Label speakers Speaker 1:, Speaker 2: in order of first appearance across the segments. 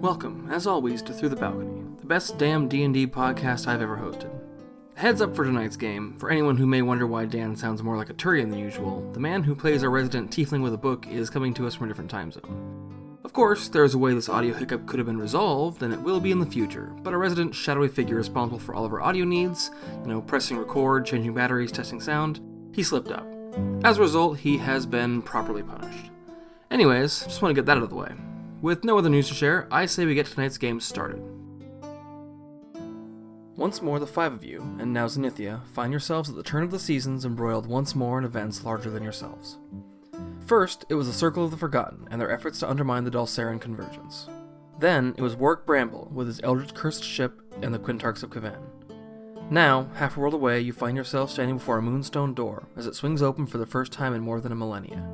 Speaker 1: Welcome, as always, to Through the Balcony, the best damn D&D podcast I've ever hosted. Heads up for tonight's game. For anyone who may wonder why Dan sounds more like a Turian than usual, the man who plays our resident tiefling with a book is coming to us from a different time zone. Of course, there is a way this audio hiccup could have been resolved, and it will be in the future, but our resident shadowy figure responsible for all of our audio needs, you know, pressing record, changing batteries, testing sound, he slipped up. As a result, he has been properly punished. Anyways, just want to get that out of the way. With no other news to share, I say we get tonight's game started. Once more, the five of you, and now Zenithia, find yourselves at the turn of the seasons embroiled once more in events larger than yourselves. First, it was the Circle of the Forgotten and their efforts to undermine the Dulceran convergence. Then, it was Warwick Bramble with his Eldritch Cursed Ship and the Quintarchs of Cavan. Now, half a world away, you find yourself standing before a moonstone door as it swings open for the first time in more than a millennia.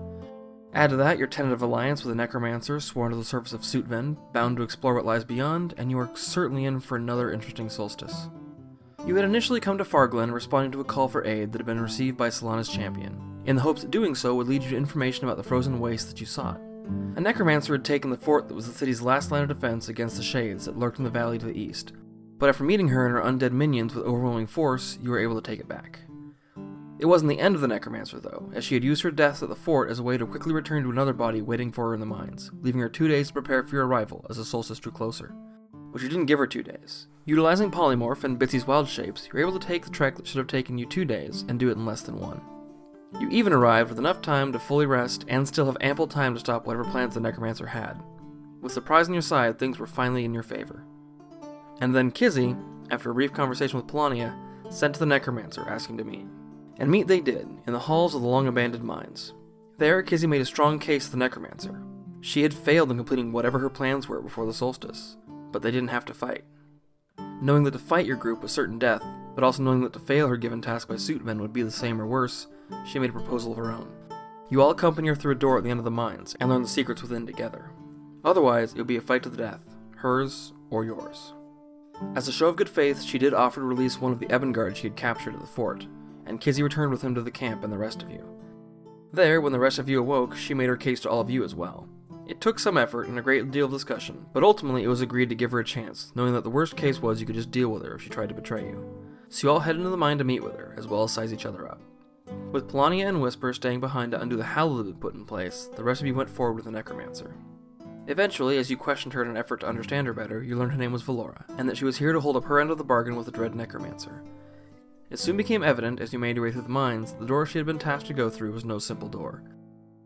Speaker 1: Add to that your tentative alliance with a necromancer sworn to the surface of Suitven, bound to explore what lies beyond, and you are certainly in for another interesting solstice. You had initially come to Farglen responding to a call for aid that had been received by Solana's champion, in the hopes that doing so would lead you to information about the frozen waste that you sought. A necromancer had taken the fort that was the city's last line of defense against the Shades that lurked in the valley to the east, but after meeting her and her undead minions with overwhelming force, you were able to take it back. It wasn't the end of the Necromancer, though, as she had used her death at the fort as a way to quickly return to another body waiting for her in the mines, leaving her two days to prepare for your arrival as the solstice drew closer. But you didn't give her two days. Utilizing Polymorph and Bitsy's wild shapes, you were able to take the trek that should have taken you two days and do it in less than one. You even arrived with enough time to fully rest and still have ample time to stop whatever plans the Necromancer had. With surprise on your side, things were finally in your favor. And then Kizzy, after a brief conversation with Polania, sent to the Necromancer asking to meet. And meet they did, in the halls of the long abandoned mines. There, Kizzy made a strong case to the Necromancer. She had failed in completing whatever her plans were before the solstice, but they didn't have to fight. Knowing that to fight your group was certain death, but also knowing that to fail her given task by Suitmen would be the same or worse, she made a proposal of her own. You all accompany her through a door at the end of the mines and learn the secrets within together. Otherwise, it would be a fight to the death, hers or yours. As a show of good faith, she did offer to release one of the Ebon Guard she had captured at the fort, and Kizzy returned with him to the camp and the rest of you. There, when the rest of you awoke, she made her case to all of you as well. It took some effort and a great deal of discussion, but ultimately it was agreed to give her a chance, knowing that the worst case was you could just deal with her if she tried to betray you. So you all head into the mine to meet with her, as well as size each other up. With Polania and Whisper staying behind to undo the howl that had been put in place, the rest of you went forward with the Necromancer. Eventually, as you questioned her in an effort to understand her better, you learned her name was Valora, and that she was here to hold up her end of the bargain with the Dread Necromancer. It soon became evident, as you made your way through the mines, that the door she had been tasked to go through was no simple door.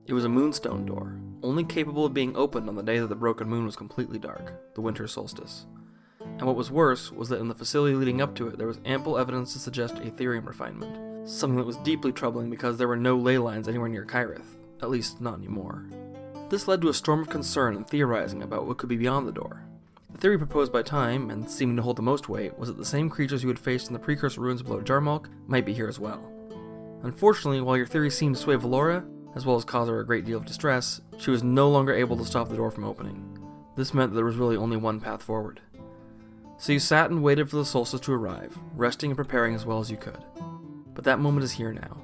Speaker 1: It was a moonstone door, only capable of being opened on the day that the broken moon was completely dark, the winter solstice. And what was worse was that in the facility leading up to it, there was ample evidence to suggest Aetherium refinement, something that was deeply troubling because there were no ley lines anywhere near Kyrith, at least not anymore. This led to a storm of concern and theorizing about what could be beyond the door. The theory proposed by Time, and seeming to hold the most weight, was that the same creatures you had faced in the precursor ruins below Jarmalk might be here as well. Unfortunately, while your theory seemed to sway Valora, as well as cause her a great deal of distress, she was no longer able to stop the door from opening. This meant that there was really only one path forward. So you sat and waited for the solstice to arrive, resting and preparing as well as you could. But that moment is here now.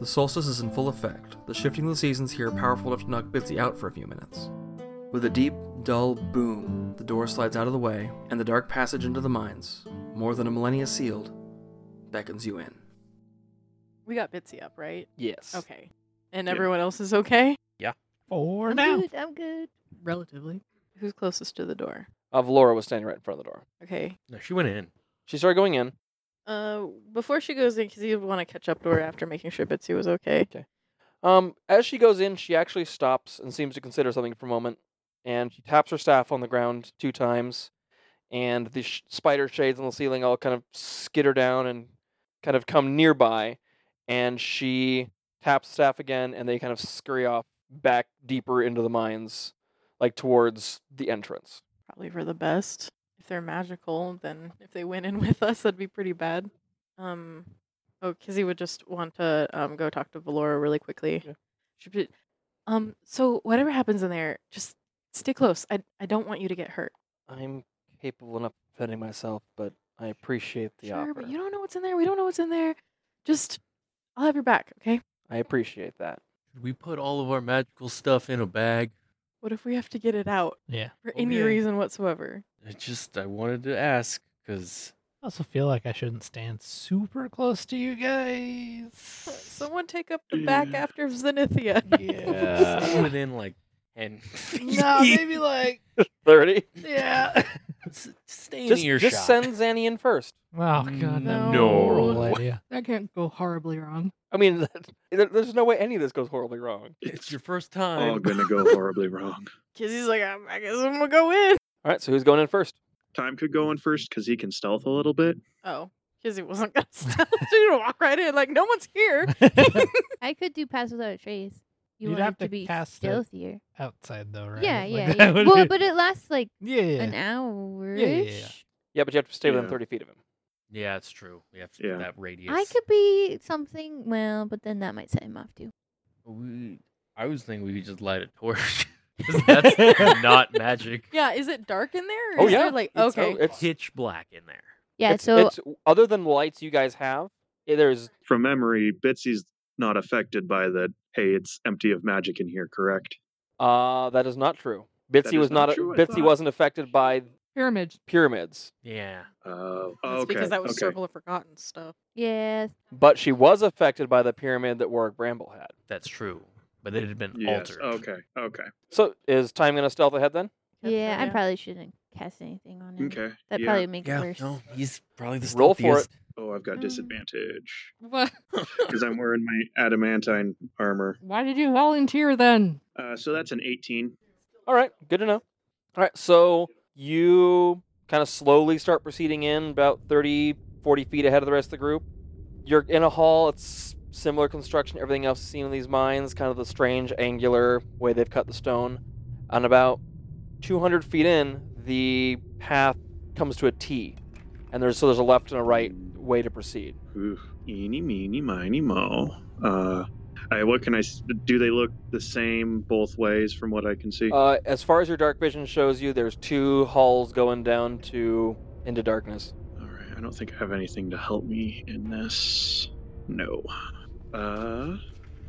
Speaker 1: The solstice is in full effect, the shifting of the seasons here powerful enough to knock Bitsy out for a few minutes. With a deep, dull boom, the door slides out of the way, and the dark passage into the mines, more than a millennia sealed, beckons you in.
Speaker 2: We got Bitsy up, right?
Speaker 1: Yes.
Speaker 2: Okay. And everyone else is okay?
Speaker 3: For
Speaker 4: I'm
Speaker 3: now.
Speaker 4: good. I'm good.
Speaker 3: Relatively.
Speaker 2: Who's closest to the door?
Speaker 1: Uh, Valora was standing right in front of the door.
Speaker 2: Okay.
Speaker 3: No, she went in.
Speaker 1: She started going in.
Speaker 2: Uh, before she goes in, because you want to catch up to her after making sure Bitsy was okay.
Speaker 1: Um, as she goes in, she actually stops and seems to consider something for a moment, and she taps her staff on the ground two times, and the sh- spider shades on the ceiling all kind of skitter down and kind of come nearby, and she taps the staff again, and they kind of scurry off back deeper into the mines, like towards the entrance.
Speaker 2: Probably for the best. If they're magical, then if they went in with us, that'd be pretty bad. Um, oh, Kizzy would just want to um go talk to Valora really quickly.
Speaker 1: Yeah.
Speaker 2: She'd be- um, so whatever happens in there, just stay close. I I don't want you to get hurt.
Speaker 1: I'm capable enough of defending myself, but I appreciate the
Speaker 2: sure,
Speaker 1: offer.
Speaker 2: but you don't know what's in there. We don't know what's in there. Just, I'll have your back. Okay.
Speaker 1: I appreciate that.
Speaker 3: Should we put all of our magical stuff in a bag?
Speaker 2: What if we have to get it out
Speaker 4: Yeah.
Speaker 2: for
Speaker 3: Oh,
Speaker 2: any
Speaker 3: yeah.
Speaker 2: reason whatsoever?
Speaker 3: I just I wanted to ask because
Speaker 4: I also feel like I shouldn't stand super close to you guys.
Speaker 2: Someone take up the back
Speaker 4: Yeah.
Speaker 2: after Zenithia.
Speaker 4: Yeah.
Speaker 3: within like ten feet,
Speaker 4: no, maybe like
Speaker 5: Thirty.
Speaker 4: yeah.
Speaker 3: S- stay in
Speaker 1: Just,
Speaker 3: earshot.
Speaker 1: just send Zanny in first.
Speaker 4: Oh god,
Speaker 2: No.
Speaker 4: Horrible
Speaker 3: No,
Speaker 4: idea.
Speaker 6: That can't go horribly wrong.
Speaker 1: I mean, there- there's no way any of this goes horribly wrong.
Speaker 3: it's your first
Speaker 7: All
Speaker 3: time.
Speaker 7: gonna go horribly wrong.
Speaker 2: Kizzy's like, "Um, I guess I'm gonna go in.
Speaker 1: All right, so who's going in first?
Speaker 7: Time could go in first because he can stealth a little bit.
Speaker 2: Oh, Kizzy wasn't gonna stop. She gonna walk right in, like no one's here.
Speaker 8: I could do pass without a trace. You
Speaker 4: You'd
Speaker 8: want
Speaker 4: have
Speaker 8: it to
Speaker 4: to
Speaker 8: be
Speaker 4: cast it,
Speaker 8: stealthier.
Speaker 4: Outside though, right?
Speaker 8: Yeah,
Speaker 4: Like,
Speaker 8: yeah,
Speaker 4: that
Speaker 8: yeah.
Speaker 4: would
Speaker 8: Well,
Speaker 4: be-
Speaker 8: but it lasts like
Speaker 4: yeah, yeah.
Speaker 8: an hour.
Speaker 1: Yeah, but you have to stay within
Speaker 7: Yeah.
Speaker 1: 30 feet of him.
Speaker 3: yeah, it's true. We have to
Speaker 7: Yeah.
Speaker 3: that radius.
Speaker 8: I could be something. Well, but then that might set him off too.
Speaker 3: We, I was thinking we could just light a torch. 'cause that's not magic.
Speaker 2: Yeah, is it dark in there? Or
Speaker 1: Oh,
Speaker 2: is there,
Speaker 1: yeah.
Speaker 2: like
Speaker 1: It's-
Speaker 2: okay,
Speaker 1: oh, it's-
Speaker 3: Pitch black in there.
Speaker 8: Yeah.
Speaker 1: it's,
Speaker 8: so
Speaker 1: it's other than lights you guys have, eh, there's
Speaker 7: From memory, Bitsy's not affected by the hey, it's empty of magic in here, correct?
Speaker 1: uh that is not true.
Speaker 7: That
Speaker 1: Bitsy
Speaker 7: is
Speaker 1: was
Speaker 7: not
Speaker 1: not,
Speaker 7: true, I
Speaker 1: Bitsy
Speaker 7: thought.
Speaker 1: wasn't affected by
Speaker 6: Pyramid.
Speaker 1: pyramids,
Speaker 3: Yeah.
Speaker 7: Oh,
Speaker 2: That's
Speaker 7: okay.
Speaker 2: because that was
Speaker 7: okay.
Speaker 2: Circle of Forgotten stuff.
Speaker 8: yeah.
Speaker 1: but she was affected by the pyramid that Warwick Bramble had.
Speaker 3: That's true, but it had been
Speaker 7: Yes.
Speaker 3: altered.
Speaker 7: Okay. Okay.
Speaker 1: So is time gonna stealth ahead then?
Speaker 2: Good
Speaker 8: Yeah.
Speaker 2: for
Speaker 8: I
Speaker 2: ya.
Speaker 8: probably shouldn't cast anything on it.
Speaker 7: Okay.
Speaker 8: That
Speaker 7: yeah.
Speaker 8: probably would make it worse.
Speaker 3: he's probably the
Speaker 1: Roll for it.
Speaker 7: Oh, I've got
Speaker 8: Mm.
Speaker 7: disadvantage
Speaker 6: What?
Speaker 7: because I'm wearing my adamantine armor.
Speaker 6: Why did you volunteer then?
Speaker 7: Uh, so that's an 18.
Speaker 1: All right, good to know. All right, so you kind of slowly start proceeding in about 30, 40 feet ahead of the rest of the group. You're in a hall. It's similar construction. to Everything else you've seen in these mines, kind of the strange angular way they've cut the stone. And about 200 feet in, the path comes to a T, and there's so there's a left and a right way to proceed.
Speaker 7: Oof. Eeny, meeny, miny, mo. Uh, I, what can I? s- Do they look the same both ways from what I can see?
Speaker 1: Uh, as far as your dark vision shows you, there's two halls going down to into darkness.
Speaker 7: All right. I don't think I have anything to help me in this. No. Uh,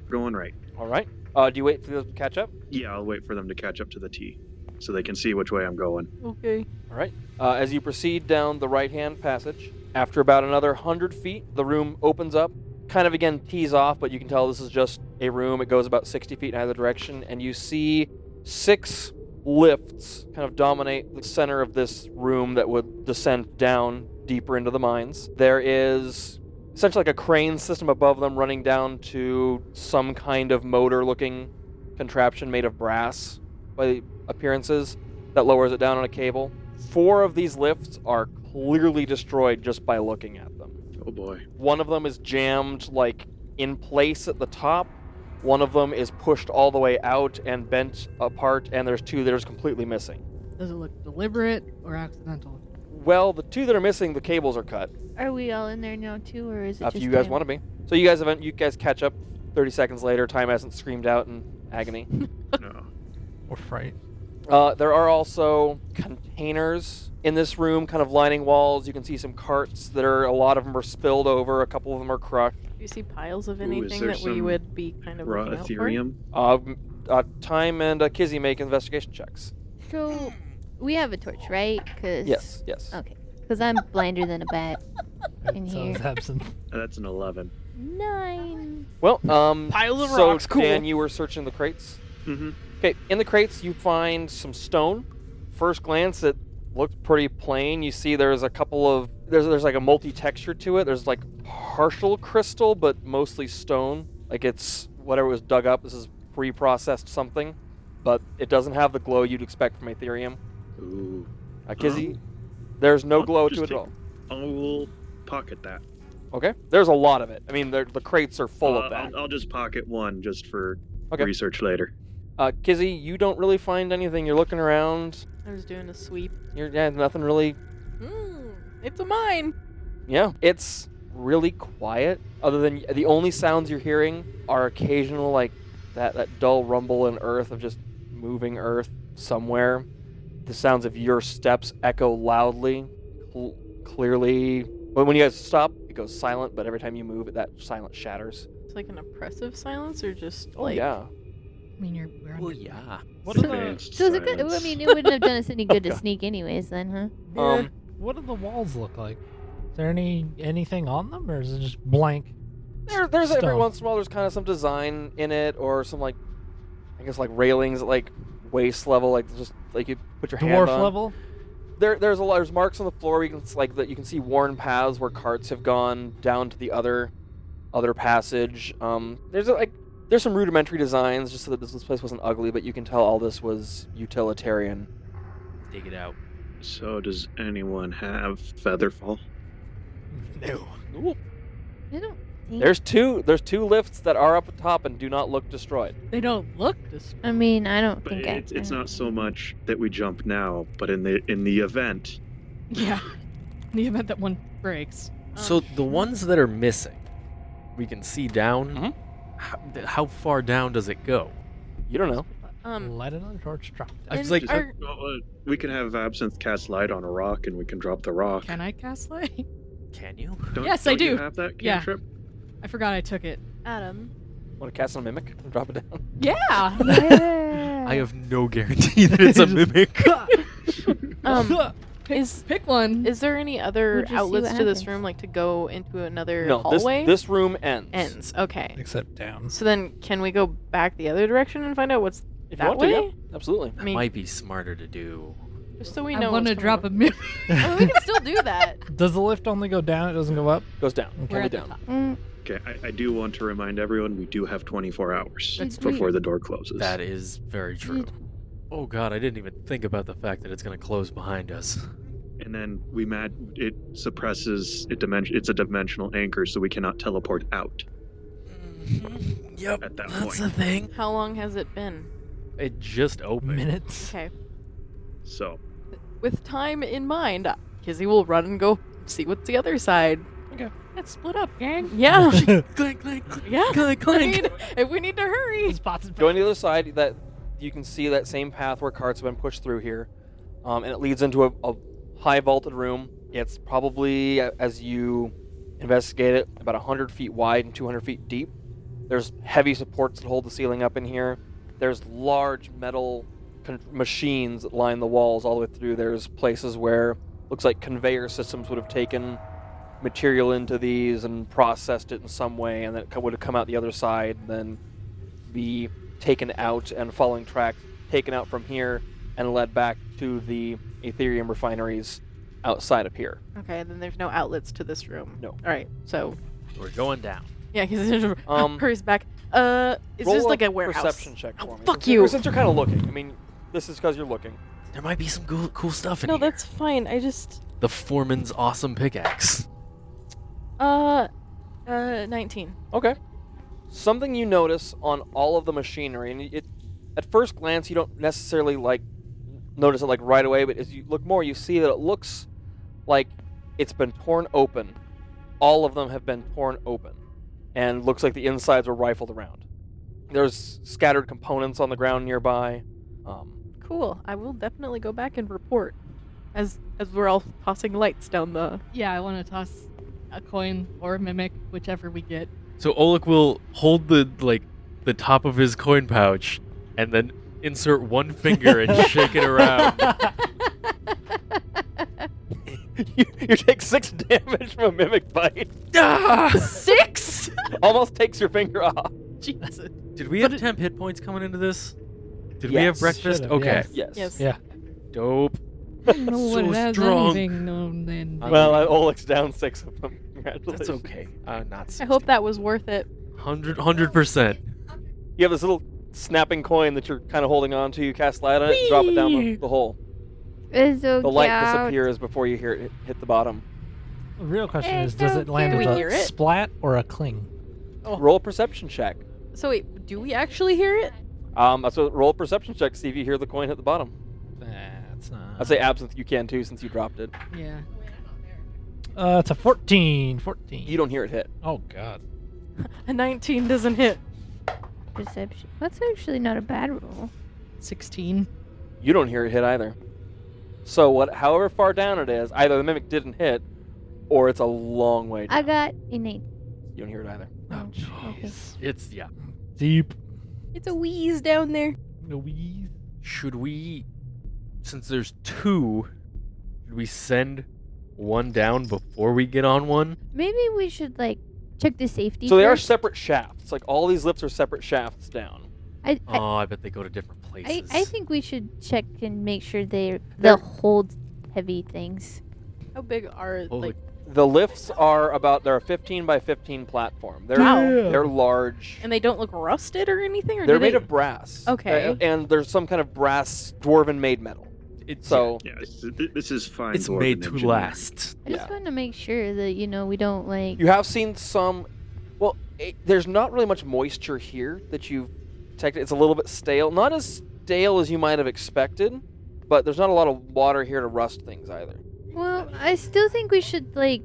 Speaker 7: going right.
Speaker 1: All right. Uh, do you wait for them to catch up?
Speaker 7: Yeah, I'll wait for them to catch up to the T, so they can see which way I'm going.
Speaker 2: Okay.
Speaker 1: All right. Uh, as you proceed down the right-hand passage, after about another hundred feet, the room opens up. Kind of again tees off, but you can tell this is just a room. It goes about sixty feet in either direction, and you see six lifts kind of dominate the center of this room that would descend down deeper into the mines. There is essentially like a crane system above them running down to some kind of motor-looking contraption made of brass by the appearances that lowers it down on a cable. Four of these lifts are clearly destroyed just by looking at them.
Speaker 7: Oh boy.
Speaker 1: One of them is jammed like in place at the top. One of them is pushed all the way out and bent apart, and there's two that are just completely missing.
Speaker 6: Does it look deliberate or accidental?
Speaker 1: Well, the two that are missing, the cables are cut.
Speaker 8: Are we all in there now too, or is it
Speaker 1: If
Speaker 8: just
Speaker 1: you guys
Speaker 8: him?
Speaker 1: want to be, so you guys haven't. You guys catch up. Thirty seconds later, time hasn't screamed out in agony.
Speaker 7: No.
Speaker 4: Or fright.
Speaker 1: Uh, there are also containers in this room, kind of lining walls. You can see some carts that are a lot of them are spilled over. A couple of them are crushed.
Speaker 2: Do you see piles of
Speaker 7: Ooh, is
Speaker 2: anything
Speaker 7: there
Speaker 2: that we
Speaker 7: some
Speaker 2: would be kind of
Speaker 7: Raw
Speaker 2: looking out for?
Speaker 7: Ethereum.
Speaker 1: Uh, uh, time and uh, Kizzy make investigation checks.
Speaker 8: So we have a torch, right? Cause
Speaker 1: Yes, yes.
Speaker 8: Okay. Because I'm blinder than a bat.
Speaker 4: That
Speaker 8: In
Speaker 4: sounds
Speaker 8: here.
Speaker 4: absent.
Speaker 7: Uh, That's an 11.
Speaker 8: Nine.
Speaker 1: Well, um,
Speaker 2: Piles of
Speaker 1: so
Speaker 2: rocks, cool.
Speaker 1: Dan, you were searching the crates.
Speaker 7: Mm-hmm.
Speaker 1: Okay, in the crates you find some stone. First glance, it looked pretty plain. You see there's a couple of there's there's like a multi-texture to it. There's like partial crystal, but mostly stone. Like it's whatever was dug up. This is pre-processed something, but it doesn't have the glow you'd expect from Ethereum.
Speaker 7: Ooh.
Speaker 1: Uh, Kizzy, there's no
Speaker 7: Uh-huh. I'll
Speaker 1: glow
Speaker 7: just
Speaker 1: to it at
Speaker 7: take
Speaker 1: all.
Speaker 7: I will pocket that.
Speaker 1: Okay, there's a lot of it. I mean, they're- the crates are full
Speaker 7: Uh,
Speaker 1: of that.
Speaker 7: I'll, I'll just pocket one just for
Speaker 1: Okay.
Speaker 7: research later.
Speaker 1: Uh, Kizzy, you don't really find anything. You're looking around.
Speaker 2: I was doing a sweep.
Speaker 1: You're yeah, nothing really
Speaker 9: Hmm,
Speaker 2: Mm, it's a mine.
Speaker 1: Yeah, it's really quiet. Other than the only sounds you're hearing are occasional, like that that dull rumble in earth of just moving earth somewhere. The sounds of your steps echo loudly, cl- clearly. But when you guys stop, it goes silent. But every time you move, that silence shatters.
Speaker 2: It's like an oppressive silence, or just
Speaker 1: Oh
Speaker 2: like
Speaker 1: yeah,
Speaker 9: mean, you're we're under
Speaker 3: Well,
Speaker 9: the-
Speaker 3: Oh, yeah.
Speaker 4: What are the,
Speaker 7: Advanced
Speaker 8: So it's a good. I
Speaker 7: science.
Speaker 8: mean, it wouldn't have done us any good
Speaker 4: Oh,
Speaker 8: to
Speaker 4: God.
Speaker 8: sneak, anyways. Then, huh?
Speaker 4: um,
Speaker 2: eh,
Speaker 3: Um,
Speaker 4: what do the walls look like? Is there any anything on them, or is it just blank?
Speaker 1: There, there's every
Speaker 4: Stone.
Speaker 1: once in a while there's kind of some design in it or some like I guess like railings at like waist level like just like you put your hand
Speaker 4: Dwarf
Speaker 1: on.
Speaker 4: level?
Speaker 1: There, there's a lot. There's marks on the floor. We can it's like that. You can see worn paths where carts have gone down to the other, other passage. Um, there's like there's some rudimentary designs just so that this, this place wasn't ugly, but you can tell all this was utilitarian.
Speaker 3: Dig it out.
Speaker 7: So does anyone have Featherfall?
Speaker 4: No.
Speaker 8: I don't. Think,
Speaker 1: There's two. There's two lifts that are up top and do not look destroyed.
Speaker 9: They don't look dis-
Speaker 8: I mean, I don't
Speaker 7: But
Speaker 8: think. I,
Speaker 7: it's, it's
Speaker 8: I
Speaker 7: not so much that we jump now, but in the in the event,
Speaker 9: Yeah. In the event that one breaks.
Speaker 3: So
Speaker 2: Um,
Speaker 3: the ones that are missing, we can see down.
Speaker 1: Mhm.
Speaker 3: How, th- how far down does it go?
Speaker 1: You don't know.
Speaker 2: Um,
Speaker 4: Let another torch drop.
Speaker 3: I
Speaker 2: And
Speaker 3: was like,
Speaker 7: just-
Speaker 2: are-
Speaker 7: well, uh, we can have Absinthe cast light on a rock, and we can drop the rock.
Speaker 9: Can I cast light?
Speaker 3: "Uh, can you?
Speaker 7: Don't-
Speaker 9: Yes, I
Speaker 7: don't you
Speaker 9: do.
Speaker 7: have that
Speaker 9: Yeah.
Speaker 7: cantrip?
Speaker 9: I forgot I took it.
Speaker 2: Adam.
Speaker 1: Want to cast on a mimic? and Drop it down.
Speaker 9: Yeah.
Speaker 3: I have no guarantee that it's a mimic.
Speaker 2: Um,
Speaker 9: pick,
Speaker 2: Is-
Speaker 9: pick one.
Speaker 2: is there any
Speaker 8: We'll
Speaker 2: other
Speaker 8: just see
Speaker 2: outlets
Speaker 8: what
Speaker 2: to this
Speaker 8: happens.
Speaker 2: room, like to go into another
Speaker 1: No. This
Speaker 2: hallway?
Speaker 1: this room ends.
Speaker 2: ends. Okay.
Speaker 4: Except down.
Speaker 2: So then, can we go back the other direction and find out what's
Speaker 1: If
Speaker 2: that
Speaker 1: you want to,
Speaker 2: way?
Speaker 1: yeah, absolutely.
Speaker 2: I mean,
Speaker 3: Might be smarter to do.
Speaker 2: just so we know.
Speaker 9: I want to drop a mirror.
Speaker 2: I mean, we can still do that.
Speaker 4: Does the lift only go down? It doesn't go up.
Speaker 1: Goes down.
Speaker 4: Okay.
Speaker 1: Only
Speaker 9: at the
Speaker 1: down.
Speaker 9: top.
Speaker 8: Mm,
Speaker 7: Okay, I, I do want to remind everyone we do have 24 hours
Speaker 8: That's
Speaker 7: before
Speaker 8: weird.
Speaker 7: the door closes.
Speaker 3: That is very true. Oh god, I didn't even think about the fact that it's gonna close behind us.
Speaker 7: and then we mad it suppresses it dimension. It's a dimensional anchor, so we cannot teleport out.
Speaker 3: Yep,
Speaker 7: At that
Speaker 3: that's
Speaker 7: point.
Speaker 3: the thing.
Speaker 2: How long has it been?
Speaker 3: It just opened.
Speaker 4: Minutes.
Speaker 2: Okay.
Speaker 7: So
Speaker 2: With time in mind, Kizzy will run and go see what's the other side.
Speaker 4: Okay.
Speaker 2: Let's split up, gang. Yeah.
Speaker 3: Clank, clank, clank,
Speaker 2: yeah.
Speaker 3: clank,
Speaker 2: I
Speaker 3: clank.
Speaker 2: mean, if we need to hurry.
Speaker 1: Going to the other side, that you can see that same path where carts have been pushed through here, um, and it leads into a, a high vaulted room. It's probably, a- as you investigate it, about 100 feet wide and 200 feet deep. There's heavy supports that hold the ceiling up in here. There's large metal con- machines that line the walls all the way through. There's places where looks like conveyor systems would have taken material into these and processed it in some way, and then it co- would have come out the other side, and then be taken out and following tracks taken out from here and led back to the Ethereum refineries outside of here.
Speaker 2: Okay, then there's no outlets to this room.
Speaker 1: No.
Speaker 2: All right. So
Speaker 3: We're going down.
Speaker 2: yeah, Kizzy
Speaker 1: Um,
Speaker 2: hurries back. Uh, it's
Speaker 1: roll
Speaker 2: just
Speaker 1: a
Speaker 2: like a warehouse.
Speaker 1: Perception check
Speaker 2: Oh,
Speaker 1: for me.
Speaker 2: fuck
Speaker 1: since you're-
Speaker 2: you.
Speaker 1: Since you're kind of looking, I mean, this is because you're looking.
Speaker 3: There might be some cool, cool stuff in
Speaker 2: No,
Speaker 3: here.
Speaker 2: that's fine. I just
Speaker 3: the foreman's awesome pickaxe.
Speaker 2: uh, uh, nineteen.
Speaker 1: Okay. Something you notice on all of the machinery, and it, at first glance, you don't necessarily like notice it like right away, but as you look more, you see that it looks like it's been torn open. All of them have been torn open, and looks like the insides were rifled around. There's scattered components on the ground nearby. Um,
Speaker 2: Cool. I will definitely go back and report as as we're all tossing lights down the.
Speaker 9: Yeah, I want to toss a coin or a mimic, whichever we get.
Speaker 3: So Olek will hold the like the top of his coin pouch and then insert one finger and shake it around.
Speaker 1: you, you take six damage from a mimic bite.
Speaker 2: Six.
Speaker 1: Almost takes your finger off.
Speaker 2: Jesus.
Speaker 3: Did we have temp hit points coming into this? Did we
Speaker 1: Yes.
Speaker 3: have breakfast?
Speaker 4: Should've,
Speaker 3: okay.
Speaker 4: yes.
Speaker 1: Yes.
Speaker 2: Yes.
Speaker 4: Yeah.
Speaker 3: Dope.
Speaker 9: No one
Speaker 3: So
Speaker 9: has
Speaker 3: strong.
Speaker 9: anything known then.
Speaker 1: Well, uh, Oleg's down six of them. Congratulations.
Speaker 3: That's okay. Uh, not.
Speaker 2: I hope that was worth it.
Speaker 3: 100 percent.
Speaker 1: You have this little snapping coin that you're kind of holding on to. You cast light on it, and drop it down the, the hole.
Speaker 8: it's so
Speaker 1: The light
Speaker 8: cute.
Speaker 1: disappears before you hear it hit- hit the bottom.
Speaker 4: The real question
Speaker 8: Hey,
Speaker 4: is, does
Speaker 8: so
Speaker 4: it land
Speaker 8: cute.
Speaker 4: with
Speaker 2: Can we hear
Speaker 4: a
Speaker 2: it?
Speaker 4: splat or a cling?
Speaker 1: Roll a perception check.
Speaker 2: So wait, do we actually hear it?
Speaker 1: Um, that's what, roll a perception check. See if you hear the coin hit the bottom.
Speaker 4: That's not.
Speaker 1: I'd say absinthe you can too, since you dropped it.
Speaker 9: Yeah.
Speaker 4: Uh, it's a 14. 14.
Speaker 1: You don't hear it hit.
Speaker 4: Oh God.
Speaker 2: A nineteen doesn't hit.
Speaker 8: Perception. That's actually not a bad roll.
Speaker 9: 16.
Speaker 1: You don't hear it hit either. So what? However far down it is, either the mimic didn't hit, or it's a long way down.
Speaker 8: I got innate.
Speaker 1: You don't hear it either.
Speaker 4: Oh
Speaker 8: okay.
Speaker 4: jeez.
Speaker 3: It's yeah.
Speaker 4: Deep.
Speaker 10: It's a wheeze down there.
Speaker 4: The wheeze.
Speaker 3: Should we, since there's two, should we send one down before we get on one?
Speaker 8: Maybe we should like check the safety.
Speaker 1: So they are
Speaker 8: first.
Speaker 1: separate shafts. Like all these lifts are separate shafts down.
Speaker 8: I, I,
Speaker 3: Oh, I bet they go to different
Speaker 8: I,
Speaker 3: places.
Speaker 8: I think we should check and make sure they
Speaker 2: They're-
Speaker 8: they'll hold heavy things.
Speaker 2: How big are
Speaker 3: Holy
Speaker 2: like?
Speaker 1: The lifts are about they're a 15 by 15 platform. They're
Speaker 2: Wow.
Speaker 1: they're large.
Speaker 2: And they don't look rusted or anything, or do
Speaker 1: They're made
Speaker 2: they-
Speaker 1: of brass.
Speaker 2: Okay.
Speaker 1: A- and there's some kind of brass dwarven made metal.
Speaker 3: it's,
Speaker 1: So
Speaker 7: Yeah, this, is- this is fine.
Speaker 3: it's
Speaker 7: dwarven
Speaker 3: made to
Speaker 7: engineering.
Speaker 3: last.
Speaker 8: I just
Speaker 1: Yeah.
Speaker 8: want to make sure that you know we don't like.
Speaker 1: you have seen some. Well, it, there's not really much moisture here that you've detected. It's a little bit stale. Not as stale as you might have expected, but there's not a lot of water here to rust things either.
Speaker 8: Well, I still think we should like,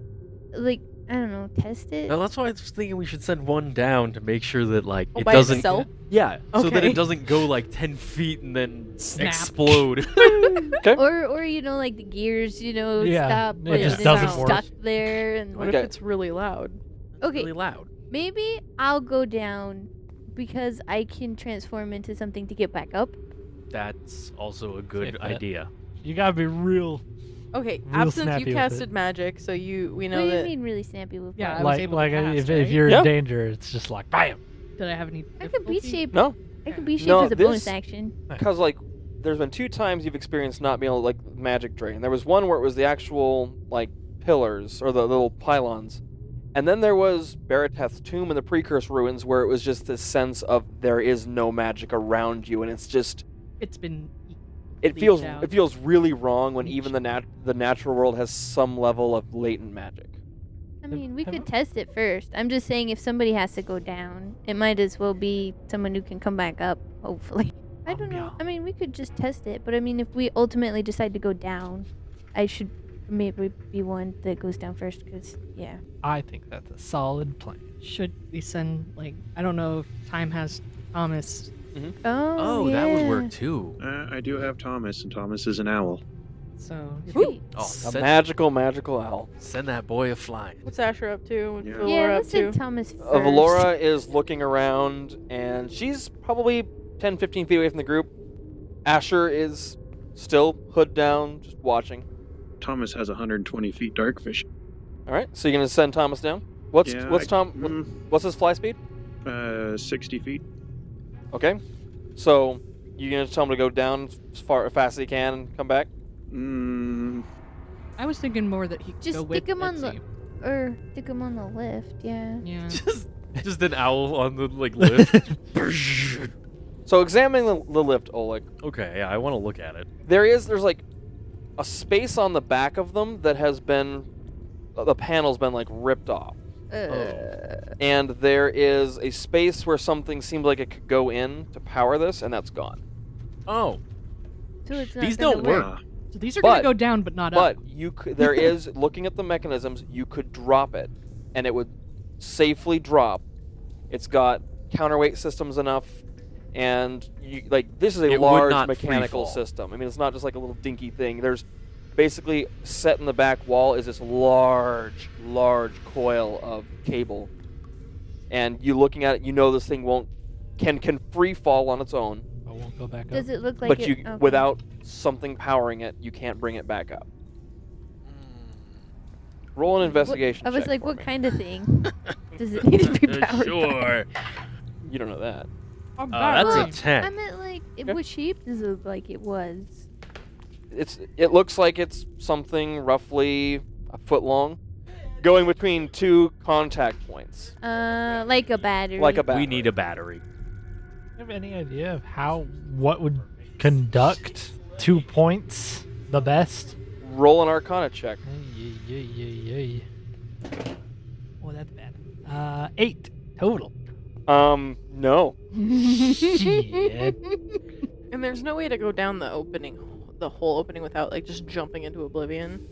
Speaker 8: like I don't know, test it.
Speaker 3: Now, that's why I was thinking we should send one down to make sure that like
Speaker 2: Oh,
Speaker 3: it
Speaker 2: by
Speaker 3: doesn't.
Speaker 2: itself?
Speaker 3: Yeah, so that
Speaker 2: Okay.
Speaker 3: it doesn't go like ten feet and then
Speaker 9: Snap.
Speaker 3: explode.
Speaker 8: Or, or you know, like the gears, you know,
Speaker 4: Yeah,
Speaker 8: stop.
Speaker 4: it
Speaker 8: and
Speaker 2: just
Speaker 8: it's
Speaker 2: doesn't
Speaker 4: work.
Speaker 8: stuck there. And
Speaker 2: What
Speaker 1: Okay.
Speaker 2: if it's really loud?
Speaker 8: okay,
Speaker 3: Really loud.
Speaker 8: maybe I'll go down because I can transform into something to get back up.
Speaker 3: That's also a good
Speaker 4: Safe bet.
Speaker 3: idea.
Speaker 4: You gotta be real.
Speaker 2: Okay,
Speaker 4: Real
Speaker 2: absence.
Speaker 4: snappy
Speaker 2: You
Speaker 4: with
Speaker 2: casted
Speaker 4: it.
Speaker 2: magic, so you we
Speaker 8: what
Speaker 2: know
Speaker 8: do you
Speaker 2: that.
Speaker 8: mean, really snappy with
Speaker 9: Yeah, I
Speaker 8: yeah,
Speaker 9: was
Speaker 4: like,
Speaker 9: able to
Speaker 4: like I-
Speaker 9: pass,
Speaker 4: if,
Speaker 9: right?
Speaker 4: if you're
Speaker 1: Yeah.
Speaker 4: in danger, it's just like bam.
Speaker 9: Did I have any?
Speaker 8: I could beat
Speaker 9: difficulty?
Speaker 8: shape.
Speaker 1: No.
Speaker 8: I could beat shape
Speaker 1: No,
Speaker 8: as a
Speaker 1: this-
Speaker 8: bonus action.
Speaker 1: Because like, there's been two times you've experienced not being able to, like magic drain. There was one where it was the actual like pillars or the little pylons, and then there was Barateth's tomb and the Precursor ruins where it was just this sense of there is no magic around you, and it's just
Speaker 9: It's been. eaten.
Speaker 1: it
Speaker 9: Leaked
Speaker 1: feels
Speaker 9: out.
Speaker 1: it feels really wrong when
Speaker 9: Leached.
Speaker 1: even the nat- the natural world has some level of latent magic.
Speaker 8: I
Speaker 4: Have-
Speaker 8: mean, we
Speaker 4: have-
Speaker 8: could test it first. I'm just saying, if somebody has to go down, it might as well be someone who can come back up. Hopefully, I
Speaker 3: Oh,
Speaker 8: don't know. I mean, we could just test it, but I mean, if we ultimately decide to go down, I should maybe be one that goes down first. Cause yeah,
Speaker 4: I think that's a solid plan.
Speaker 9: Should we send like I don't know if time has Thomas?
Speaker 8: oh,
Speaker 3: Oh,
Speaker 8: yeah.
Speaker 3: that would work too.
Speaker 7: Uh, I do have Thomas, and Thomas is an owl.
Speaker 9: So
Speaker 8: Sweet.
Speaker 3: Oh,
Speaker 1: A
Speaker 3: send,
Speaker 1: magical, magical owl.
Speaker 3: send that boy a flying.
Speaker 2: What's Asher up to? What's
Speaker 7: Yeah.
Speaker 2: Valora
Speaker 8: Yeah,
Speaker 2: up
Speaker 8: let's
Speaker 2: to?
Speaker 8: say Thomas first.
Speaker 1: Uh, Valora is looking around, and she's probably 10, 15 feet away from the group. Asher is still hood down, just watching.
Speaker 7: Thomas has 120 feet dark vision.
Speaker 1: All right, so you're gonna send Thomas down. What's
Speaker 7: Yeah,
Speaker 1: what's
Speaker 7: I-
Speaker 1: Tom? wh- What's his fly speed?
Speaker 7: mm, uh, 60 feet.
Speaker 1: Okay, so you're gonna tell him to go down as far as fast as he can and come back.
Speaker 7: Mm,
Speaker 9: I was thinking more that he could
Speaker 8: Just
Speaker 9: go
Speaker 8: stick
Speaker 9: with
Speaker 8: him on the-
Speaker 9: Etsy.
Speaker 8: or stick him on the lift. Yeah.
Speaker 9: Yeah.
Speaker 3: Just, just an owl on the like lift.
Speaker 1: So examining the, the lift, Oleg.
Speaker 3: okay, yeah, I want to look at it.
Speaker 1: There is there's like a space on the back of them that has been the panel's been like ripped off.
Speaker 3: Oh.
Speaker 1: and there is a space where something seemed like it could go in to power this, and that's gone.
Speaker 3: Oh,
Speaker 8: So it's not
Speaker 3: These
Speaker 8: gonna
Speaker 3: don't
Speaker 8: work.
Speaker 7: ah,
Speaker 9: So these are
Speaker 1: But-
Speaker 9: gonna go down, but not up.
Speaker 1: But you, c- there is looking at the mechanisms, you could drop it, and it would safely drop. It's got counterweight systems enough, and you, like this is a
Speaker 3: It would
Speaker 1: large
Speaker 3: not free
Speaker 1: mechanical
Speaker 3: fall.
Speaker 1: system. I mean, it's not just like a little dinky thing. There's basically set in the back wall is this large, large coil of cable, and you looking at it, you know this thing won't can can free fall on its own.
Speaker 4: I won't go back
Speaker 8: Does
Speaker 4: up.
Speaker 8: it look like
Speaker 1: but
Speaker 8: it?
Speaker 1: you
Speaker 8: okay.
Speaker 1: without something powering it, you can't bring it back up.
Speaker 3: Hmm.
Speaker 1: Roll an
Speaker 8: What-
Speaker 1: investigation.
Speaker 8: I was
Speaker 1: check
Speaker 8: like,
Speaker 1: for
Speaker 8: what
Speaker 1: me.
Speaker 8: kind of thing does it need to be powered? by?
Speaker 3: sure.
Speaker 1: You don't know that.
Speaker 9: Oh,
Speaker 3: Uh, that's
Speaker 8: Well,
Speaker 3: a
Speaker 8: I
Speaker 3: ten.
Speaker 8: meant like, it,
Speaker 1: Yeah.
Speaker 8: what shape does it look uh, like it was?
Speaker 1: It's. It looks like it's something roughly a foot long, going between two contact points,
Speaker 8: Uh, like a battery.
Speaker 1: like a battery.
Speaker 3: We need a battery.
Speaker 4: Do you have any idea of how what would conduct two points the best?
Speaker 1: roll an Arcana check.
Speaker 4: Ay, ay, ay, ay, ay. Oh, that's bad. Uh, eight total.
Speaker 1: Um, no.
Speaker 4: Shit.
Speaker 2: And there's no way to go down the opening, the whole opening without like just jumping into oblivion.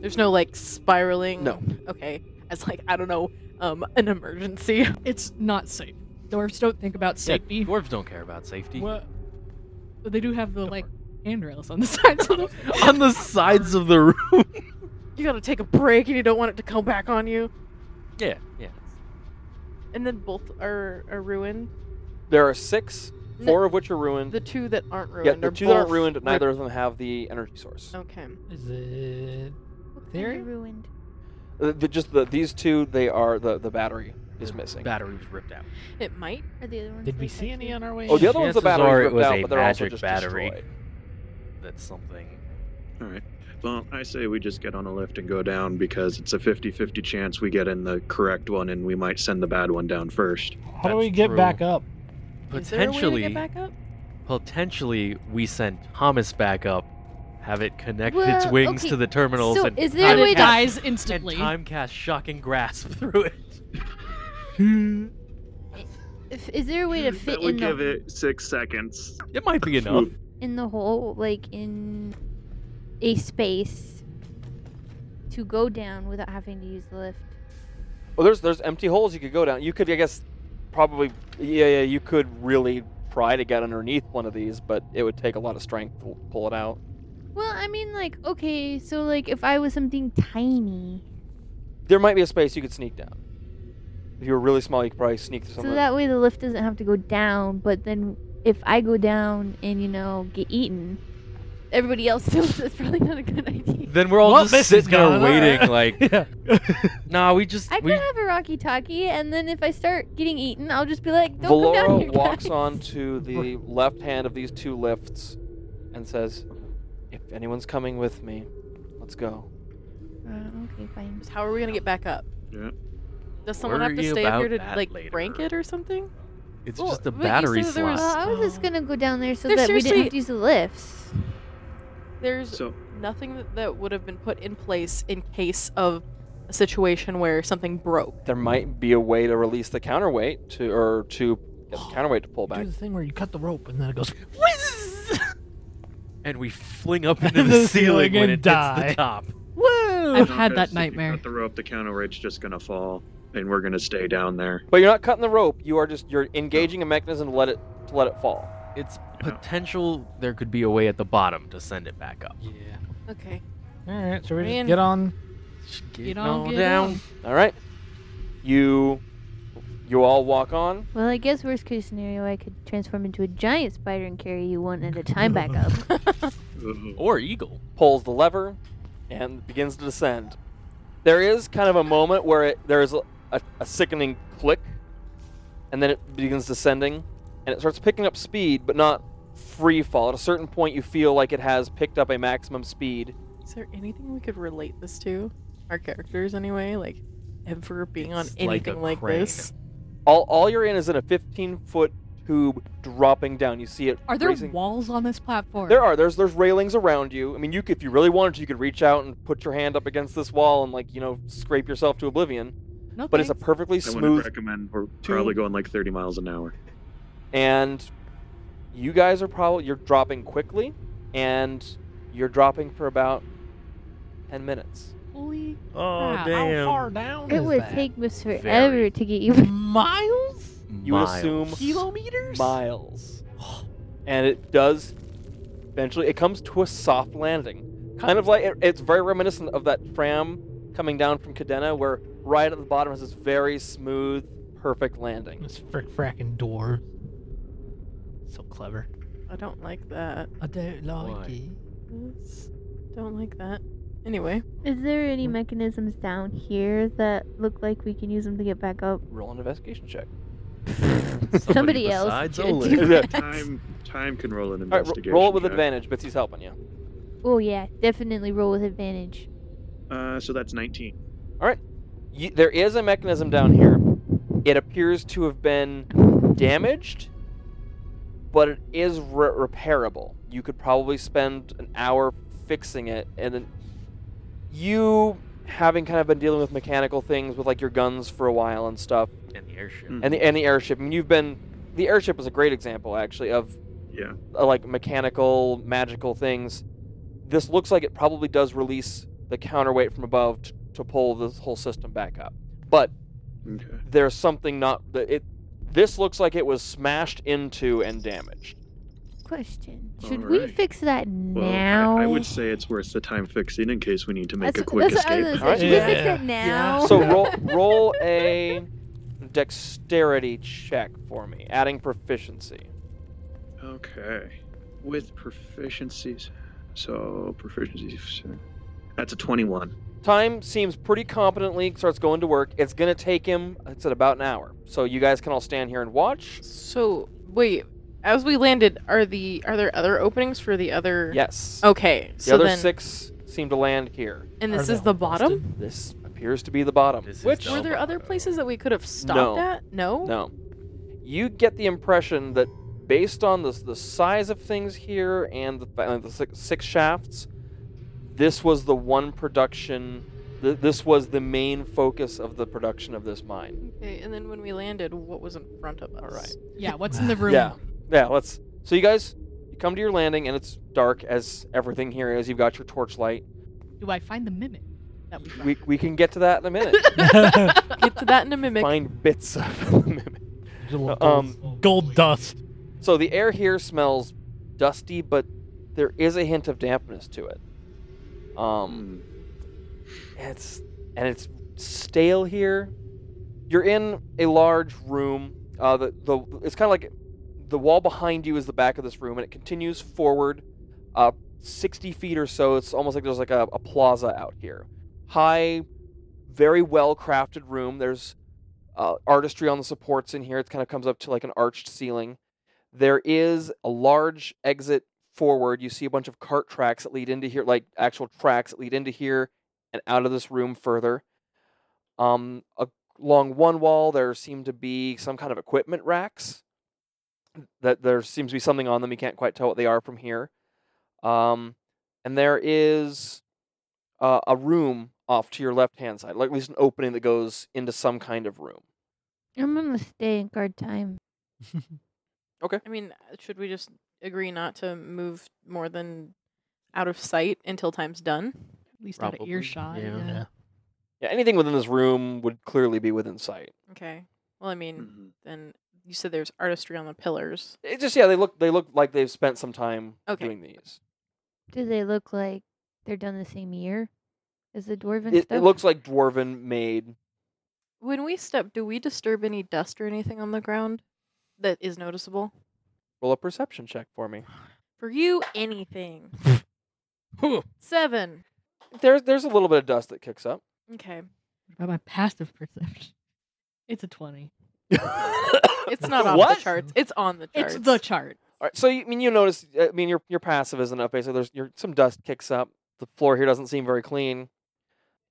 Speaker 2: There's no like spiraling.
Speaker 1: No.
Speaker 2: Okay. As like I don't know, um, an emergency.
Speaker 9: It's not safe. Dwarves don't think about safety,
Speaker 3: Yeah, dwarves don't care about safety.
Speaker 4: what?
Speaker 9: but they do have the like handrails on the sides of them.
Speaker 3: On the sides of the room.
Speaker 2: You gotta take a break, and you don't want it to come back on you.
Speaker 3: yeah, yeah.
Speaker 2: And then both are are ruined.
Speaker 1: There are six,
Speaker 2: No.
Speaker 1: four of which are ruined.
Speaker 2: The two that aren't ruined.
Speaker 1: Mm-hmm. yeah, the
Speaker 2: are
Speaker 1: two that aren't
Speaker 2: both
Speaker 1: ruined,
Speaker 2: rip-
Speaker 1: neither of them have the energy source.
Speaker 2: Okay.
Speaker 4: Is it
Speaker 8: What kinda
Speaker 4: Theory?
Speaker 8: ruined.
Speaker 1: Uh, the- just the, these two, they are the, the battery is missing.
Speaker 11: Battery was ripped out.
Speaker 2: It might.
Speaker 8: Are the other ones
Speaker 4: Did we
Speaker 8: like that
Speaker 4: see any
Speaker 8: too?
Speaker 4: on our way?
Speaker 1: oh, the
Speaker 4: in?
Speaker 1: other one's the
Speaker 11: Chances
Speaker 1: battery
Speaker 11: are it
Speaker 1: ripped
Speaker 11: was
Speaker 1: out,
Speaker 11: a
Speaker 1: but they're also
Speaker 11: magic
Speaker 1: just
Speaker 11: battery.
Speaker 1: destroyed.
Speaker 11: That's something.
Speaker 7: All right. Well, I say we just get on a lift and go down because it's a 50 50 chance we get in the correct one and we might send the bad one down first.
Speaker 4: How do we
Speaker 3: That's
Speaker 4: get
Speaker 3: true.
Speaker 4: back up?
Speaker 2: Is there a way to
Speaker 3: Potentially,
Speaker 2: get back up?
Speaker 3: potentially, we send Thomas back up, have it connect its
Speaker 8: Well,
Speaker 3: wings
Speaker 8: okay,
Speaker 3: to the terminals,
Speaker 8: so
Speaker 3: and
Speaker 8: is there
Speaker 9: And
Speaker 8: a
Speaker 3: time
Speaker 8: way
Speaker 9: it
Speaker 8: to-
Speaker 3: cast-
Speaker 9: dies instantly.
Speaker 3: And time cast shocking grasp through it.
Speaker 8: If, is there a way to fit
Speaker 7: Mm, that would
Speaker 8: in
Speaker 7: give
Speaker 8: the,
Speaker 7: it six seconds.
Speaker 3: It might be enough.
Speaker 8: in the hole, like in a space, to go down without having to use the lift?
Speaker 1: Well, there's there's empty holes you could go down. You could, I guess, probably, yeah, yeah. You could really try to get underneath one of these, but it would take a lot of strength to pull it out.
Speaker 8: Well, I mean, like, okay, so like if I was something tiny,
Speaker 1: There might be a space you could sneak down. If you were really small, you could probably sneak through something.
Speaker 8: so that way the lift doesn't have to go down. But then if I go down and you know get eaten, everybody else knows that's probably not a good idea.
Speaker 3: Then we're all
Speaker 4: Well,
Speaker 3: just
Speaker 4: this is
Speaker 3: sitting there
Speaker 4: gone,
Speaker 3: waiting,
Speaker 4: alright.
Speaker 3: like, nah, we just.
Speaker 8: I could
Speaker 3: we,
Speaker 8: have a rocky talkie, and then if I start getting eaten, I'll just be like, "Don't come down
Speaker 1: Valora
Speaker 8: here,
Speaker 1: walks
Speaker 8: guys."
Speaker 1: onto the left hand of these two lifts and says, "If anyone's coming with me, let's go."
Speaker 8: Uh, okay, fine.
Speaker 2: Just How are we gonna get back up?
Speaker 7: Yeah.
Speaker 2: Does someone have to
Speaker 3: Worry
Speaker 2: stay up here to
Speaker 3: about that
Speaker 2: like
Speaker 3: later.
Speaker 2: rank it or something?
Speaker 3: It's
Speaker 2: Well,
Speaker 3: just a
Speaker 2: but you said
Speaker 3: battery
Speaker 2: that there was-
Speaker 3: slot.
Speaker 8: Well, I was just
Speaker 2: Oh.
Speaker 8: gonna go down there so
Speaker 2: There's
Speaker 8: that we didn't
Speaker 2: seriously-
Speaker 8: have to use the lifts.
Speaker 2: There's
Speaker 7: So,
Speaker 2: nothing that, that would have been put in place in case of a situation where something broke.
Speaker 1: There might be a way to release the counterweight to, or to get the counterweight to pull
Speaker 4: Do
Speaker 1: back.
Speaker 4: the thing where you cut the rope and then it goes.
Speaker 3: and we fling up into the,
Speaker 4: The
Speaker 3: ceiling
Speaker 4: ceiling
Speaker 3: when
Speaker 4: and
Speaker 3: it
Speaker 4: die.
Speaker 3: hits the top.
Speaker 9: I've
Speaker 7: no,
Speaker 9: had
Speaker 7: 'cause
Speaker 9: that
Speaker 7: if you
Speaker 9: nightmare.
Speaker 7: cut the rope, the counter rate's just going to fall and we're going to stay down there.
Speaker 1: But you're not cutting the rope. You are just you're engaging a mechanism to let it to let it fall.
Speaker 3: It's potential there could be a way at the bottom to send it back up.
Speaker 4: Yeah.
Speaker 2: Okay.
Speaker 4: All right, so we
Speaker 2: Man.
Speaker 4: just get on.
Speaker 3: Get
Speaker 9: You don't
Speaker 3: on
Speaker 9: get
Speaker 3: down.
Speaker 9: on.
Speaker 1: All right. You you all walk on.
Speaker 8: Well, I guess worst case scenario, I could transform into a giant spider and carry you one at a time back up.
Speaker 7: Ooh.
Speaker 3: Or eagle.
Speaker 1: pulls the lever and begins to descend. There is kind of a moment where it, there is a, a, a sickening click, and then it begins descending, and it starts picking up speed, but not free fall. At a certain point, you feel like it has picked up a maximum speed.
Speaker 2: Is there anything we could relate this to? Our characters, anyway? Like, ever being on
Speaker 3: It's like a
Speaker 2: anything like,
Speaker 3: crane.
Speaker 2: this?
Speaker 1: All, all you're in is in a 15 foot tube dropping down. You see it.
Speaker 9: Are there
Speaker 1: raising-
Speaker 9: walls on this platform?
Speaker 1: There are. There's there's railings around you. I mean, you c- if you really wanted to, you could reach out and put your hand up against this wall and like you know scrape yourself to oblivion.
Speaker 9: No
Speaker 1: But it's a
Speaker 9: thanks.
Speaker 1: perfectly
Speaker 7: I wouldn't
Speaker 1: smooth
Speaker 7: recommend we're probably going like 30 miles an hour.
Speaker 1: and you guys are probably you're dropping quickly and you're dropping for about 10 minutes
Speaker 9: Holy
Speaker 11: Oh
Speaker 9: Crap.
Speaker 11: damn!
Speaker 4: How far down
Speaker 8: it
Speaker 4: is
Speaker 8: would
Speaker 4: that?
Speaker 8: take me forever
Speaker 3: Very.
Speaker 8: to get you.
Speaker 9: miles?
Speaker 1: you would assume
Speaker 9: Kilometers?
Speaker 1: miles and it does eventually it comes to a soft landing kind of like it, it's very reminiscent of that tram coming down from Cadena where right at the bottom is this very smooth perfect landing
Speaker 4: This frick fracking door. So clever.
Speaker 2: I don't like that.
Speaker 4: I don't like
Speaker 3: Why?
Speaker 4: it.
Speaker 2: It's- Don't like that. Anyway,
Speaker 8: Is there any mechanisms down here that look like we can use them to get back up?
Speaker 1: roll an investigation check
Speaker 8: Somebody else
Speaker 11: besides
Speaker 8: should
Speaker 11: Oleg.
Speaker 8: do
Speaker 1: Yeah.
Speaker 8: that.
Speaker 7: Time time can roll an
Speaker 1: all right ro-
Speaker 7: investigation.
Speaker 1: roll it with
Speaker 7: check.
Speaker 1: advantage bitsy's helping you
Speaker 8: Oh yeah, definitely roll with advantage.
Speaker 7: Uh, so that's 19.
Speaker 1: you, there is a mechanism down here. It appears to have been damaged, but it is re- repairable. You could probably spend an hour fixing it, and then you, having kind of been dealing with mechanical things with like your guns for a while and stuff,
Speaker 3: And the airship.
Speaker 7: Mm.
Speaker 1: and the and the airship. I mean, you've been the airship is a great example actually of
Speaker 7: Yeah.
Speaker 1: uh, like mechanical magical things. This looks like it probably does release the counterweight from above t- to pull this whole system back up, but
Speaker 7: Okay.
Speaker 1: there's something not that it this looks like it was smashed into and damaged
Speaker 8: Question:
Speaker 7: All
Speaker 8: Should we
Speaker 7: right.
Speaker 8: fix that
Speaker 7: Well, I-
Speaker 8: now?
Speaker 7: I, would say it's worth the time fixing in case we need to make
Speaker 8: that's,
Speaker 7: a quick
Speaker 8: that's what I
Speaker 7: escape.
Speaker 8: was
Speaker 1: All
Speaker 2: Oh,
Speaker 8: gonna
Speaker 1: right.
Speaker 8: say. Should we fix
Speaker 4: Yeah.
Speaker 8: it now?
Speaker 1: so roll roll a dexterity check for me, adding proficiency.
Speaker 7: Okay. With proficiencies. So proficiencies. That's a 21.
Speaker 1: Time seems pretty competently starts going to work. It's gonna take him. It's at about an hour. So you guys can all stand here and watch.
Speaker 2: So wait, as we landed, are the are there other openings for the other?
Speaker 1: Yes.
Speaker 2: Okay.
Speaker 1: The
Speaker 2: Oh, so
Speaker 1: other
Speaker 2: then,
Speaker 1: six seem to land here.
Speaker 2: and
Speaker 4: are
Speaker 2: this
Speaker 4: they
Speaker 2: is the
Speaker 4: all
Speaker 2: bottom.
Speaker 1: This appears to be the bottom.
Speaker 3: This is
Speaker 1: Which
Speaker 3: the-
Speaker 2: Were there other places that we could have
Speaker 1: No.
Speaker 2: stopped at? No.
Speaker 1: no, you get the impression that based on the the size of things here and the, fa- uh, the six, six shafts, this was the one production. Th- this was the main focus of the production of this mine.
Speaker 2: Okay. And then when we landed, what was in front of us?
Speaker 1: All right.
Speaker 9: Yeah, what's in the room?
Speaker 1: Yeah. Yeah, let's. So you guys, you come to your landing and it's dark as everything here is. You've got your torchlight.
Speaker 9: Do I find the mimic? That we,
Speaker 1: We, we can get to that in a minute.
Speaker 2: Get to that in a mimic.
Speaker 1: Find bits of the mimic.
Speaker 4: Little gold-
Speaker 1: Um,
Speaker 4: gold dust.
Speaker 1: So the air here smells dusty, but there is a hint of dampness to it. Um, it's and it's stale here. You're in a large room. Uh, the the it's kind of like the wall behind you is the back of this room, and it continues forward, uh, 60 feet or so. It's almost like there's like a, a plaza out here. High, very well crafted room. There's uh, artistry on the supports in here. It kind of comes up to like an arched ceiling. There is a large exit forward. You see a bunch of cart tracks that lead into here, like actual tracks that lead into here and out of this room further. Um, a- along one wall, there seem to be some kind of equipment racks. That there seems to be something on them. You can't quite tell what they are from here. Um, and there is uh, a room off to your left hand side, like at least an opening that goes into some kind of room.
Speaker 8: I'm gonna stay and guard time.
Speaker 2: I mean, should we just agree not to move more than out of sight until time's done?
Speaker 9: at least out of
Speaker 3: Probably,
Speaker 9: earshot.
Speaker 3: yeah.
Speaker 4: Yeah.
Speaker 1: Yeah, anything within this room would clearly be within sight.
Speaker 2: Okay. Well, I
Speaker 1: Hmm.
Speaker 2: mean,
Speaker 7: Mhm.
Speaker 2: then you said there's artistry on the pillars.
Speaker 1: It just yeah, they look they look like they've spent some time
Speaker 2: Okay.
Speaker 1: doing these.
Speaker 8: Do they look like they're done the same year as the dwarven
Speaker 1: It,
Speaker 8: stuff?
Speaker 1: it looks like dwarven made.
Speaker 2: When we step, do we disturb any dust or anything on the ground that is noticeable?
Speaker 1: Roll a perception check for me.
Speaker 2: For you, anything. Seven.
Speaker 1: There's there's a little bit of dust that kicks up.
Speaker 2: Okay.
Speaker 9: What about my passive perception? It's a 20.
Speaker 2: It's not off
Speaker 1: What?
Speaker 2: the charts. It's on the charts.
Speaker 9: It's the chart.
Speaker 1: All right, so you, I mean you notice I mean your your passive isn't up basically. There's your some dust kicks up. The floor here doesn't seem very clean.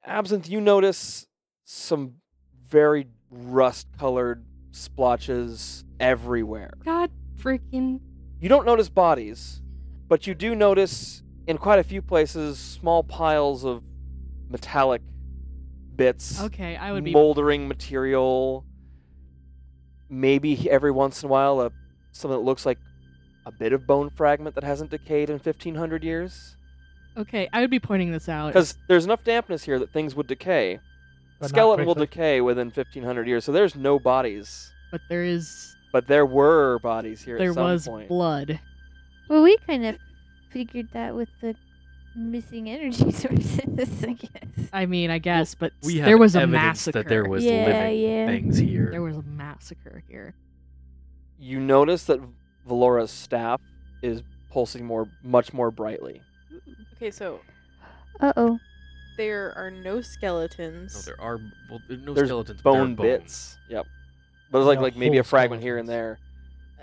Speaker 1: Absinthe, you notice some very rust colored splotches everywhere.
Speaker 9: God freaking.
Speaker 1: You don't notice bodies, but you do notice in quite a few places small piles of metallic bits,
Speaker 9: Okay, I would be.
Speaker 1: moldering material. Maybe he- every once in a while, a, something that looks like a bit of bone fragment that hasn't decayed in 1500 years.
Speaker 9: Okay, I would be pointing this out.
Speaker 1: Because there's enough dampness here that things would decay.
Speaker 4: But not
Speaker 1: Skeleton will
Speaker 4: quickly.
Speaker 1: decay within 1500 years, so there's no bodies.
Speaker 9: But there is.
Speaker 1: But there were bodies here
Speaker 9: There
Speaker 1: at some
Speaker 9: was
Speaker 1: point.
Speaker 9: blood.
Speaker 8: well, we kind of figured that with the missing energy sources, I guess.
Speaker 9: I mean, I guess, but
Speaker 3: We have
Speaker 9: there was a
Speaker 3: evidence
Speaker 9: massacre.
Speaker 3: that there was
Speaker 8: Yeah,
Speaker 3: living
Speaker 8: yeah.
Speaker 3: things here.
Speaker 9: There was a massacre here.
Speaker 1: you notice that Valora's staff is pulsing more, much more brightly.
Speaker 2: Okay, so
Speaker 8: Uh oh.
Speaker 2: there are no
Speaker 3: no,
Speaker 2: skeletons.
Speaker 3: there are well, there are no
Speaker 1: There's
Speaker 3: skeletons. but there are
Speaker 1: Bone
Speaker 3: bones.
Speaker 1: bits. Yep. But it's like
Speaker 4: No
Speaker 1: like maybe a
Speaker 4: whole
Speaker 1: fragment here and there.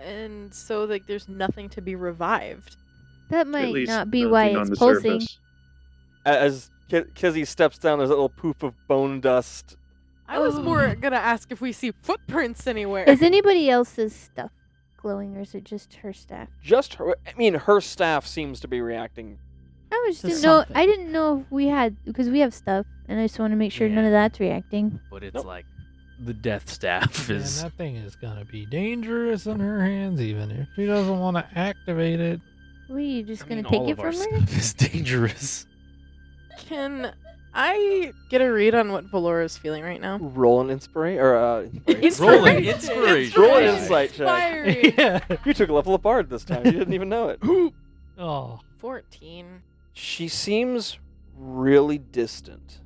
Speaker 2: and so, like, there's nothing to be revived.
Speaker 8: That
Speaker 7: At
Speaker 8: might
Speaker 7: least
Speaker 8: not be
Speaker 7: nothing
Speaker 8: why
Speaker 7: on the
Speaker 8: it's pulsing.
Speaker 7: surface.
Speaker 1: A- As Ki- Kizzy steps down, there's a little poof of bone dust.
Speaker 2: I was
Speaker 9: Oh.
Speaker 2: more gonna ask if we see footprints anywhere.
Speaker 8: Is anybody else's stuff glowing, or is it just her staff?
Speaker 1: Just her. I mean, her staff seems to be reacting.
Speaker 8: I was
Speaker 9: So
Speaker 8: just didn't know. I
Speaker 9: something.
Speaker 8: didn't know if we had because we have stuff, and I just want to make sure none
Speaker 3: Yeah.
Speaker 8: of that's reacting.
Speaker 3: But it's
Speaker 1: Nope.
Speaker 3: like the death staff
Speaker 4: Man,
Speaker 3: is.
Speaker 4: that thing is gonna be dangerous in her hands, even if she doesn't want to activate it.
Speaker 8: What are you just
Speaker 3: I
Speaker 8: gonna
Speaker 3: mean,
Speaker 8: take
Speaker 3: all
Speaker 8: it
Speaker 3: of our
Speaker 8: from her?
Speaker 3: stuff is dangerous.
Speaker 2: Can I get a read on what Valora is feeling right now?
Speaker 1: Roll an inspiration or uh, inspiration.
Speaker 3: Roll an
Speaker 2: Inspiration.
Speaker 3: inspiration.
Speaker 1: roll an
Speaker 3: Inspiration.
Speaker 1: insight check.
Speaker 2: Inspiring.
Speaker 4: yeah.
Speaker 1: You took a level of bard this time. You didn't even know it.
Speaker 4: Oh,
Speaker 2: 14.
Speaker 1: She seems really distant.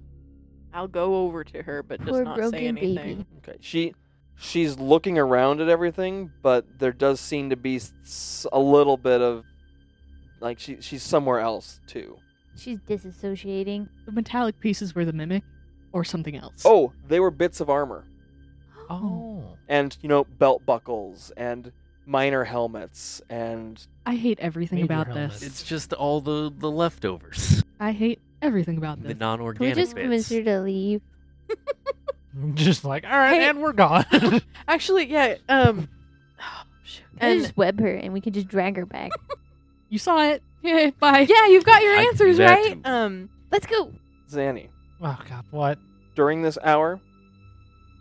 Speaker 2: I'll go over to her, but just
Speaker 8: Poor
Speaker 2: not
Speaker 8: broken
Speaker 2: say anything.
Speaker 8: baby.
Speaker 1: Okay. She she's looking around at everything, but there does seem to be s- a little bit of like she she's somewhere else too.
Speaker 8: She's disassociating.
Speaker 9: The metallic pieces were the mimic or something else.
Speaker 1: Oh, they were bits of armor
Speaker 4: Oh.
Speaker 1: and you know belt buckles and minor helmets and
Speaker 9: I hate everything
Speaker 4: Major
Speaker 9: about
Speaker 4: helmet.
Speaker 9: this.
Speaker 3: It's just all the the leftovers,
Speaker 9: I hate everything about
Speaker 3: the
Speaker 9: this.
Speaker 8: Can we
Speaker 3: non-organic
Speaker 8: just convince
Speaker 3: bits.
Speaker 8: her to leave?
Speaker 4: Just like, all right,
Speaker 2: Hey.
Speaker 4: and we're gone. Oh,
Speaker 2: Actually, yeah. Um, shoot.
Speaker 8: Can we
Speaker 2: and
Speaker 8: just web her and we can just drag her back?
Speaker 9: you saw it. Yeah, bye.
Speaker 2: yeah, you've got your
Speaker 3: I do
Speaker 2: answers
Speaker 3: that
Speaker 2: right.
Speaker 3: too.
Speaker 2: Um,
Speaker 8: Let's go.
Speaker 1: Zanny.
Speaker 4: oh god, what?
Speaker 1: During this hour,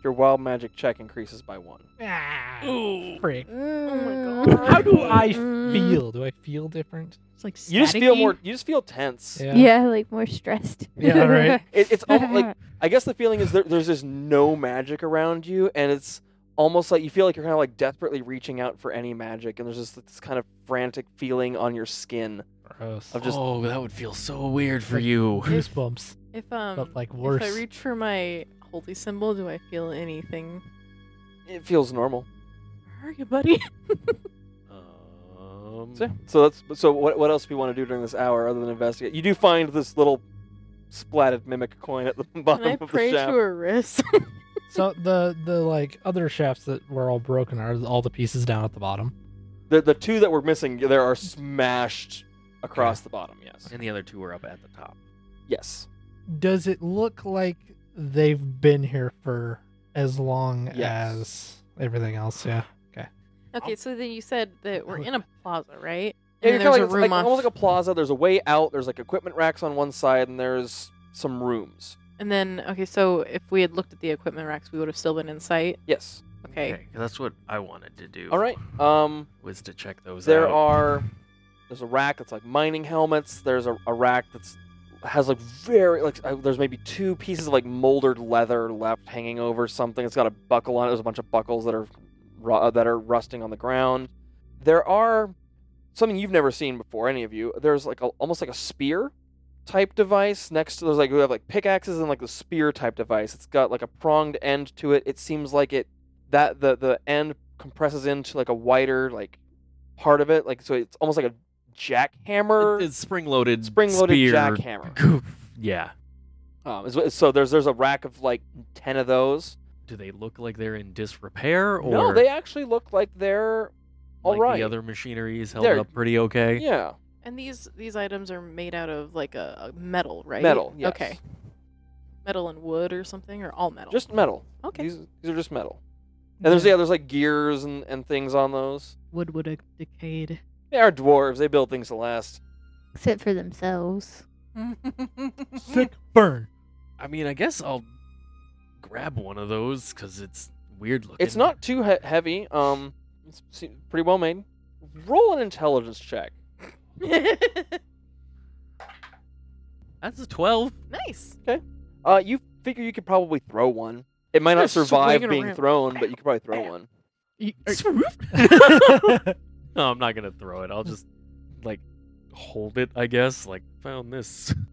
Speaker 1: your wild magic check increases by one.
Speaker 4: Ah, Frick.
Speaker 8: Oh
Speaker 2: God.
Speaker 4: How do I
Speaker 2: Mm.
Speaker 8: Mm.
Speaker 4: feel? Do I feel different?
Speaker 9: It's like
Speaker 1: You just feel
Speaker 9: staticky.
Speaker 1: more. You just feel tense.
Speaker 4: Yeah.
Speaker 8: Yeah, like more stressed.
Speaker 4: Yeah, right.
Speaker 1: It, it's almost like I guess the feeling is there, there's just no magic around you, and it's almost like you feel like you're kind of like desperately reaching out for any magic, and there's just this kind of frantic feeling on your skin.
Speaker 4: Gross.
Speaker 1: Of just-
Speaker 3: Oh, that would feel so weird for
Speaker 4: Like-
Speaker 3: you.
Speaker 4: Goosebumps.
Speaker 2: if um,
Speaker 4: But, like,
Speaker 2: if
Speaker 4: worse.
Speaker 2: I reach for my holy symbol, do I feel anything?
Speaker 1: It feels normal.
Speaker 2: Where are you, buddy?
Speaker 3: Um,
Speaker 1: So, yeah. so that's so. What, what else do we want to do during this hour other than investigate? You do find this little splatted mimic coin at the bottom
Speaker 2: Can I
Speaker 1: of the
Speaker 2: pray to
Speaker 1: shaft.
Speaker 2: her wrist?
Speaker 4: So the the like other shafts that were all broken are all the pieces down at the bottom.
Speaker 1: The the two that were missing there are smashed across the bottom. Yes.
Speaker 12: And the other two were up at the top.
Speaker 1: Yes.
Speaker 4: Does it look like they've been here for as long
Speaker 1: Yes.
Speaker 4: as everything else? Yeah.
Speaker 2: okay, so then you said that we're in a plaza,
Speaker 1: Yeah,
Speaker 2: right? And
Speaker 1: you're
Speaker 2: there's
Speaker 1: kinda
Speaker 2: a
Speaker 1: like,
Speaker 2: room
Speaker 1: it's like,
Speaker 2: off,
Speaker 1: almost like a plaza. There's a way out. There's like equipment racks on one side, and there's some rooms.
Speaker 2: and then okay, so if we had looked at the equipment racks, we would have still been in sight.
Speaker 1: Yes.
Speaker 2: Okay,
Speaker 12: Okay, 'cause that's what I wanted to do.
Speaker 1: All right. Um,
Speaker 12: Was to check those
Speaker 1: there
Speaker 12: out.
Speaker 1: are there's a rack that's like mining helmets. There's a, a rack that's has like very like uh, there's maybe two pieces of like moldered leather left hanging over something. It's got a buckle on it. There's a bunch of buckles that are ru- uh, that are rusting on the ground. There are something you've never seen before, any of you. There's like a, almost like a spear type device next to there's like we have like pickaxes and like the spear type device. It's got like a pronged end to it. It seems like it that the the end compresses into like a wider like part of it. Like so, it's almost like a jackhammer.
Speaker 3: It- it's spring-loaded,
Speaker 1: er, spring-loaded
Speaker 3: spear
Speaker 1: jackhammer.
Speaker 3: Goof. Yeah.
Speaker 1: Um, is what- so there's there's a rack of like ten of those.
Speaker 3: Do they look like they're in disrepair, or
Speaker 1: no, they actually look like they're all
Speaker 3: like
Speaker 1: right.
Speaker 3: the other machinery is held
Speaker 1: They're-
Speaker 3: up pretty okay?
Speaker 1: yeah,
Speaker 2: and these these items are made out of like a, a metal, right?
Speaker 1: metal. Yes.
Speaker 2: Okay, metal and wood or something, or all metal.
Speaker 1: just metal.
Speaker 2: okay.
Speaker 1: These these are just metal. And there's yeah, there's like gears and, and things on those.
Speaker 9: Wood would have decayed.
Speaker 1: They are dwarves. They build things to last.
Speaker 8: Except for themselves.
Speaker 2: Mhm.
Speaker 4: Sick burn.
Speaker 3: I mean, I guess I'll grab one of those because it's weird looking.
Speaker 1: It's not too he- heavy. Um, it's se- pretty well made. Roll an intelligence check.
Speaker 3: That's a twelve.
Speaker 2: nice.
Speaker 1: Uh, you figure you could probably throw one. It might not
Speaker 2: Just
Speaker 1: survive
Speaker 2: swinging
Speaker 1: being
Speaker 2: around.
Speaker 1: thrown, but you could probably throw one.
Speaker 9: You-
Speaker 3: No, I'm not gonna throw it. I'll just like hold it. I guess. Like found this.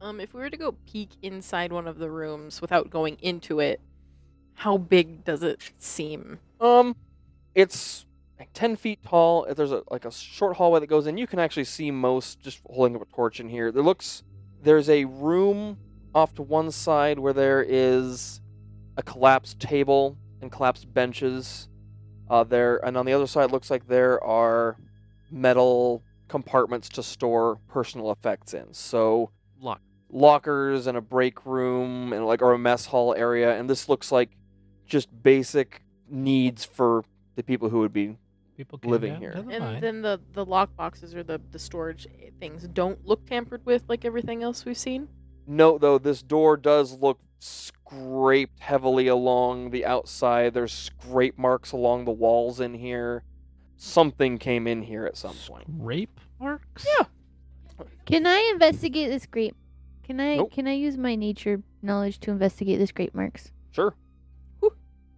Speaker 2: Um, if we were to go peek inside one of the rooms without going into it, how big does it seem?
Speaker 1: Um, it's like ten feet tall. If There's a like a short hallway that goes in. You can actually see most just holding up a torch in here. There looks there's a room off to one side where there is a collapsed table and collapsed benches. Uh, there and on the other side looks like there are metal compartments to store personal effects in. So
Speaker 3: Lock.
Speaker 1: lockers and a break room and like or a mess hall area. And this looks like just basic needs for the people who would be.
Speaker 4: People
Speaker 1: Living
Speaker 4: down
Speaker 1: here.
Speaker 4: to the
Speaker 2: And
Speaker 4: mine.
Speaker 2: then the the lock boxes or the the storage eh, things don't look tampered with like everything else we've seen.
Speaker 1: Note though, this door does look scraped heavily along the outside. There's scrape marks along the walls in here. Something came in here at some point.
Speaker 4: Rape marks.
Speaker 1: Yeah.
Speaker 8: Can I investigate this grape? Can I
Speaker 1: Nope.
Speaker 8: can I use my nature knowledge to investigate this grape marks?
Speaker 1: Sure.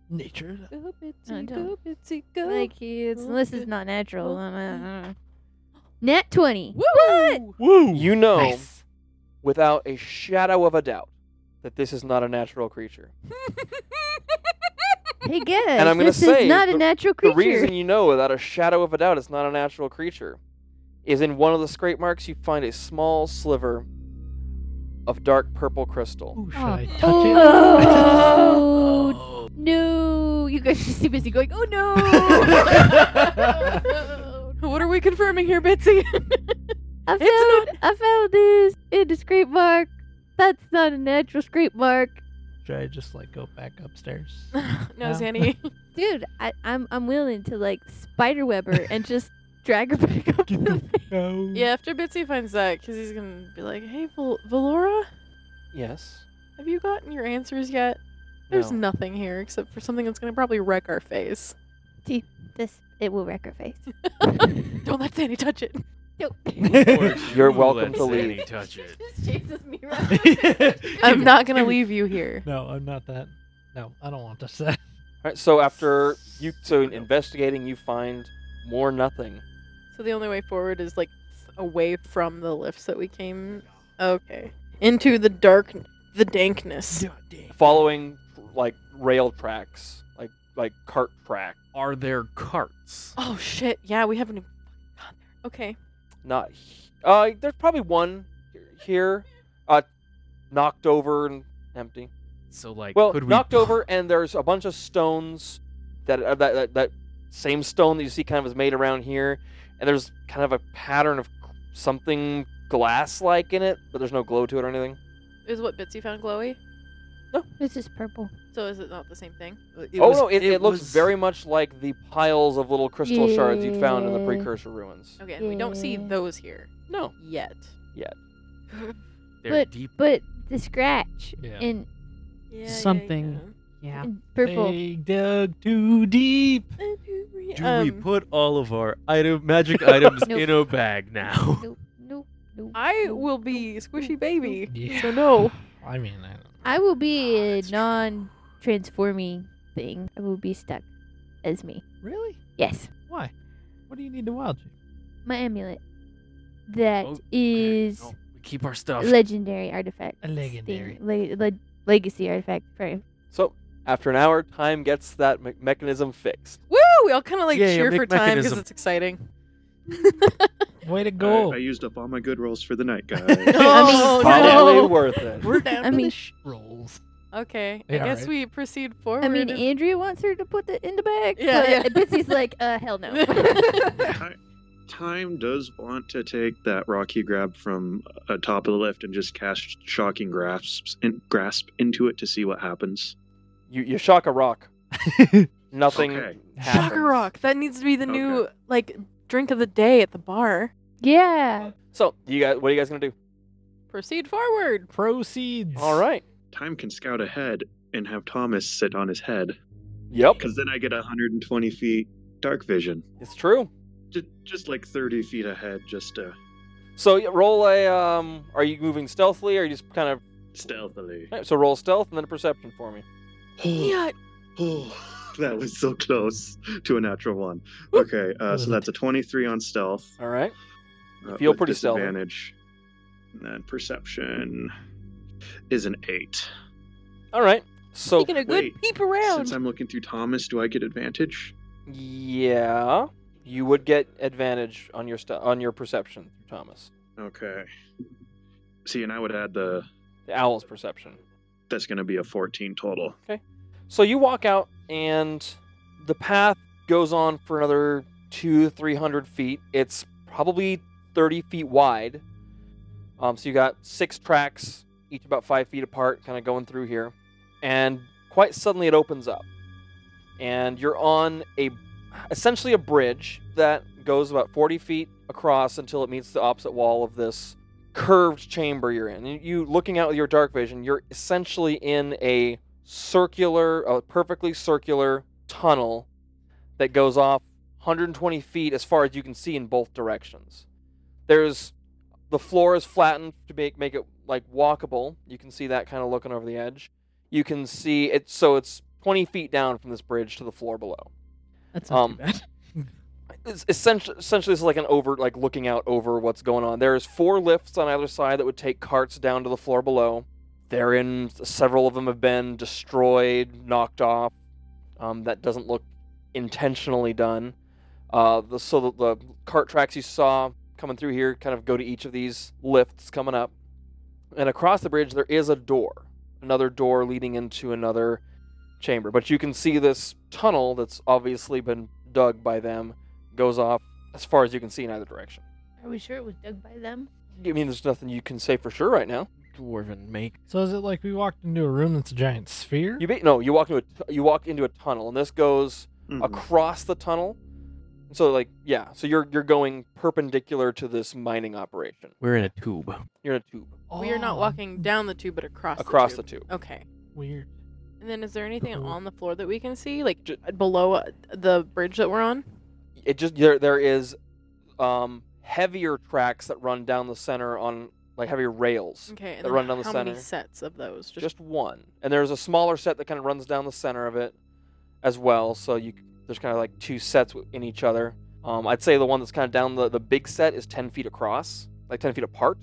Speaker 4: Nature.
Speaker 2: Go
Speaker 8: No, I
Speaker 2: bitsy,
Speaker 8: Uh, don't.
Speaker 2: go bitsy, go.
Speaker 8: Like it's unless it's
Speaker 2: Okay.
Speaker 8: not natural.
Speaker 2: Okay.
Speaker 8: then I don't know. uh. Nat twenty.
Speaker 2: Woo!
Speaker 3: Woo!
Speaker 1: You know,
Speaker 9: Nice.
Speaker 1: without a shadow of a doubt, that this is not a natural creature.
Speaker 8: Hey, guess.
Speaker 1: And I'm gonna
Speaker 8: this
Speaker 1: say
Speaker 8: is not a
Speaker 1: the-
Speaker 8: natural
Speaker 1: The
Speaker 8: creature.
Speaker 1: reason you know without a shadow of a doubt it's not a natural creature is in one of the scrape marks you find a small sliver of dark purple crystal.
Speaker 4: Ooh, should I touch
Speaker 8: Oh, no. You guys just too busy going, oh, no.
Speaker 2: What are we confirming here, Bitsy?
Speaker 8: I
Speaker 2: It's
Speaker 8: found, I found this in the scrape mark. That's not a natural scrape mark.
Speaker 4: it? Should I just like go back upstairs?
Speaker 2: no,
Speaker 4: No.
Speaker 2: Zanny.
Speaker 8: Dude, I, I'm, I'm willing to like spiderweb her and just drag her back up. to the-
Speaker 4: No.
Speaker 2: yeah, after Bitsy finds that, because he's gonna be like, "Hey, Val- Valora,
Speaker 1: Yes.
Speaker 2: have you gotten your answers yet? There's
Speaker 1: No.
Speaker 2: nothing here except for something that's gonna probably wreck our face.
Speaker 8: this, it will wreck her face.
Speaker 2: Don't let Zanny touch it."
Speaker 1: You're welcome to
Speaker 3: Zanny
Speaker 1: leave.
Speaker 3: touch it.
Speaker 8: just chases me
Speaker 2: I'm not gonna leave you here.
Speaker 4: No, I'm not that. No, I don't want to say.
Speaker 1: Alright, so after you so in investigating you find more nothing.
Speaker 2: So the only way forward is like f- away from the lifts that we came. Okay, into the dark, the dankness.
Speaker 1: Following like rail tracks, like like cart track.
Speaker 12: Are there carts?
Speaker 2: Oh shit! Yeah, we haven't. even gone there. Okay.
Speaker 1: Not he- uh there's probably one here. Uh knocked over and empty.
Speaker 12: So like,
Speaker 1: Well,
Speaker 12: could we
Speaker 1: knocked over, and there's a bunch of stones that, uh, that that that same stone that you see kind of is made around here, and there's kind of a pattern of something glass-like in it, but there's no glow to it or anything.
Speaker 2: Is what Bitsy found glowy?
Speaker 8: It's just purple.
Speaker 2: So is it not the same thing?
Speaker 1: oh no, it, it, looks very much like the piles of little crystal shards you'd found in the
Speaker 8: Yeah.
Speaker 1: precursor ruins.
Speaker 2: Okay, and we don't see
Speaker 8: Yeah.
Speaker 2: those here
Speaker 1: No,
Speaker 2: yet.
Speaker 12: They're deep.
Speaker 8: But the scratch
Speaker 4: Yeah.
Speaker 8: in
Speaker 2: Yeah,
Speaker 9: Something. Yeah.
Speaker 8: in purple.
Speaker 4: They dug too deep.
Speaker 12: Do we
Speaker 2: Um,
Speaker 8: um,
Speaker 12: put all of our item magic items
Speaker 8: Nope.
Speaker 12: in a bag now?
Speaker 8: Nope, nope, nope.
Speaker 2: I
Speaker 8: nope,
Speaker 2: will
Speaker 8: nope,
Speaker 2: be
Speaker 8: nope,
Speaker 2: squishy
Speaker 8: nope.
Speaker 2: baby.
Speaker 4: Yeah.
Speaker 2: So no.
Speaker 4: I mean, I don't
Speaker 8: I will be a non-transforming thing. I will be stuck as me.
Speaker 4: really.
Speaker 8: Yes,
Speaker 4: Why? What do you need the wild shape?
Speaker 8: my amulet. That
Speaker 12: Oh,
Speaker 8: is
Speaker 12: No, we keep our stuff.
Speaker 8: legendary artifact.
Speaker 4: A legendary.
Speaker 8: Thing, le- le- legacy artifact. Right.
Speaker 1: so after an hour, time gets that me- mechanism fixed.
Speaker 2: Woo! We all kind of like
Speaker 12: Yeah, yeah,
Speaker 2: cheer
Speaker 12: make
Speaker 2: for time because
Speaker 12: mechanism.
Speaker 2: it's exciting.
Speaker 4: Way to
Speaker 7: I-
Speaker 4: go!
Speaker 7: I, used up all my good rolls for the night, guys.
Speaker 2: No,
Speaker 1: Probably
Speaker 2: no.
Speaker 1: worth it.
Speaker 4: We're down
Speaker 8: I
Speaker 4: to
Speaker 8: mean-
Speaker 4: the sh- rolls.
Speaker 2: Okay, I
Speaker 4: Yeah,
Speaker 2: guess
Speaker 4: right.
Speaker 2: we proceed forward.
Speaker 8: I mean, Andrea wants her to put that in the bag.
Speaker 2: Yeah,
Speaker 8: but
Speaker 2: yeah.
Speaker 8: Bitsy's like, uh, hell no.
Speaker 7: Time does want to take that rocky grab from uh, top of the lift and just cast shocking grasps and grasp into it to see what happens.
Speaker 1: You you shock a rock. Nothing.
Speaker 7: Okay.
Speaker 1: happens.
Speaker 2: Shocker Rock. That needs to be the
Speaker 7: Okay.
Speaker 2: new like drink of the day at the bar.
Speaker 8: yeah.
Speaker 1: So, you guys, what are you guys gonna do?
Speaker 2: Proceed forward.
Speaker 4: Proceeds.
Speaker 1: All right.
Speaker 7: Time can scout ahead and have Thomas sit on his head
Speaker 1: Yep,
Speaker 7: because then I get 120 feet dark vision,
Speaker 1: it's true.
Speaker 7: just, just like 30 feet ahead, just uh,
Speaker 1: So yeah, roll a. Um, are you moving stealthily, or are you just kind
Speaker 7: stealthily.
Speaker 1: of? So roll stealth and then a perception for me.
Speaker 2: Yeah.
Speaker 7: Oh, that was so close to a natural one. Okay, uh, so that's a 23 on stealth.
Speaker 1: All right.
Speaker 7: uh,
Speaker 1: feel
Speaker 7: with
Speaker 1: pretty stealthy.
Speaker 7: disadvantage. And then perception is an 8.
Speaker 1: All right. So
Speaker 2: Taking a good
Speaker 7: wait,
Speaker 2: peep
Speaker 7: Since
Speaker 2: around.
Speaker 7: I'm looking through Thomas, do I get advantage?
Speaker 1: yeah, you would get advantage on your st- on your perception, Thomas.
Speaker 7: Okay. See, and I would add the
Speaker 1: The owl's perception.
Speaker 7: that's going to be a 14 total.
Speaker 1: So you walk out, and the path goes on for another two, three hundred feet. It's probably thirty feet wide. Um, so you got six tracks, each about five feet apart, kind of going through here, and quite suddenly it opens up, and you're on a essentially a bridge that goes about forty feet across until it meets the opposite wall of this curved chamber you're in. You- You looking out with your dark vision, you're essentially in a circular, a perfectly circular tunnel that goes off 120 feet as far as you can see in both directions. There's the floor is flattened to make make it like walkable. You can see that kind of looking over the edge. You can see it, so it's 20 feet down from this bridge to the floor below.
Speaker 9: That's not
Speaker 1: Um,
Speaker 9: too bad.
Speaker 1: It's essentially, essentially, this is like an over, like looking out over what's going on. There's four lifts on either side that would take carts down to the floor below. They're in. Several of them have been destroyed, knocked off, Um, that doesn't look intentionally done. Uh, the, so the, the cart tracks you saw coming through here kind of go to each of these lifts coming up. And across the bridge, there is a door, another door leading into another chamber. But you can see this tunnel that's obviously been dug by them goes off as far as you can see in either direction.
Speaker 8: Are we sure it was dug by them?
Speaker 1: I mean, there's nothing you can say for sure right now.
Speaker 3: Dwarven make.
Speaker 4: So is it like we walked into a room that's a giant sphere?
Speaker 1: You ba- no, you walk into a t- you walk into a tunnel, and this goes
Speaker 7: Mhm.
Speaker 1: across the tunnel. So like yeah, so you're you're going perpendicular to this mining operation.
Speaker 3: We're in a tube.
Speaker 1: You're in a tube
Speaker 2: we are not
Speaker 4: Oh,
Speaker 2: walking down the tube, but across.
Speaker 1: across
Speaker 2: the
Speaker 1: the
Speaker 2: tube.
Speaker 1: tube. Uh-huh.
Speaker 2: Okay.
Speaker 4: Weird.
Speaker 2: And then, is there anything
Speaker 4: Cool.
Speaker 2: on the floor that we can see, like j- below uh, the bridge that we're on?
Speaker 1: It just there there is um, heavier tracks that run down the center on like heavier rails.
Speaker 2: Okay. And
Speaker 1: That
Speaker 2: then
Speaker 1: run down the
Speaker 2: how many
Speaker 1: center.
Speaker 2: sets of those? Just,
Speaker 1: just one and there's a smaller set that kind of runs down the center of it as well so you there's kind of like two sets w- in each other um, i'd say the one that's kind of down the, the big set is 10 feet across like 10 feet apart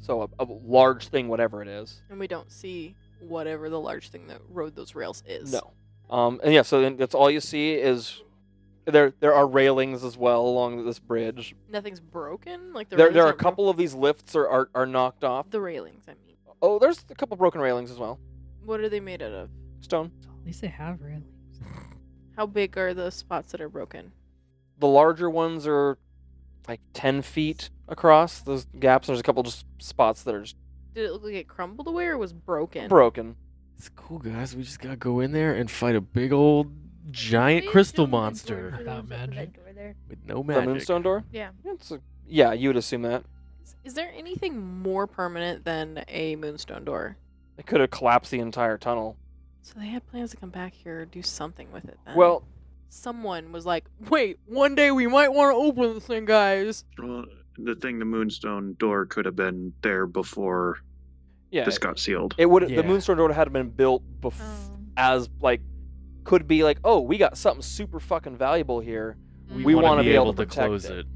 Speaker 1: so a, a large thing whatever it is
Speaker 2: and we don't see whatever the large thing that rode those rails is.
Speaker 1: no um, and yeah so then that's all you see is there there are railings as well along this bridge
Speaker 2: Nothing's broken. Like the
Speaker 1: there,
Speaker 2: rails
Speaker 1: there are a
Speaker 2: aren't bro-
Speaker 1: couple of these lifts are, are, are knocked off
Speaker 2: The railings, I mean.
Speaker 1: oh there's a couple broken railings as well
Speaker 2: What are they made out of?
Speaker 1: stone
Speaker 9: At least they have railings.
Speaker 2: How big are the spots that are broken?
Speaker 1: the larger ones are like 10 feet across those gaps there's a couple just spots that are just
Speaker 2: Did it look like it crumbled away or was broken?
Speaker 1: broken
Speaker 3: It's cool, guys. We just gotta go in there and fight a big old giant
Speaker 8: We
Speaker 3: crystal
Speaker 8: assume the doors
Speaker 3: monster
Speaker 8: are the
Speaker 4: Without
Speaker 8: ones that put
Speaker 4: magic.
Speaker 8: that door there.
Speaker 3: with no
Speaker 1: the
Speaker 3: magic.
Speaker 1: moonstone door
Speaker 8: Yeah.
Speaker 1: it's a, yeah you would assume that
Speaker 2: Is- Is there anything more permanent than a moonstone door?
Speaker 1: it could have collapsed the entire tunnel
Speaker 2: So they had plans to come back here or do something with it then.
Speaker 1: well
Speaker 2: someone was like, wait, one day we might want to open this thing, guys.
Speaker 7: Well, the thing, the moonstone door could have been there before
Speaker 1: yeah
Speaker 7: this
Speaker 1: it,
Speaker 7: got sealed.
Speaker 1: would the
Speaker 3: Yeah.
Speaker 1: moonstone door had been built bef-
Speaker 2: Oh.
Speaker 1: as like could be like oh we got something super fucking valuable here
Speaker 2: Mm.
Speaker 3: we,
Speaker 1: we
Speaker 3: wanna
Speaker 1: wanna
Speaker 3: be,
Speaker 1: be
Speaker 3: able,
Speaker 1: able to
Speaker 3: to
Speaker 1: protect
Speaker 3: close
Speaker 1: it.
Speaker 3: it.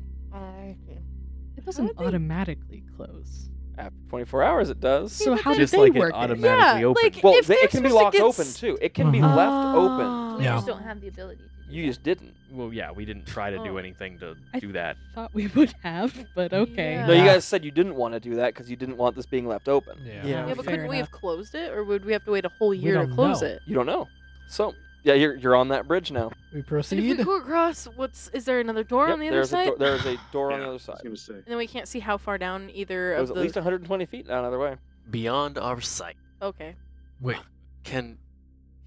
Speaker 9: It doesn't
Speaker 8: would they-
Speaker 9: automatically close.
Speaker 1: after 24 hours it does
Speaker 9: So how
Speaker 3: Just
Speaker 9: did they
Speaker 3: like
Speaker 9: work
Speaker 3: it
Speaker 9: it?
Speaker 3: automatically
Speaker 2: Yeah,
Speaker 3: opens.
Speaker 2: like-
Speaker 1: well
Speaker 2: If
Speaker 1: they-
Speaker 2: they're
Speaker 1: it can be
Speaker 2: supposed to
Speaker 1: locked
Speaker 2: get
Speaker 1: open
Speaker 2: s- Oh.
Speaker 1: too it can be
Speaker 4: Mhm.
Speaker 1: left open
Speaker 8: We
Speaker 4: Yeah.
Speaker 8: just don't have the ability to. do
Speaker 1: you
Speaker 8: that.
Speaker 1: just didn't
Speaker 3: well, yeah, we didn't try to
Speaker 9: Oh.
Speaker 3: do anything to
Speaker 9: I-
Speaker 3: do that.
Speaker 9: Thought we would have, but okay.
Speaker 2: Yeah.
Speaker 1: no you
Speaker 4: Yeah.
Speaker 1: guys said you didn't want to do that because you didn't want this being left open
Speaker 4: Yeah.
Speaker 3: Yeah.
Speaker 2: Yeah, but
Speaker 9: Fair
Speaker 2: couldn't we have
Speaker 9: enough.
Speaker 2: closed it or would we have to wait a whole
Speaker 4: We
Speaker 2: year to
Speaker 4: don't
Speaker 2: close
Speaker 4: know.
Speaker 2: it?
Speaker 1: You don't know. So yeah, you're you're on that bridge now.
Speaker 2: And
Speaker 4: We
Speaker 2: if
Speaker 4: proceed.
Speaker 2: we go across, what's is there another door
Speaker 1: Yep,
Speaker 2: on the other
Speaker 1: there's
Speaker 2: side?
Speaker 1: A do- there's a door on the
Speaker 7: Yeah,
Speaker 1: other
Speaker 7: I
Speaker 1: side.
Speaker 7: was gonna say.
Speaker 2: And then we can't see how far down either
Speaker 1: It
Speaker 2: of
Speaker 1: was
Speaker 2: the.
Speaker 1: at least 120 feet down either way.
Speaker 3: Beyond our sight.
Speaker 2: Okay.
Speaker 3: Wait, can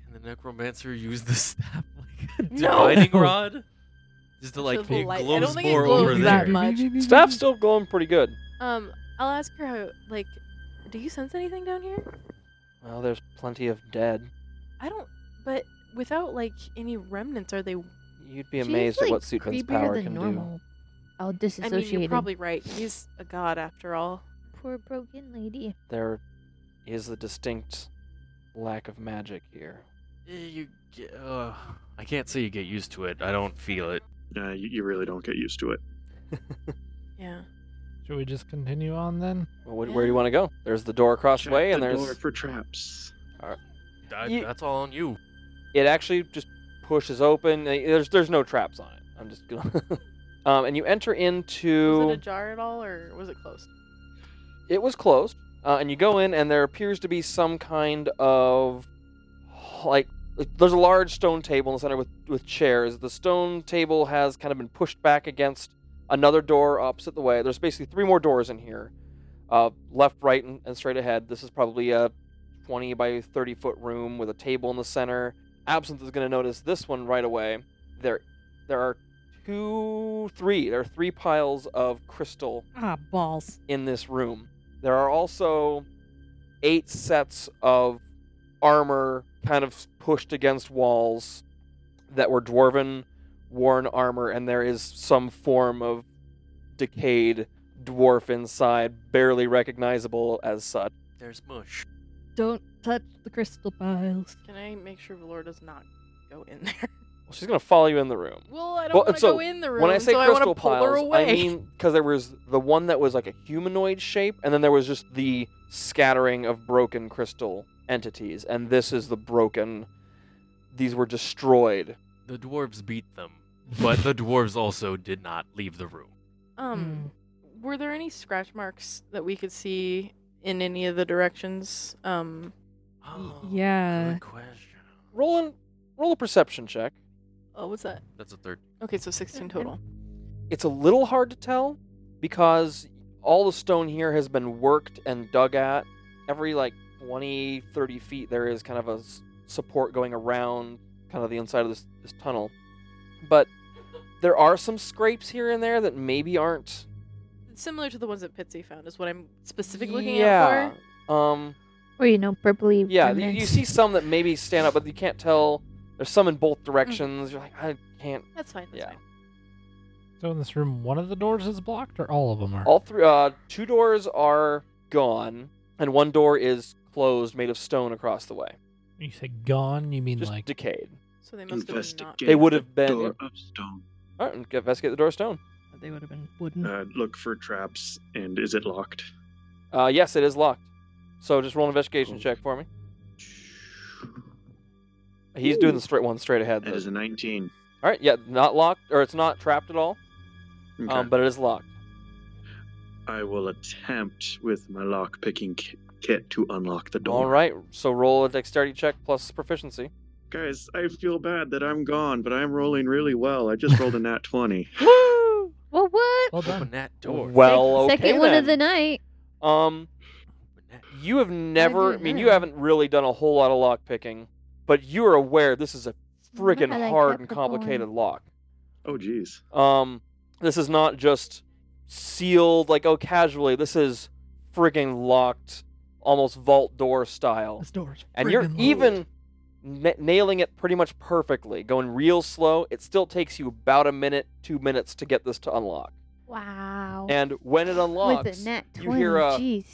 Speaker 3: can the necromancer use the staff like a
Speaker 2: No.
Speaker 3: divining rod? Just to like
Speaker 2: the
Speaker 3: it
Speaker 2: light- I
Speaker 3: glows
Speaker 2: don't think it
Speaker 3: more
Speaker 2: glows
Speaker 3: over
Speaker 2: that
Speaker 3: there.
Speaker 2: much.
Speaker 1: Staff's still glowing pretty good.
Speaker 2: Um, I'll ask her how. Like, do you sense anything down here?
Speaker 1: Well, there's plenty of dead.
Speaker 2: I don't. But without like any remnants, are they?
Speaker 1: You'd be
Speaker 8: She's,
Speaker 1: amazed at
Speaker 8: like,
Speaker 1: what Suitman's
Speaker 8: creepier
Speaker 1: power
Speaker 8: than
Speaker 1: can do.
Speaker 8: normal. All
Speaker 2: I mean,
Speaker 8: disassociated.
Speaker 2: you're probably right. He's a god after all.
Speaker 8: poor broken lady.
Speaker 1: There is a distinct lack of magic here.
Speaker 3: Eh, You get, uh, I can't say you get used to it. I don't feel it.
Speaker 7: Yeah, Uh, you, you really don't get used to it.
Speaker 2: Yeah.
Speaker 4: Should we just continue on then?
Speaker 1: Well, wh- Where do you want to go? There's the door across the
Speaker 7: Check
Speaker 1: way,
Speaker 7: the
Speaker 1: and there's
Speaker 7: door for traps.
Speaker 3: I,
Speaker 1: Ye-
Speaker 3: That's all on you.
Speaker 1: it actually just pushes open. eh, There's there's no traps on it. I'm just gonna. um, and you enter into.
Speaker 2: Was it ajar at all, or was it closed?
Speaker 1: It was closed, uh, and you go in, and there appears to be some kind of like there's a large stone table in the center with with chairs. The stone table has kind of been pushed back against another door opposite the way. There's basically three more doors in here, uh, left, right, and, and straight ahead. This is probably a 20 by 30 foot room with a table in the center. Absinthe is going to notice this one right away. There, there are two, three. There are three piles of crystal
Speaker 9: Ah, balls.
Speaker 1: in this room. There are also eight sets of armor kind of pushed against walls that were dwarven worn armor, and there is some form of decayed dwarf inside, barely recognizable as such.
Speaker 3: There's mush.
Speaker 9: Don't touch the crystal piles.
Speaker 2: Can I make sure Valor does not go in there?
Speaker 1: Well, she's going to follow you in the room.
Speaker 2: Well, I don't
Speaker 1: Well,
Speaker 2: want to
Speaker 1: so,
Speaker 2: go in the room,
Speaker 1: When I say
Speaker 2: so I want
Speaker 1: crystal
Speaker 2: to pull
Speaker 1: piles,
Speaker 2: her away.
Speaker 1: I mean because there was the one that was like a humanoid shape, and then there was just the scattering of broken crystal entities, and this is the broken these were destroyed.
Speaker 3: The dwarves beat them, but the dwarves also did not leave the room.
Speaker 2: Um, were there any scratch marks that we could see in any of the directions? Um,
Speaker 9: yeah.
Speaker 3: Oh, Good question.
Speaker 1: Roll an, roll a perception check.
Speaker 2: oh, what's that? Uh,
Speaker 3: That's a third.
Speaker 2: Okay, so 16 total.
Speaker 1: It's a little hard to tell because all the stone here has been worked and dug at. Every like 20, 30 feet, there is kind of a s- support going around kind of the inside of this, this tunnel. But there are some scrapes here and there that maybe aren't.
Speaker 2: Similar to the ones that Pitsy found is what I'm specifically looking
Speaker 1: yeah.
Speaker 2: out for.
Speaker 1: Um,
Speaker 8: Or you know, purpley.
Speaker 1: yeah, you, you
Speaker 8: remnants.
Speaker 1: see some that maybe stand up, but you can't tell. There's some in both
Speaker 2: Mm.
Speaker 1: directions. You're like, I can't.
Speaker 2: That's fine. That's
Speaker 1: Yeah.
Speaker 2: fine.
Speaker 4: So in this room, one of the doors is blocked, or all of them are.
Speaker 1: All three, uh, two doors are gone, and one door is closed, made of stone across the way.
Speaker 4: you say gone? You mean
Speaker 1: Just
Speaker 4: like
Speaker 1: decayed.
Speaker 2: So they must have been
Speaker 7: Investigate.
Speaker 2: not.
Speaker 1: They would have
Speaker 7: the
Speaker 1: been-
Speaker 7: Door of stone.
Speaker 1: All right, and investigate the door of stone.
Speaker 9: They would have been wooden.
Speaker 7: Uh, look for traps, and is it locked?
Speaker 1: Uh, yes, it is locked. So just roll an
Speaker 7: Oh.
Speaker 1: investigation check for me. He's doing the straight one straight ahead.
Speaker 7: That is a 19.
Speaker 1: All right, yeah, not locked or it's not trapped at all,
Speaker 7: Okay.
Speaker 1: um, but it is locked.
Speaker 7: I will attempt with my lock picking kit to unlock the door.
Speaker 1: All right, so roll a dexterity check plus proficiency.
Speaker 7: Guys, I feel bad that I'm gone, but I'm rolling really well. I just rolled a nat 20.
Speaker 8: Well, what?
Speaker 4: well done.
Speaker 3: Open that door.
Speaker 1: Well,
Speaker 8: Second
Speaker 1: okay
Speaker 8: one of the
Speaker 1: then.
Speaker 8: night.
Speaker 1: Um, you have never. I
Speaker 8: do
Speaker 1: mean,
Speaker 8: that.
Speaker 1: you haven't really done a whole lot of lock picking, but you are aware this is a friggin'
Speaker 8: I like
Speaker 1: hard
Speaker 8: kept
Speaker 1: and
Speaker 8: the ball.
Speaker 1: complicated lock.
Speaker 7: Oh, jeez.
Speaker 1: Um, this is not just sealed like oh casually. This is friggin' locked, almost vault door style,
Speaker 9: This door's
Speaker 1: and you're
Speaker 9: friggin' locked.
Speaker 1: even na nailing it pretty much perfectly. Going real slow. It still takes you about a minute, two minutes to get this to unlock.
Speaker 8: Wow.
Speaker 1: And when it unlocks,
Speaker 8: With a net
Speaker 1: you hear a-
Speaker 8: Jeez.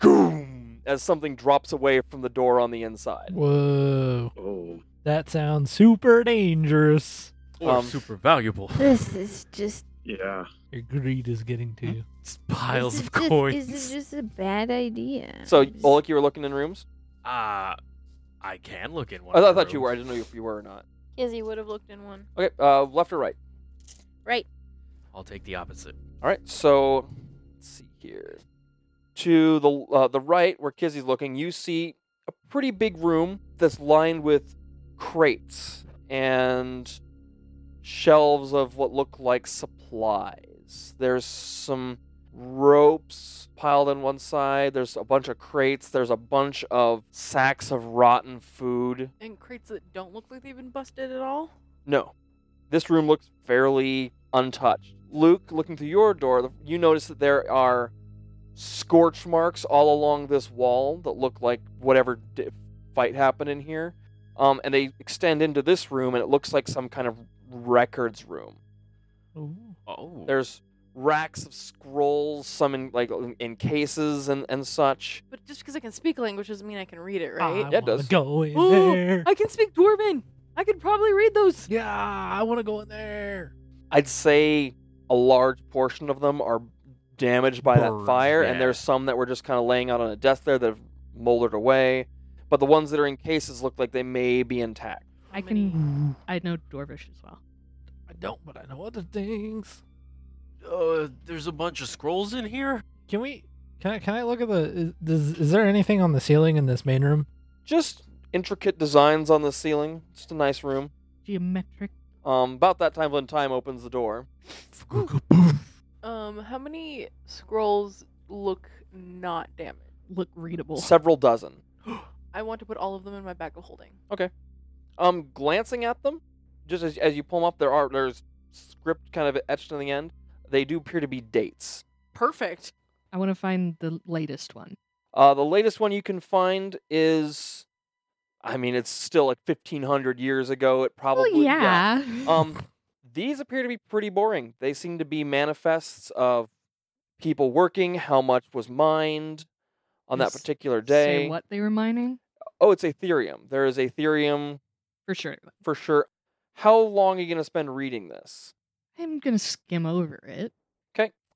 Speaker 1: Goom! as something drops away from the door on the inside.
Speaker 4: Whoa,
Speaker 7: Oh.
Speaker 4: that sounds super dangerous.
Speaker 3: Or
Speaker 1: um,
Speaker 3: super valuable.
Speaker 8: This is just.
Speaker 7: Yeah.
Speaker 4: Your greed is getting
Speaker 1: Hmm?
Speaker 4: to you.
Speaker 3: It's piles
Speaker 8: is
Speaker 3: of
Speaker 8: it just-
Speaker 3: coins.
Speaker 8: Is it just a bad idea?
Speaker 1: So,
Speaker 8: Just-
Speaker 1: Oleg, you were looking in rooms.
Speaker 3: Uh, I can look in one.
Speaker 1: I,
Speaker 3: of
Speaker 1: I
Speaker 3: the
Speaker 1: thought you were. I
Speaker 3: rooms.
Speaker 1: didn't know if you were or not.
Speaker 2: Izzy would have looked in one.
Speaker 1: Okay, uh, left or right?
Speaker 8: Right.
Speaker 3: I'll take the opposite.
Speaker 1: All right. So, let's see here. To the uh, the right, where Kizzy's looking, you see a pretty big room that's lined with crates and shelves of what look like supplies. There's some ropes piled on one side. There's a bunch of crates. There's a bunch of sacks of rotten food.
Speaker 2: And crates that don't look like they've been busted at all?
Speaker 1: No. This room looks fairly untouched. Luke, looking through your door, th- you notice that there are scorch marks all along this wall that look like whatever di- fight happened in here. Um, and they extend into this room, and it looks like some kind of records room.
Speaker 4: Ooh.
Speaker 3: Oh.
Speaker 1: There's racks of scrolls, some in like in- in cases and, and such.
Speaker 2: But just because I can speak language doesn't mean I can read
Speaker 9: Ah,
Speaker 2: it,
Speaker 4: I
Speaker 2: right?
Speaker 1: Yeah, it
Speaker 4: wanna
Speaker 1: does.
Speaker 4: Go in
Speaker 2: Ooh,
Speaker 4: there.
Speaker 2: I can speak Dwarven. I could probably read those.
Speaker 4: Yeah, Ah, I want to go in there.
Speaker 1: I'd say a large portion of them are damaged by that
Speaker 3: Burned,
Speaker 1: fire,
Speaker 3: yeah.
Speaker 1: and there's some that were just kind of laying out on a desk there that have moldered away. But the ones that are in cases look like they may be intact.
Speaker 9: I
Speaker 2: How many-
Speaker 9: can. I know dwarvish as well.
Speaker 4: I don't, but I know other things.
Speaker 3: Uh, there's a bunch of scrolls in here.
Speaker 4: Can we? Can I? Can I look at the? Is, does, is there anything on the ceiling in this main room?
Speaker 1: Just intricate designs on the ceiling. Just a nice room.
Speaker 9: Geometric.
Speaker 1: Um, about that time when time opens the door.
Speaker 2: Um, how many scrolls look not damaged?
Speaker 9: Look readable.
Speaker 1: Several dozen.
Speaker 2: I want to put all of them in my bag of holding.
Speaker 1: Um, glancing at them, just as, as you pull them up, there are there's script kind of etched in the end. They do appear to be dates.
Speaker 2: Perfect.
Speaker 9: I want to find the latest one.
Speaker 1: Uh, the latest one you can find is, I mean, it's still like 1500 years ago. It probably
Speaker 9: well, yeah.
Speaker 1: Um, these appear to be pretty boring. They seem to be manifests of people working, how much was mined on that
Speaker 9: Just
Speaker 1: particular
Speaker 9: Say
Speaker 1: day.
Speaker 9: what they were mining
Speaker 1: Oh, it's Aetherium. There is Aetherium
Speaker 9: for sure.
Speaker 1: for sure. How long are you gonna spend reading this?
Speaker 9: I'm gonna skim over it.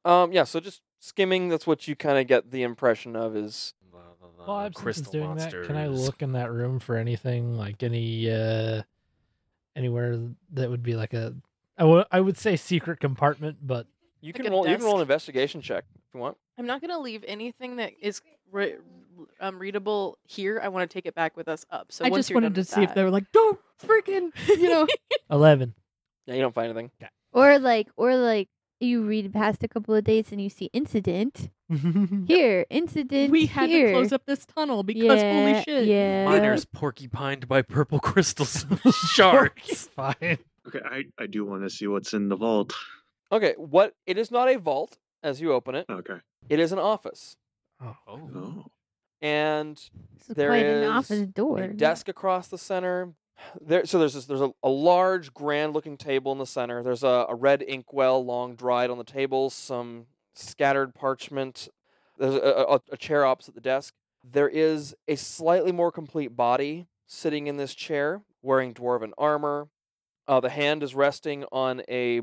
Speaker 1: Um, yeah. So just skimming. That's what you kind of get the impression of is
Speaker 4: While
Speaker 3: Uh,
Speaker 4: Absinthe is doing that, can I
Speaker 3: monsters.
Speaker 4: look in that room for anything like any uh anywhere that would be like a I wo- I would say secret compartment, but
Speaker 1: You
Speaker 2: Like
Speaker 1: can
Speaker 2: a
Speaker 1: roll. You can roll an
Speaker 2: desk?
Speaker 1: investigation check if you want.
Speaker 2: I'm not gonna leave anything that is re- um, readable here. I want to take it back with us up. So
Speaker 9: I
Speaker 2: once
Speaker 9: just
Speaker 2: you're
Speaker 9: wanted
Speaker 2: done
Speaker 9: to
Speaker 2: with
Speaker 9: see if
Speaker 2: that-
Speaker 9: they were like, don't freaking, you know.
Speaker 4: eleven.
Speaker 1: Yeah, you don't find anything.
Speaker 8: Or like, or like, you read past a couple of days and you see incident here, incident
Speaker 9: we had
Speaker 8: here.
Speaker 9: to close up this tunnel because
Speaker 8: yeah,
Speaker 9: holy shit.
Speaker 8: Yeah.
Speaker 3: Miners porcupined by purple crystals sharks.
Speaker 4: Fine.
Speaker 7: Okay, I, I do want to see what's in the vault.
Speaker 1: Okay, what? It is not a vault as you open it.
Speaker 7: Okay.
Speaker 1: It is an office,
Speaker 3: Oh,
Speaker 7: Oh.
Speaker 1: and
Speaker 8: This is
Speaker 1: there
Speaker 8: quite
Speaker 1: is
Speaker 8: an office door.
Speaker 1: a desk across the center. There, so there's this, there's a, a large, grand-looking table in the center. There's a, a red inkwell, long dried on the table. Some scattered parchment. There's a, a, a chair opposite the desk. There is a slightly more complete body sitting in this chair, wearing dwarven armor. Uh, the hand is resting on a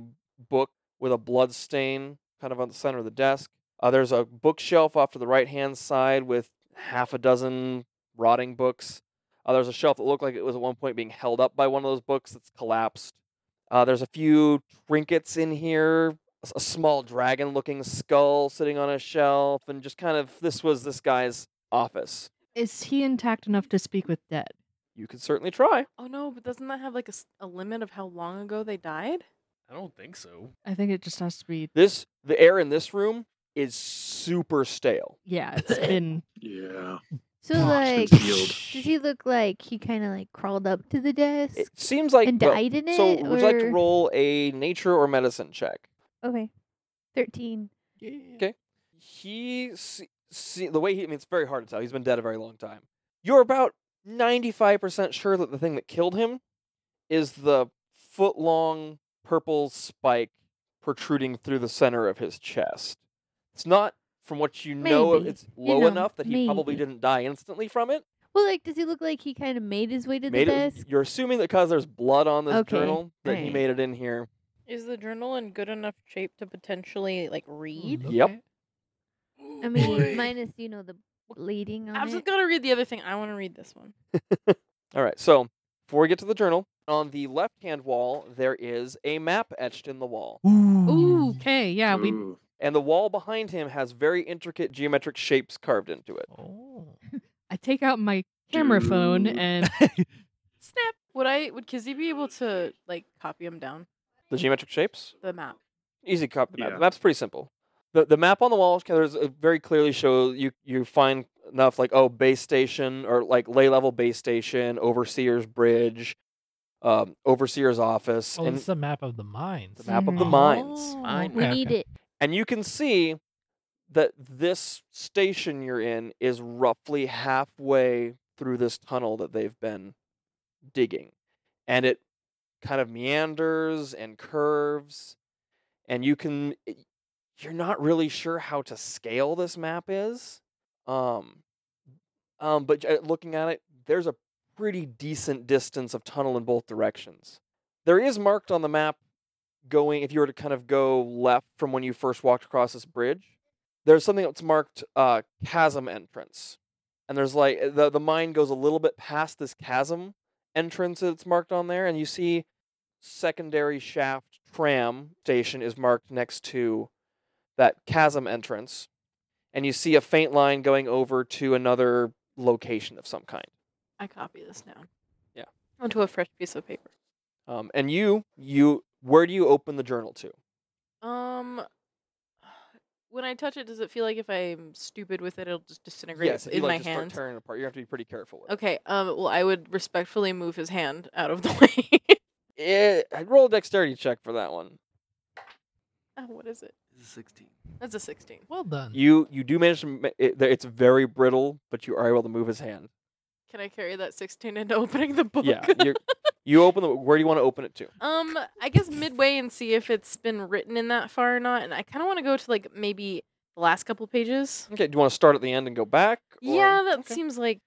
Speaker 1: book with a blood stain, kind of on the center of the desk. Uh, there's a bookshelf off to the right-hand side with half a dozen rotting books. Uh, there's a shelf that looked like it was at one point being held up by one of those books that's collapsed. Uh, there's a few trinkets in here, a s- a small dragon looking skull sitting on a shelf, and just kind of this was this guy's office.
Speaker 9: Is he intact enough to speak with dead?
Speaker 1: You could certainly try.
Speaker 2: Oh no, but doesn't that have like a, s- a limit of how long ago they died?
Speaker 3: I don't think so.
Speaker 9: I think it just has to be.
Speaker 1: This the air in this room is super stale.
Speaker 9: Yeah, it's been.
Speaker 7: Yeah.
Speaker 8: so
Speaker 7: Parchment
Speaker 8: like,
Speaker 7: field.
Speaker 8: does he look like he kind of like crawled up to the desk
Speaker 1: It seems like
Speaker 8: and
Speaker 1: well,
Speaker 8: died in it?
Speaker 1: so would you like to
Speaker 8: or-
Speaker 1: roll a nature or medicine check?
Speaker 8: Okay, thirteen.
Speaker 1: he see, see the way he I mean it's very hard to tell. He's been dead a very long time. You're about 95% sure that the thing that killed him is the foot-long purple spike protruding through the center of his chest. It's not from what you know
Speaker 8: Maybe.
Speaker 1: it's
Speaker 8: You
Speaker 1: low
Speaker 8: know,
Speaker 1: enough that he probably
Speaker 8: maybe.
Speaker 1: didn't die instantly from it.
Speaker 8: Well, like, does he look like he kind of made his way to
Speaker 1: Made
Speaker 8: the
Speaker 1: it,
Speaker 8: desk?
Speaker 1: you're assuming that because there's blood on this
Speaker 8: Okay,
Speaker 1: journal that he
Speaker 8: alright.
Speaker 1: made it in here.
Speaker 2: Is the journal in good enough shape to potentially like read?
Speaker 1: Yep.
Speaker 4: Okay.
Speaker 8: I mean, minus you know the bleeding on
Speaker 2: I'm
Speaker 8: it.
Speaker 2: just gonna read the other thing. I want to read this one.
Speaker 1: All right, so before we get to the journal, on the left-hand wall there is a map etched in the wall.
Speaker 9: Ooh, okay. Yeah, we.
Speaker 7: Ooh.
Speaker 1: and the wall behind him has very intricate geometric shapes carved into it.
Speaker 4: Oh.
Speaker 9: I take out my camera phone
Speaker 7: Dude.
Speaker 9: and.
Speaker 2: Snap. Would I? Would Kizzy be able to like copy them down
Speaker 1: The geometric shapes?
Speaker 2: the map?
Speaker 1: Easy to copy the map.
Speaker 7: Yeah.
Speaker 1: The map's pretty simple. The, the map on the wall there's a very clearly show you you find enough like oh base station or like lay level base station overseer's bridge, um, overseer's office
Speaker 4: Oh,
Speaker 1: and
Speaker 4: this is a map of the mines.
Speaker 1: the map of the
Speaker 9: Mhm.
Speaker 1: mines.
Speaker 4: Oh,
Speaker 3: Mine
Speaker 8: we need it.
Speaker 1: And you can see that this station you're in is roughly halfway through this tunnel that they've been digging. And it kind of meanders and curves. And you can, it- you're not really sure how to scale this map is. Um, um, but uh, looking at it, there's a pretty decent distance of tunnel in both directions. There is marked on the map going if you were to kind of go left from when you first walked across this bridge there's something that's marked uh, chasm entrance and there's like uh, the, the mine goes a little bit past this chasm entrance that's marked on there and you see secondary shaft tram station is marked next to that chasm entrance and you see a faint line going over to another location of some kind
Speaker 2: I copy this down.
Speaker 1: Yeah.
Speaker 2: Onto a fresh piece of paper.
Speaker 1: um, and you you where do you open the journal to
Speaker 2: Um. When I touch it, does it feel like if I'm stupid with it, it'll just disintegrate
Speaker 1: yes if you
Speaker 2: in
Speaker 1: like
Speaker 2: my
Speaker 1: just
Speaker 2: hand?
Speaker 1: start tearing it apart you have to be pretty careful with it.
Speaker 2: Okay. Um. Well, I would respectfully move his hand out of the way.
Speaker 1: Eh, I'd roll a dexterity check for that one.
Speaker 2: Oh, what is it?
Speaker 3: Sixteen.
Speaker 2: That's a sixteen.
Speaker 4: Well done.
Speaker 1: You you do manage to. ma- It, there- it's very brittle, but you are able to move his hand.
Speaker 2: Can I carry that sixteen into opening the book?
Speaker 1: Yeah. You you open the. Where do you want to open it to?
Speaker 2: um. I guess midway and see if it's been written in that far or not. And I kind of want to go to like maybe the last couple pages.
Speaker 1: Okay. Do you want to start at the end and go back? or-
Speaker 2: yeah, that
Speaker 1: okay.
Speaker 2: seems like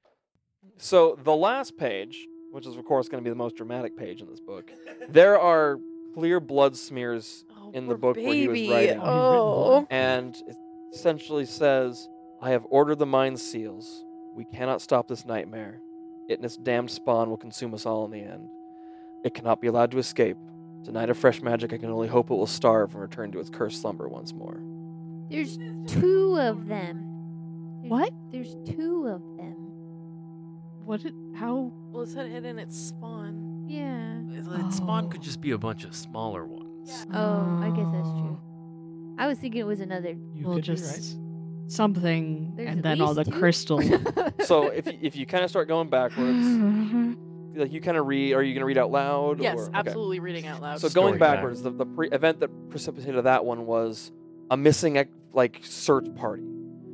Speaker 1: So the last page, which is of course going to be the most dramatic page in this book, there are clear blood smears,
Speaker 2: oh,
Speaker 1: In the
Speaker 2: poor
Speaker 1: book where he
Speaker 2: baby.
Speaker 1: was writing.
Speaker 4: Oh,
Speaker 2: Oh.
Speaker 1: and it essentially says, "I have ordered the mine seals. We cannot stop this nightmare. It and its damned spawn will consume us all in the end. It cannot be allowed to escape. Tonight of fresh magic, I can only hope it will starve and return to its cursed slumber once more.
Speaker 8: There's two of them. There's-
Speaker 9: What?
Speaker 8: There's two of them.
Speaker 9: What? Did, how?
Speaker 2: Oh. Well, it said hidden its spawn.
Speaker 8: Yeah.
Speaker 3: That spawn could
Speaker 9: Oh.
Speaker 3: just be a bunch of smaller ones.
Speaker 8: Oh, I guess that's true. I was thinking it was another.
Speaker 4: You
Speaker 9: We'll
Speaker 4: could
Speaker 9: just
Speaker 4: be right.
Speaker 9: something,
Speaker 8: There's
Speaker 9: and
Speaker 8: at
Speaker 9: then all the
Speaker 8: least two.
Speaker 9: crystal.
Speaker 1: So if you, if you kind of start going backwards, like you kind of read, are you going to read out loud?
Speaker 2: Yes,
Speaker 1: or, okay.
Speaker 2: absolutely. Reading out loud.
Speaker 1: So
Speaker 3: Story
Speaker 1: going
Speaker 3: back.
Speaker 1: backwards, the, the pre- event that precipitated that one was a missing ec- like search party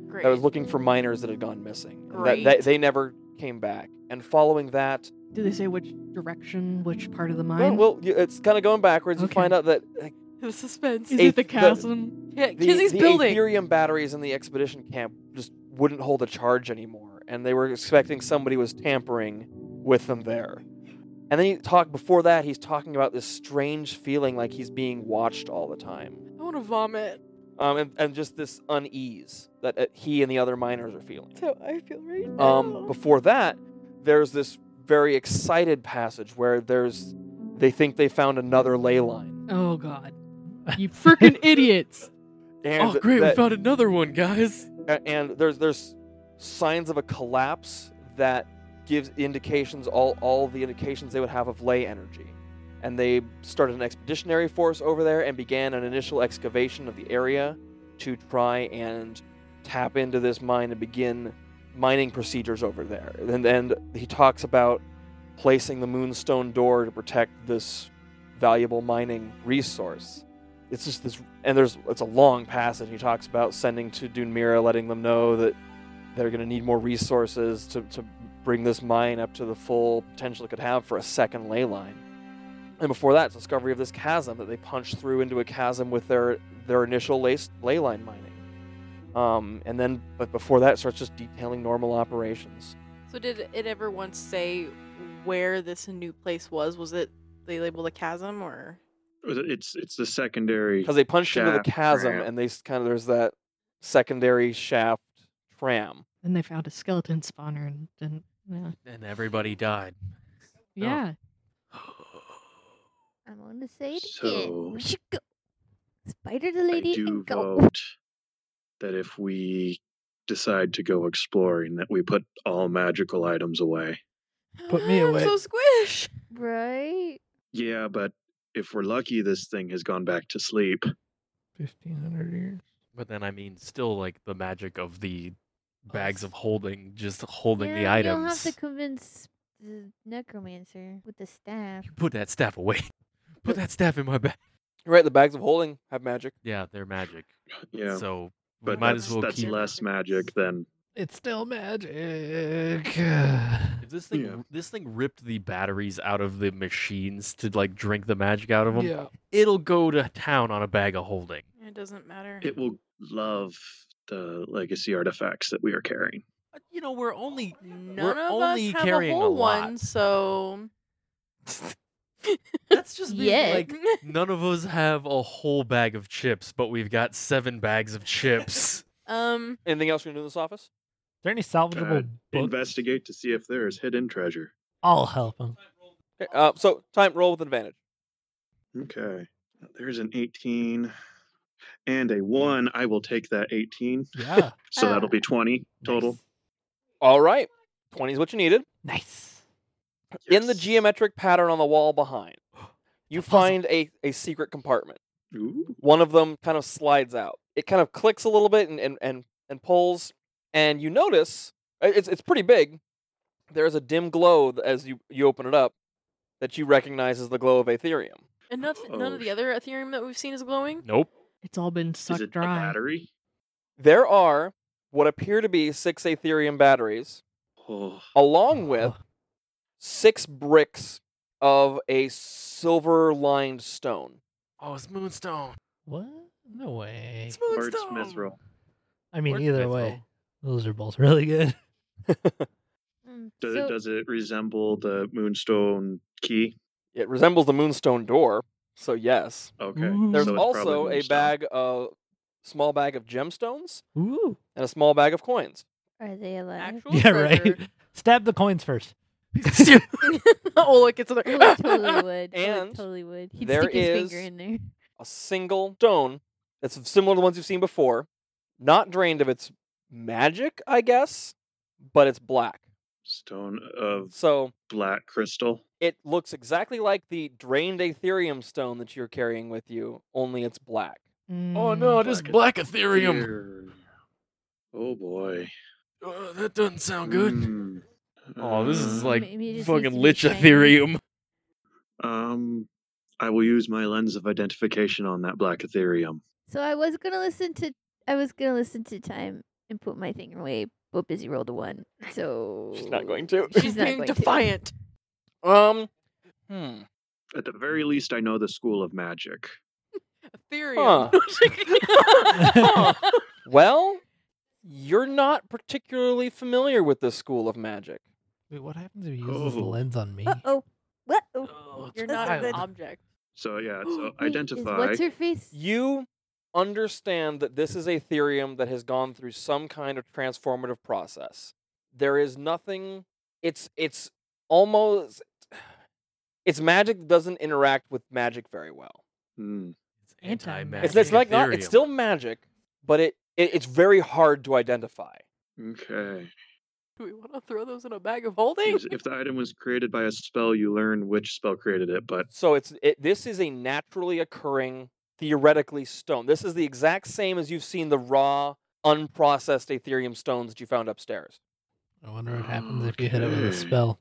Speaker 2: Great.
Speaker 1: that was looking for miners that had gone missing. and That, that
Speaker 2: Great.
Speaker 1: they never came back. And following that,
Speaker 9: Do they say which direction, which part of the mine?
Speaker 1: well, well, you- it's kind of going backwards. You
Speaker 9: Okay.
Speaker 1: find out that like,
Speaker 2: the suspense.
Speaker 9: is
Speaker 1: a-
Speaker 9: it the
Speaker 1: the-
Speaker 9: chasm?
Speaker 2: yeah,
Speaker 1: the,
Speaker 2: Kizzy's
Speaker 1: the
Speaker 2: building.
Speaker 1: Ethereum batteries in the expedition camp just wouldn't hold a charge anymore, and they were expecting somebody was tampering with them there. And then he talk before that. He's talking about this strange feeling like he's being watched all the time.
Speaker 2: I want to vomit.
Speaker 1: um, and, and just this unease that uh, he and the other miners are feeling.
Speaker 2: So I feel right
Speaker 1: Um, before that, there's this very excited passage where there's they think they found another ley line.
Speaker 9: Oh God! You freaking idiots!
Speaker 1: And
Speaker 3: Oh, great!
Speaker 1: that-
Speaker 3: we found another one, guys.
Speaker 1: a- and there's there's signs of a collapse that gives indications all all the indications they would have of lay energy and they started an expeditionary force over there and began an initial excavation of the area to try and tap into this mine and begin mining procedures over there and then he talks about placing the moonstone door to protect this valuable mining resource it's just this and there's it's a long passage he talks about sending to Dunmira letting them know that they're going to need more resources to, to bring this mine up to the full potential it could have for a second ley line and before that it's discovery of this chasm that they punched through into a chasm with their their initial lay, ley line mining um, and then but before that it starts just detailing normal operations
Speaker 2: So did it ever once say where this new place was? Was it they labeled a chasm or?
Speaker 7: It's it's the secondary.
Speaker 1: because they punched into the
Speaker 7: Shaft
Speaker 1: chasm
Speaker 7: tram.
Speaker 1: and they kind of there's that secondary shaft tram
Speaker 9: Then they found a skeleton spawner and didn't. Yeah.
Speaker 3: And everybody died.
Speaker 9: yeah.
Speaker 8: I'm gonna say it
Speaker 7: So-
Speaker 8: again. We should go. Spider the
Speaker 7: I
Speaker 8: lady
Speaker 7: do
Speaker 8: and go.
Speaker 7: vote that if we decide to go exploring, that we put all magical items away.
Speaker 4: Put me away.
Speaker 2: I'm so squish.
Speaker 8: Right?
Speaker 7: Yeah, but if we're lucky, this thing has gone back to sleep.
Speaker 4: Fifteen hundred years.
Speaker 3: But then I mean, still like the magic of the bags of holding, just holding the
Speaker 8: Yeah, You'll have
Speaker 3: items.
Speaker 8: to convince the necromancer with the staff.
Speaker 3: You Put that staff away. Put that staff in my bag.
Speaker 1: you're right the bags of holding have magic
Speaker 3: Yeah, they're magic.
Speaker 7: Yeah,
Speaker 3: So we
Speaker 7: but
Speaker 3: might
Speaker 7: that's,
Speaker 3: as well
Speaker 7: that's
Speaker 3: keep.
Speaker 7: less magic than
Speaker 4: It's still magic.
Speaker 3: If this thing
Speaker 7: Yeah.
Speaker 3: this thing ripped the batteries out of the machines to like drink the magic out of them,
Speaker 4: Yeah.
Speaker 3: it'll go to town on a bag of holding.
Speaker 2: It doesn't matter.
Speaker 7: it will love the legacy artifacts that we are carrying.
Speaker 3: Uh, You know, we're only
Speaker 2: None
Speaker 3: we're
Speaker 2: of
Speaker 3: only
Speaker 2: us have a
Speaker 3: carrying
Speaker 2: whole
Speaker 3: lot.
Speaker 2: one, so
Speaker 3: That's just being
Speaker 8: Yet.
Speaker 3: like none of us have a whole bag of chips, but we've got seven bags of chips.
Speaker 2: um.
Speaker 1: Anything else you're gonna do in this office?
Speaker 4: there any salvageable
Speaker 7: Uh,
Speaker 4: books?
Speaker 7: investigate to see if there is hidden treasure.
Speaker 4: I'll help him.
Speaker 1: Okay, uh, so time roll with advantage.
Speaker 7: Okay, there's an 18 and a one. I will take that 18,
Speaker 4: Yeah.
Speaker 7: so that'll
Speaker 8: Ah.
Speaker 7: be 20 total.
Speaker 1: All right, twenty is what you needed.
Speaker 4: Nice.
Speaker 1: In the geometric pattern on the wall behind, you find a, a secret compartment.
Speaker 7: Ooh.
Speaker 1: One of them kind of slides out. It kind of clicks a little bit and and and, and pulls, and you notice uh, it's it's pretty big. There is a dim glow th- as you you open it up that you recognize as the glow of Aetherium.
Speaker 2: And none, none
Speaker 7: Oh,
Speaker 2: of the
Speaker 7: sh-
Speaker 2: other Ethereum that we've seen is glowing.
Speaker 3: Nope.
Speaker 9: It's all been
Speaker 7: Is
Speaker 9: sucked
Speaker 7: it a
Speaker 9: dry.
Speaker 7: battery?
Speaker 1: There are what appear to be six Aetherium batteries,
Speaker 7: Oh,
Speaker 1: along with six bricks of a silver lined stone.
Speaker 3: Oh, it's Moonstone.
Speaker 4: What? No way.
Speaker 3: It's Moonstone.
Speaker 7: wordsmith roll.
Speaker 4: I mean,
Speaker 3: Word
Speaker 4: either
Speaker 3: myth
Speaker 4: way,
Speaker 3: roll.
Speaker 4: those are both really good.
Speaker 8: Mm,
Speaker 7: Does,
Speaker 8: so,
Speaker 7: it, does it resemble the moonstone key?
Speaker 1: It resembles the moonstone door, so yes.
Speaker 7: Okay.
Speaker 4: Ooh.
Speaker 1: There's
Speaker 7: so it's probably
Speaker 1: also a
Speaker 7: moonstone.
Speaker 1: bag of small bag of gemstones
Speaker 4: Ooh.
Speaker 1: and a small bag of coins.
Speaker 8: Are they alive?
Speaker 2: Actual
Speaker 4: Yeah, right. Stab the coins first.
Speaker 2: Ola gets in there.
Speaker 8: Ola totally would. Ola
Speaker 1: And
Speaker 8: totally would. He'd
Speaker 1: there
Speaker 8: stick his
Speaker 1: is-
Speaker 8: finger in there.
Speaker 1: a single stone that's similar to the ones you've seen before, not drained of its magic, I guess, but it's black.
Speaker 7: Stone of
Speaker 1: So
Speaker 7: black crystal.
Speaker 1: it looks exactly like the drained Aetherium stone that you're carrying with you, only it's black.
Speaker 9: Mm.
Speaker 3: Oh no,
Speaker 8: Mm.
Speaker 3: it is black Ethereum.
Speaker 7: Here. Oh boy.
Speaker 3: Uh, that doesn't sound good.
Speaker 7: Mm.
Speaker 3: Oh, this is
Speaker 7: Uh,
Speaker 3: like
Speaker 8: Maybe it just needs
Speaker 3: fucking
Speaker 8: to be
Speaker 3: Lich
Speaker 8: shiny.
Speaker 3: Ethereum.
Speaker 7: Um, I will use my lens of identification on that black Ethereum.
Speaker 8: So I was gonna listen to I was gonna listen to time and put my thing away, but busy rolled a one. So
Speaker 1: She's not going to.
Speaker 8: She's
Speaker 2: She's
Speaker 8: not
Speaker 2: being
Speaker 8: going to.
Speaker 2: defiant.
Speaker 1: Um, hmm.
Speaker 7: At the very least, I know the school of magic.
Speaker 2: Ethereum.
Speaker 1: Huh. Well, you're not particularly familiar with this school of magic.
Speaker 4: Wait, what happens if he uses the
Speaker 7: Oh.
Speaker 4: lens on me?
Speaker 8: Uh oh. What? Oh.
Speaker 2: You're not
Speaker 8: That's
Speaker 2: an
Speaker 8: good.
Speaker 2: object.
Speaker 7: So yeah, so
Speaker 8: Wait, is
Speaker 7: identify.
Speaker 8: What's her face?
Speaker 1: You understand that this is a Ethereum that has gone through some kind of transformative process. There is nothing. It's it's almost it's magic that doesn't interact with magic very well.
Speaker 7: Hmm.
Speaker 3: It's uh,
Speaker 9: anti-magic.
Speaker 1: It's, it's like not. It's still magic, but it, it it's very hard to identify.
Speaker 7: Okay.
Speaker 2: Do we want to throw those in a bag of holding?
Speaker 7: Because if the item was created by a spell, you learn which spell created it. But
Speaker 1: So it's it, this is a naturally occurring theoretically stone. This is the exact same as you've seen the raw unprocessed Ethereum stones that you found upstairs.
Speaker 4: I wonder what happens if you hit it with a
Speaker 7: Okay.
Speaker 4: spell.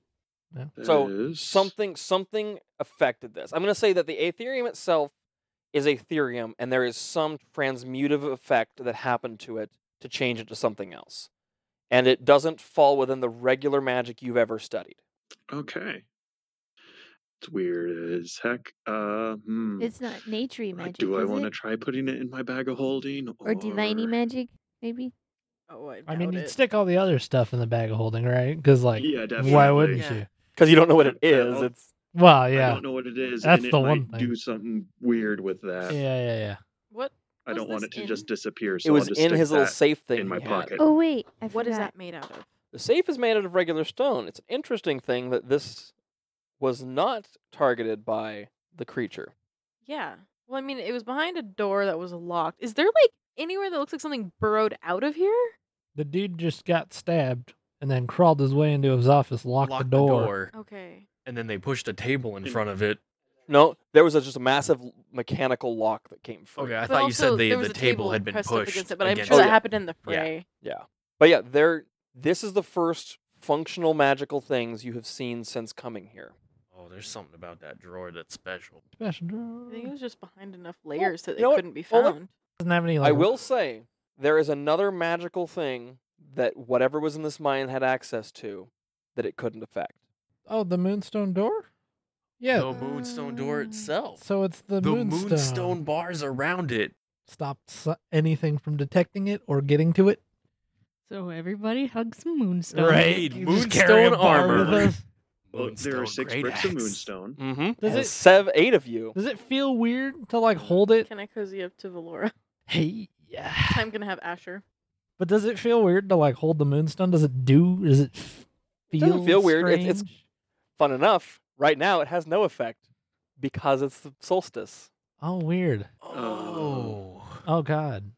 Speaker 7: that
Speaker 1: So,
Speaker 7: is-
Speaker 1: something something affected this. I'm going to say that the aetherium itself is aetherium, and there is some transmutative effect that happened to it to change it to something else, and it doesn't fall within the regular magic you've ever studied.
Speaker 7: Okay. It's weird as heck. Uh, hmm.
Speaker 8: It's not naturey
Speaker 7: Like,
Speaker 8: magic.
Speaker 7: do I
Speaker 8: is
Speaker 7: want to
Speaker 8: it?
Speaker 7: try putting it in my bag of holding, or,
Speaker 8: or diviney magic? Maybe.
Speaker 2: Oh, I,
Speaker 4: I mean,
Speaker 2: doubt
Speaker 4: you'd
Speaker 2: it.
Speaker 4: stick all the other stuff in the bag of holding, right? Because like,
Speaker 7: yeah, definitely.
Speaker 4: why wouldn't
Speaker 2: Yeah.
Speaker 4: you?
Speaker 1: Because you don't know what it
Speaker 7: Yeah,
Speaker 1: is.
Speaker 7: I'll-
Speaker 1: It's
Speaker 4: Well,
Speaker 7: I
Speaker 4: yeah,
Speaker 7: don't know what it is.
Speaker 4: That's
Speaker 7: and it
Speaker 4: the
Speaker 7: might
Speaker 4: one thing.
Speaker 7: Do something weird with
Speaker 4: yeah,
Speaker 7: that.
Speaker 4: yeah, yeah.
Speaker 2: What?
Speaker 7: I don't
Speaker 2: was
Speaker 7: want it
Speaker 2: this
Speaker 7: to
Speaker 2: in?
Speaker 7: just disappear. So
Speaker 1: it was
Speaker 7: I'll just
Speaker 1: in
Speaker 7: stick
Speaker 1: his little
Speaker 7: that
Speaker 1: safe thing
Speaker 7: in
Speaker 1: he
Speaker 7: my
Speaker 1: had.
Speaker 7: pocket.
Speaker 8: Oh wait, I forgot.
Speaker 2: What is that made out of?
Speaker 1: The safe is made out of regular stone. It's an interesting thing that this was not targeted by the creature.
Speaker 2: Yeah. Well, I mean, it was behind a door that was locked. Is there like anywhere that looks like something burrowed out of here?
Speaker 4: The dude just got stabbed and then crawled his way into his office, locked,
Speaker 3: Lock
Speaker 4: the door.
Speaker 2: Okay.
Speaker 3: and then they pushed a table in
Speaker 7: In-
Speaker 3: front of it.
Speaker 1: No, there was a, just a massive l- mechanical lock that came free.
Speaker 3: Okay, I
Speaker 2: But
Speaker 3: thought you
Speaker 2: also,
Speaker 3: said they,
Speaker 2: there was
Speaker 3: the
Speaker 2: a
Speaker 3: table had been
Speaker 2: pressed up
Speaker 3: pushed
Speaker 2: against it, but I'm
Speaker 3: against
Speaker 2: sure
Speaker 1: it.
Speaker 2: that
Speaker 1: Oh, yeah.
Speaker 2: happened in the
Speaker 3: Yeah.
Speaker 2: fray.
Speaker 1: But yeah, there. This is the first functional magical things you have seen since coming here.
Speaker 3: Oh, there's something about that drawer that's special.
Speaker 4: Special
Speaker 2: I think it
Speaker 4: drawer.
Speaker 2: was just behind enough layers that
Speaker 1: you know
Speaker 2: it
Speaker 1: what?
Speaker 2: couldn't be
Speaker 1: Well, let-
Speaker 2: found.
Speaker 4: Doesn't have any. Like,
Speaker 1: I will say there is another magical thing that whatever was in this mine had access to that it couldn't affect.
Speaker 4: Oh, the moonstone door. Yeah.
Speaker 3: The moonstone door
Speaker 8: Uh,
Speaker 3: itself.
Speaker 4: So it's the,
Speaker 3: the
Speaker 4: moonstone.
Speaker 3: moonstone bars around it.
Speaker 4: stops anything from detecting it or getting to it.
Speaker 9: So everybody hugs some moonstone.
Speaker 3: Right.
Speaker 9: You
Speaker 3: Moon-
Speaker 9: just-
Speaker 4: Just carry a
Speaker 3: Moonstone
Speaker 4: bar with
Speaker 3: armor.
Speaker 4: us.
Speaker 7: Well, there
Speaker 3: Moonstone,
Speaker 7: are six
Speaker 3: great
Speaker 7: bricks of
Speaker 3: axe.
Speaker 7: moonstone.
Speaker 1: Mm-hmm.
Speaker 4: Does it-
Speaker 1: sev eight of you?
Speaker 4: Does it feel weird to like hold it?
Speaker 2: Can I cozy up to Valora?
Speaker 4: Hey, yeah.
Speaker 2: I'm gonna have Asher.
Speaker 4: But does it feel weird to like hold the moonstone? Does it do? Does it f-
Speaker 1: It
Speaker 4: feel?
Speaker 1: doesn't feel weird. It's- it's-
Speaker 4: strange?
Speaker 1: Fun enough. Right now, it has no effect because it's the solstice.
Speaker 4: oh weird.
Speaker 3: Oh.
Speaker 4: Oh god.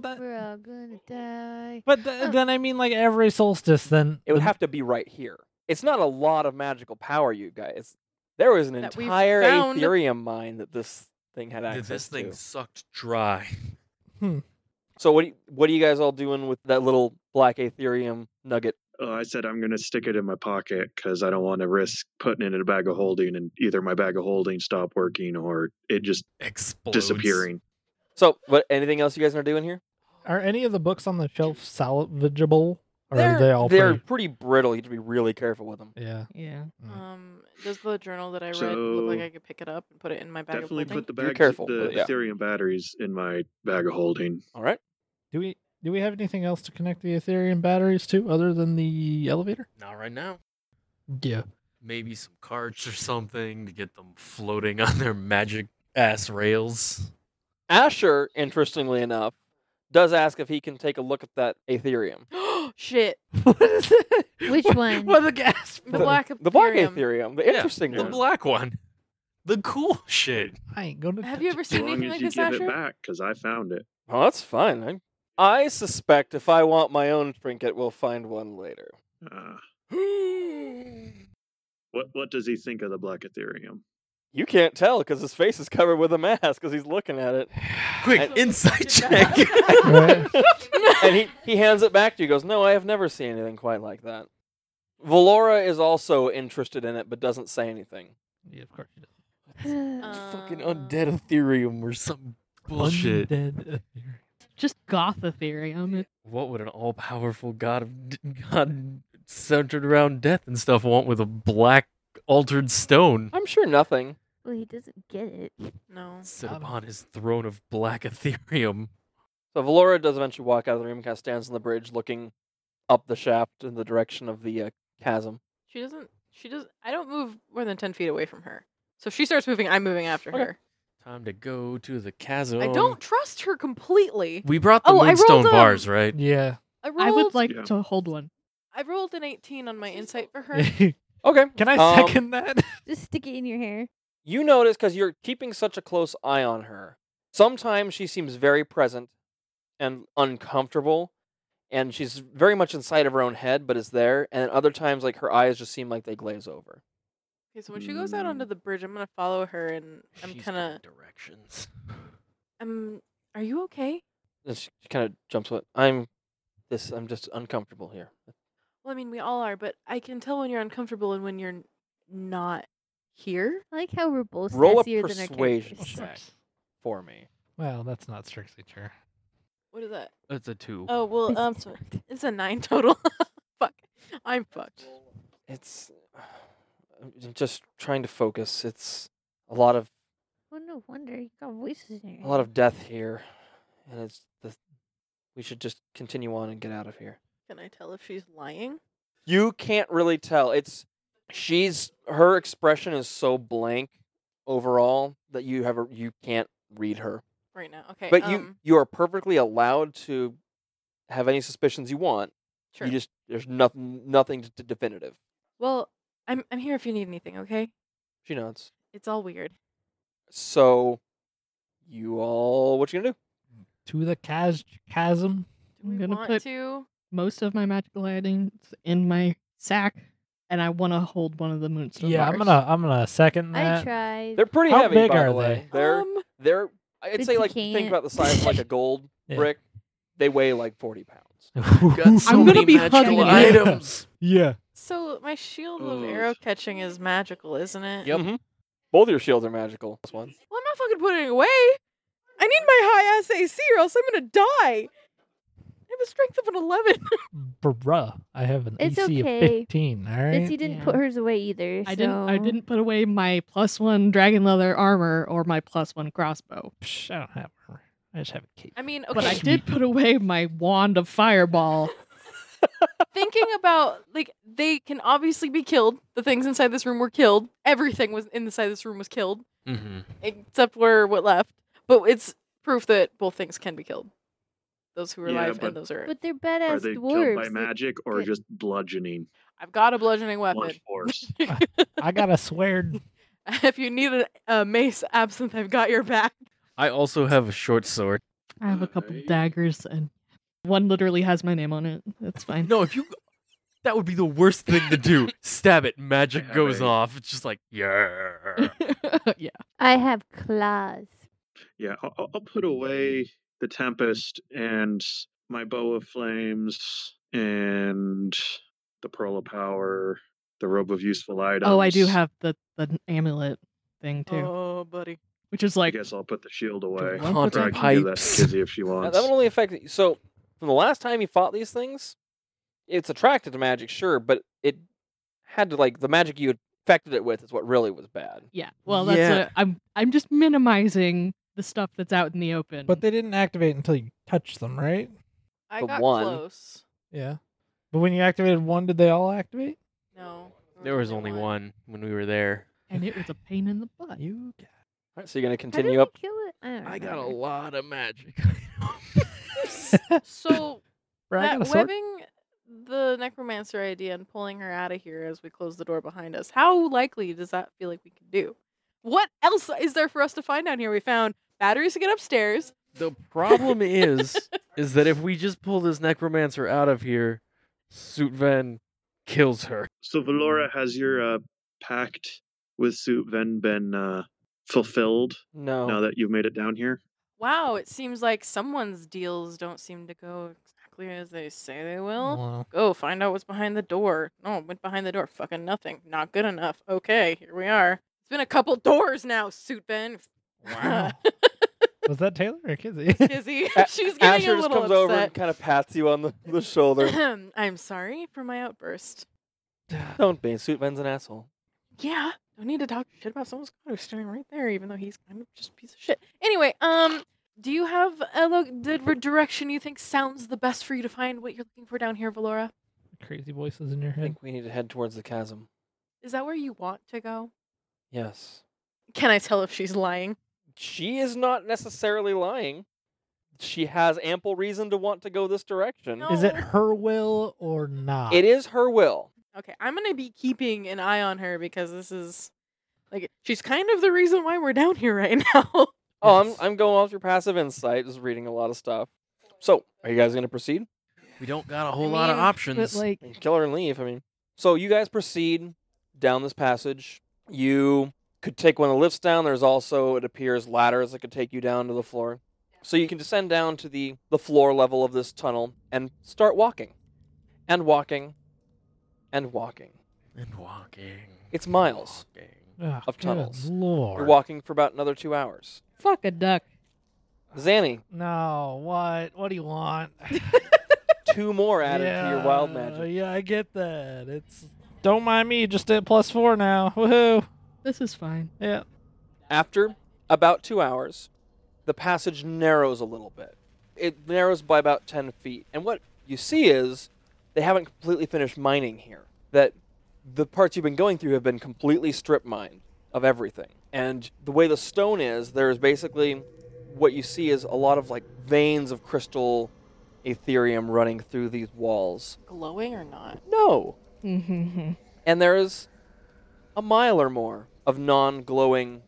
Speaker 4: that.
Speaker 8: We're all gonna die.
Speaker 4: But th- then I mean, like every solstice, then
Speaker 1: It would
Speaker 4: the-
Speaker 1: have to be right here. It's not a lot of magical power, you guys. There was an
Speaker 2: That we've
Speaker 1: entire
Speaker 2: found-
Speaker 1: Ethereum mine that this thing had
Speaker 3: Did
Speaker 1: access
Speaker 3: this thing
Speaker 1: to.
Speaker 3: sucked dry.
Speaker 1: So what? Do you, what are you guys all doing with that little black Ethereum nugget?
Speaker 7: Oh, I said I'm gonna stick it in my pocket because I don't want to risk putting it in a bag of holding and either my bag of holding stop working or it just
Speaker 3: Explodes.
Speaker 7: disappearing.
Speaker 1: So what? Anything else you guys are doing here?
Speaker 4: Are any of the books on the shelf salvageable? Or
Speaker 1: they're
Speaker 4: are they all
Speaker 1: they're
Speaker 4: pretty?
Speaker 1: pretty brittle. You have to be really careful with them.
Speaker 4: Yeah.
Speaker 9: Yeah.
Speaker 4: Mm.
Speaker 2: Um, does the journal that I read look like
Speaker 7: So-
Speaker 2: I could pick it up and put it in my bag
Speaker 7: Definitely
Speaker 2: of holding?
Speaker 7: put the
Speaker 1: Be
Speaker 7: bags,
Speaker 1: careful,
Speaker 7: the
Speaker 1: but yeah.
Speaker 7: Ethereum batteries in my bag of holding.
Speaker 1: All right.
Speaker 4: Do we do we have anything else to connect the Ethereum batteries to other than the elevator?
Speaker 3: Not right now.
Speaker 4: Yeah.
Speaker 3: Maybe some carts or something to get them floating on their magic ass rails.
Speaker 1: Asher, interestingly enough, does ask if he can take a look at that Ethereum.
Speaker 2: Shit.
Speaker 4: what is it?
Speaker 8: Which
Speaker 4: What-
Speaker 8: one?
Speaker 4: What the gas?
Speaker 2: The black
Speaker 1: The black
Speaker 2: Ethereum.
Speaker 1: Ethereum, the
Speaker 3: Yeah,
Speaker 1: interesting
Speaker 3: The
Speaker 1: one.
Speaker 3: black one. The cool shit.
Speaker 4: I ain't gonna.
Speaker 2: Have
Speaker 4: touch
Speaker 2: you
Speaker 4: it.
Speaker 2: ever
Speaker 7: As
Speaker 2: seen
Speaker 7: long
Speaker 2: anything
Speaker 7: as
Speaker 2: like
Speaker 7: you
Speaker 2: this,
Speaker 7: give it
Speaker 2: Asher?
Speaker 7: back, because I found it.
Speaker 1: Well, that's fine. I, I suspect if I want my own trinket, we'll find one later.
Speaker 7: Uh, what what does he think of the black Ethereum?
Speaker 1: You can't tell because his face is covered with a mask because he's looking at it.
Speaker 3: Quick,
Speaker 1: I-
Speaker 3: insight check.
Speaker 1: and he, he hands it back to you. Goes, no, I have never seen anything quite like that. Valora is also interested in it, but doesn't say anything.
Speaker 4: Yeah, of course you do.
Speaker 1: Fucking
Speaker 2: Um,
Speaker 1: undead Ethereum or
Speaker 3: Some bullshit.
Speaker 4: Undead
Speaker 9: Just goth Ethereum. It-
Speaker 3: What would an all-powerful god of d- god centered around death and stuff want with a black altered stone
Speaker 1: I'm sure nothing.
Speaker 8: Well, he doesn't get it.
Speaker 2: No.
Speaker 3: sit
Speaker 4: Um,
Speaker 3: upon his throne of black Ethereum?
Speaker 1: So Valora does eventually walk out of the room, kind of stands on the bridge, looking up the shaft in the direction of the uh, chasm.
Speaker 2: She doesn't. She doesn't. I don't move more than ten feet away from her. So if she starts moving, I'm moving after
Speaker 1: Okay.
Speaker 2: her.
Speaker 3: Time to go to the chasm.
Speaker 2: I don't trust her completely.
Speaker 3: We brought the
Speaker 2: Oh, I rolled
Speaker 3: moonstone
Speaker 2: a-
Speaker 3: bars, right?
Speaker 4: Yeah.
Speaker 2: I rolled.
Speaker 9: I would like
Speaker 7: Yeah.
Speaker 9: to hold one.
Speaker 2: I rolled an 18 on my insight for her.
Speaker 4: Can
Speaker 1: Okay.
Speaker 4: I
Speaker 1: Um,
Speaker 4: second that?
Speaker 8: Just stick it in your hair.
Speaker 1: You notice because you're keeping such a close eye on her. Sometimes she seems very present and uncomfortable, and she's very much inside of her own head, but is there. And then other times, like her eyes just seem like they glaze over.
Speaker 2: Okay, so when she goes out onto the bridge, I'm gonna follow her, and I'm
Speaker 3: She's
Speaker 2: kind of.
Speaker 3: got directions.
Speaker 2: Um, are you okay?
Speaker 1: And she kind of jumps with, "I'm this. I'm just uncomfortable here."
Speaker 2: Well, I mean, we all are, but I can tell when you're uncomfortable and when you're n- not here.
Speaker 8: I like how we're both
Speaker 1: Roll a
Speaker 8: sassier than our
Speaker 1: persuasion
Speaker 8: characters.
Speaker 1: check for me.
Speaker 4: Well, that's not strictly true.
Speaker 2: What is that?
Speaker 3: That's a two.
Speaker 2: Oh well, um,
Speaker 8: Business
Speaker 2: so
Speaker 8: mind.
Speaker 2: it's a nine total. Fuck, I'm fucked.
Speaker 1: It's I'm just trying to focus. It's a lot of
Speaker 8: Well, Oh, no wonder you got voices in your
Speaker 1: a lot of death here, and it's the. We should just continue on and get out of here.
Speaker 2: Can I tell if she's lying?
Speaker 1: you can't really tell. It's she's her expression is so blank overall that you have a, you can't read her.
Speaker 2: Right now, okay.
Speaker 1: But you
Speaker 2: um,
Speaker 1: you are perfectly allowed to have any suspicions you want.
Speaker 2: sure.
Speaker 1: You just there's nothing nothing d- definitive.
Speaker 2: well, I'm I'm here if you need anything. Okay,
Speaker 1: She nods.
Speaker 2: it's all weird.
Speaker 1: So you all what you gonna do?
Speaker 4: To the chas- chasm.
Speaker 2: Do
Speaker 9: I'm
Speaker 2: we
Speaker 9: gonna
Speaker 2: want
Speaker 9: put-
Speaker 2: to?
Speaker 9: Most of my magical items in my sack, and I want to hold one of the moonstone
Speaker 4: Yeah, I'm
Speaker 9: bars.
Speaker 4: gonna I'm gonna second
Speaker 8: I
Speaker 4: that.
Speaker 8: tried.
Speaker 1: They're pretty
Speaker 4: How
Speaker 1: heavy
Speaker 4: big
Speaker 1: by
Speaker 4: are
Speaker 1: the way.
Speaker 4: they?
Speaker 1: They're
Speaker 2: Um,
Speaker 1: they're I'd
Speaker 8: But
Speaker 1: say
Speaker 8: you
Speaker 1: like
Speaker 8: can't.
Speaker 1: think about the size of like a gold
Speaker 4: Yeah.
Speaker 1: brick. They weigh like forty pounds.
Speaker 3: Got so
Speaker 9: I'm gonna
Speaker 3: many
Speaker 9: be hugging
Speaker 3: magical
Speaker 9: you.
Speaker 3: items.
Speaker 4: yeah.
Speaker 2: so my shield of
Speaker 7: Ugh.
Speaker 2: arrow catching is magical, isn't it?
Speaker 1: Mhm.
Speaker 3: Mm-hmm.
Speaker 1: Both your shields are magical. This one.
Speaker 2: Well, I'm not fucking putting it away. I need my high SAC or else I'm gonna die. I have a strength of an 11.
Speaker 4: Bruh, I have an
Speaker 8: It's
Speaker 4: AC
Speaker 8: okay.
Speaker 4: of 15. All right.
Speaker 8: Missy didn't put hers away either.
Speaker 9: I didn't. I
Speaker 8: so-
Speaker 9: didn't put away my plus one dragon leather armor or my plus one crossbow,
Speaker 4: Psh, I don't have her. I just have a cape.
Speaker 2: I mean,
Speaker 9: but I
Speaker 2: okay,
Speaker 4: Sweet.
Speaker 9: did put away my wand of fireball.
Speaker 2: thinking about like they can obviously be killed. The things inside this room were killed. Everything was inside this room was killed,
Speaker 3: Mm-hmm.
Speaker 2: except for what left. But it's proof that both things can be killed. Those who are
Speaker 7: Yeah,
Speaker 2: alive
Speaker 7: but-
Speaker 2: and those who are.
Speaker 8: But they're
Speaker 7: Are
Speaker 8: badass
Speaker 7: they
Speaker 8: dwarves.
Speaker 7: killed by
Speaker 8: They're-
Speaker 7: magic or
Speaker 8: good.
Speaker 7: just bludgeoning?
Speaker 2: I've got a bludgeoning weapon.
Speaker 7: Blunt force.
Speaker 2: Ah.
Speaker 4: I got a swear.
Speaker 2: if you need a, a mace absinthe, I've got your back.
Speaker 3: I also have a short sword.
Speaker 9: I have a couple
Speaker 7: Alright.
Speaker 9: daggers and one literally has my name on it. That's fine.
Speaker 3: No, if you. That would be the worst thing to do. Stab it, magic
Speaker 7: Yeah,
Speaker 3: goes
Speaker 7: right.
Speaker 3: off. It's just like, yeah.
Speaker 9: yeah.
Speaker 8: I have claws.
Speaker 7: Yeah, I'll, I'll- I'll put away the tempest and my bow of flames and the pearl of power, the robe of useful items.
Speaker 9: Oh, I do have the the amulet thing too,
Speaker 2: Oh, buddy.
Speaker 9: which is
Speaker 7: I
Speaker 9: like
Speaker 7: guess I'll put the shield away.
Speaker 9: one
Speaker 3: Haunted
Speaker 7: Or I
Speaker 9: protect-
Speaker 7: can give that to
Speaker 3: pipes.
Speaker 7: Kizzy if she
Speaker 1: Uh,
Speaker 7: wants.
Speaker 1: that would only affect you. So, from the last time you fought these things, it's attracted to magic, sure, but it had to like the magic you affected it with is what really was bad.
Speaker 9: yeah. Well, that's
Speaker 3: Yeah.
Speaker 9: what I'm I'm just minimizing the stuff that's out in the open.
Speaker 4: But they didn't activate until you touched them, right?
Speaker 2: I
Speaker 1: The
Speaker 2: got
Speaker 1: one.
Speaker 2: close.
Speaker 4: Yeah. But when you activated one, did they all activate?
Speaker 2: No.
Speaker 3: There was only one when we were there.
Speaker 9: and it was a pain in the butt.
Speaker 4: You got
Speaker 1: Alright, so you're gonna
Speaker 8: How did
Speaker 1: continue
Speaker 8: you
Speaker 1: up.
Speaker 8: kill it? I, don't
Speaker 3: I got a
Speaker 8: remember.
Speaker 3: lot of magic.
Speaker 2: So
Speaker 4: Bro, I got a
Speaker 2: that
Speaker 4: sword.
Speaker 2: webbing the necromancer idea and pulling her out of here as we close the door behind us, how likely does that feel like we can do? What else is there for us to find down here? We found batteries to get upstairs.
Speaker 3: The problem is, is that if we just pull this necromancer out of here, Suitven kills her.
Speaker 7: So Valora has your uh, pact with Suitven been uh, fulfilled
Speaker 1: No.
Speaker 7: now that you've made it down here?
Speaker 2: Wow, it seems like someone's deals don't seem to go exactly as they say they will.
Speaker 4: Wow.
Speaker 2: Go find out what's behind the door. No, it went behind the door. Fucking nothing. Not good enough. Okay, here we are. It's been a couple doors now, suit Ben.
Speaker 4: Wow. Was that Taylor or Kizzy?
Speaker 2: Kizzy.
Speaker 1: A-
Speaker 2: She's getting
Speaker 1: Asher
Speaker 2: a
Speaker 1: just
Speaker 2: little
Speaker 1: comes over and
Speaker 2: upset.
Speaker 1: kind of pats you on the, the shoulder.
Speaker 2: I'm sorry for my outburst.
Speaker 1: Don't be. Suitven's an asshole.
Speaker 2: Yeah. Don't need to talk shit about someone's god who's standing right there, even though he's kind of just a piece of shit. Anyway, um, do you have a lo- the r- direction you think sounds the best for you to find what you're looking for down here, Valora?
Speaker 4: Crazy voices in your
Speaker 1: I
Speaker 4: head.
Speaker 1: think we need to head towards the chasm.
Speaker 2: Is that where you want to go?
Speaker 1: Yes.
Speaker 2: Can I tell if she's lying?
Speaker 1: She is not necessarily lying. She has ample reason to want to go this direction.
Speaker 2: No.
Speaker 4: Is it
Speaker 2: Oh.
Speaker 4: her will or not?
Speaker 1: It is her will.
Speaker 2: Okay, I'm gonna be keeping an eye on her because this is like she's kind of the reason why we're down here right now.
Speaker 1: Oh, I'm,
Speaker 4: Yes.
Speaker 1: I'm going off your passive insight, just reading a lot of stuff. So, are you guys going to proceed?
Speaker 3: We don't got a
Speaker 9: I
Speaker 3: whole lot of
Speaker 9: mean,
Speaker 3: options.
Speaker 9: But like,
Speaker 1: And kill her and leave. I mean, so you guys proceed down this passage. You could take one of the lifts down. There's also, it appears, ladders that could take you down to the floor. So you can descend down to the, the floor level of this tunnel and start walking and walking and walking.
Speaker 3: and walking.
Speaker 1: It's miles.
Speaker 3: Walking.
Speaker 4: Ah,
Speaker 1: of
Speaker 4: good
Speaker 1: tunnels.
Speaker 4: Lord.
Speaker 1: You're walking for about another two hours.
Speaker 9: fuck a duck.
Speaker 1: Zanny,
Speaker 4: no, what? What do you want?
Speaker 1: two more added to your wild
Speaker 4: Yeah,
Speaker 1: magic.
Speaker 4: Yeah, I get that. It's don't mind me, just at plus four now. Woohoo!
Speaker 9: This is fine.
Speaker 4: Yeah.
Speaker 1: After about two hours, the passage narrows a little bit. It narrows by about 10 feet. And what you see is they haven't completely finished mining here. That the parts you've been going through have been completely strip mined of everything. And the way the stone is, there is basically what you see is a lot of like veins of crystal aetherium running through these walls.
Speaker 2: Glowing or not?
Speaker 1: No,
Speaker 9: Mm-hmm.
Speaker 1: and there is a mile or more of non-glowing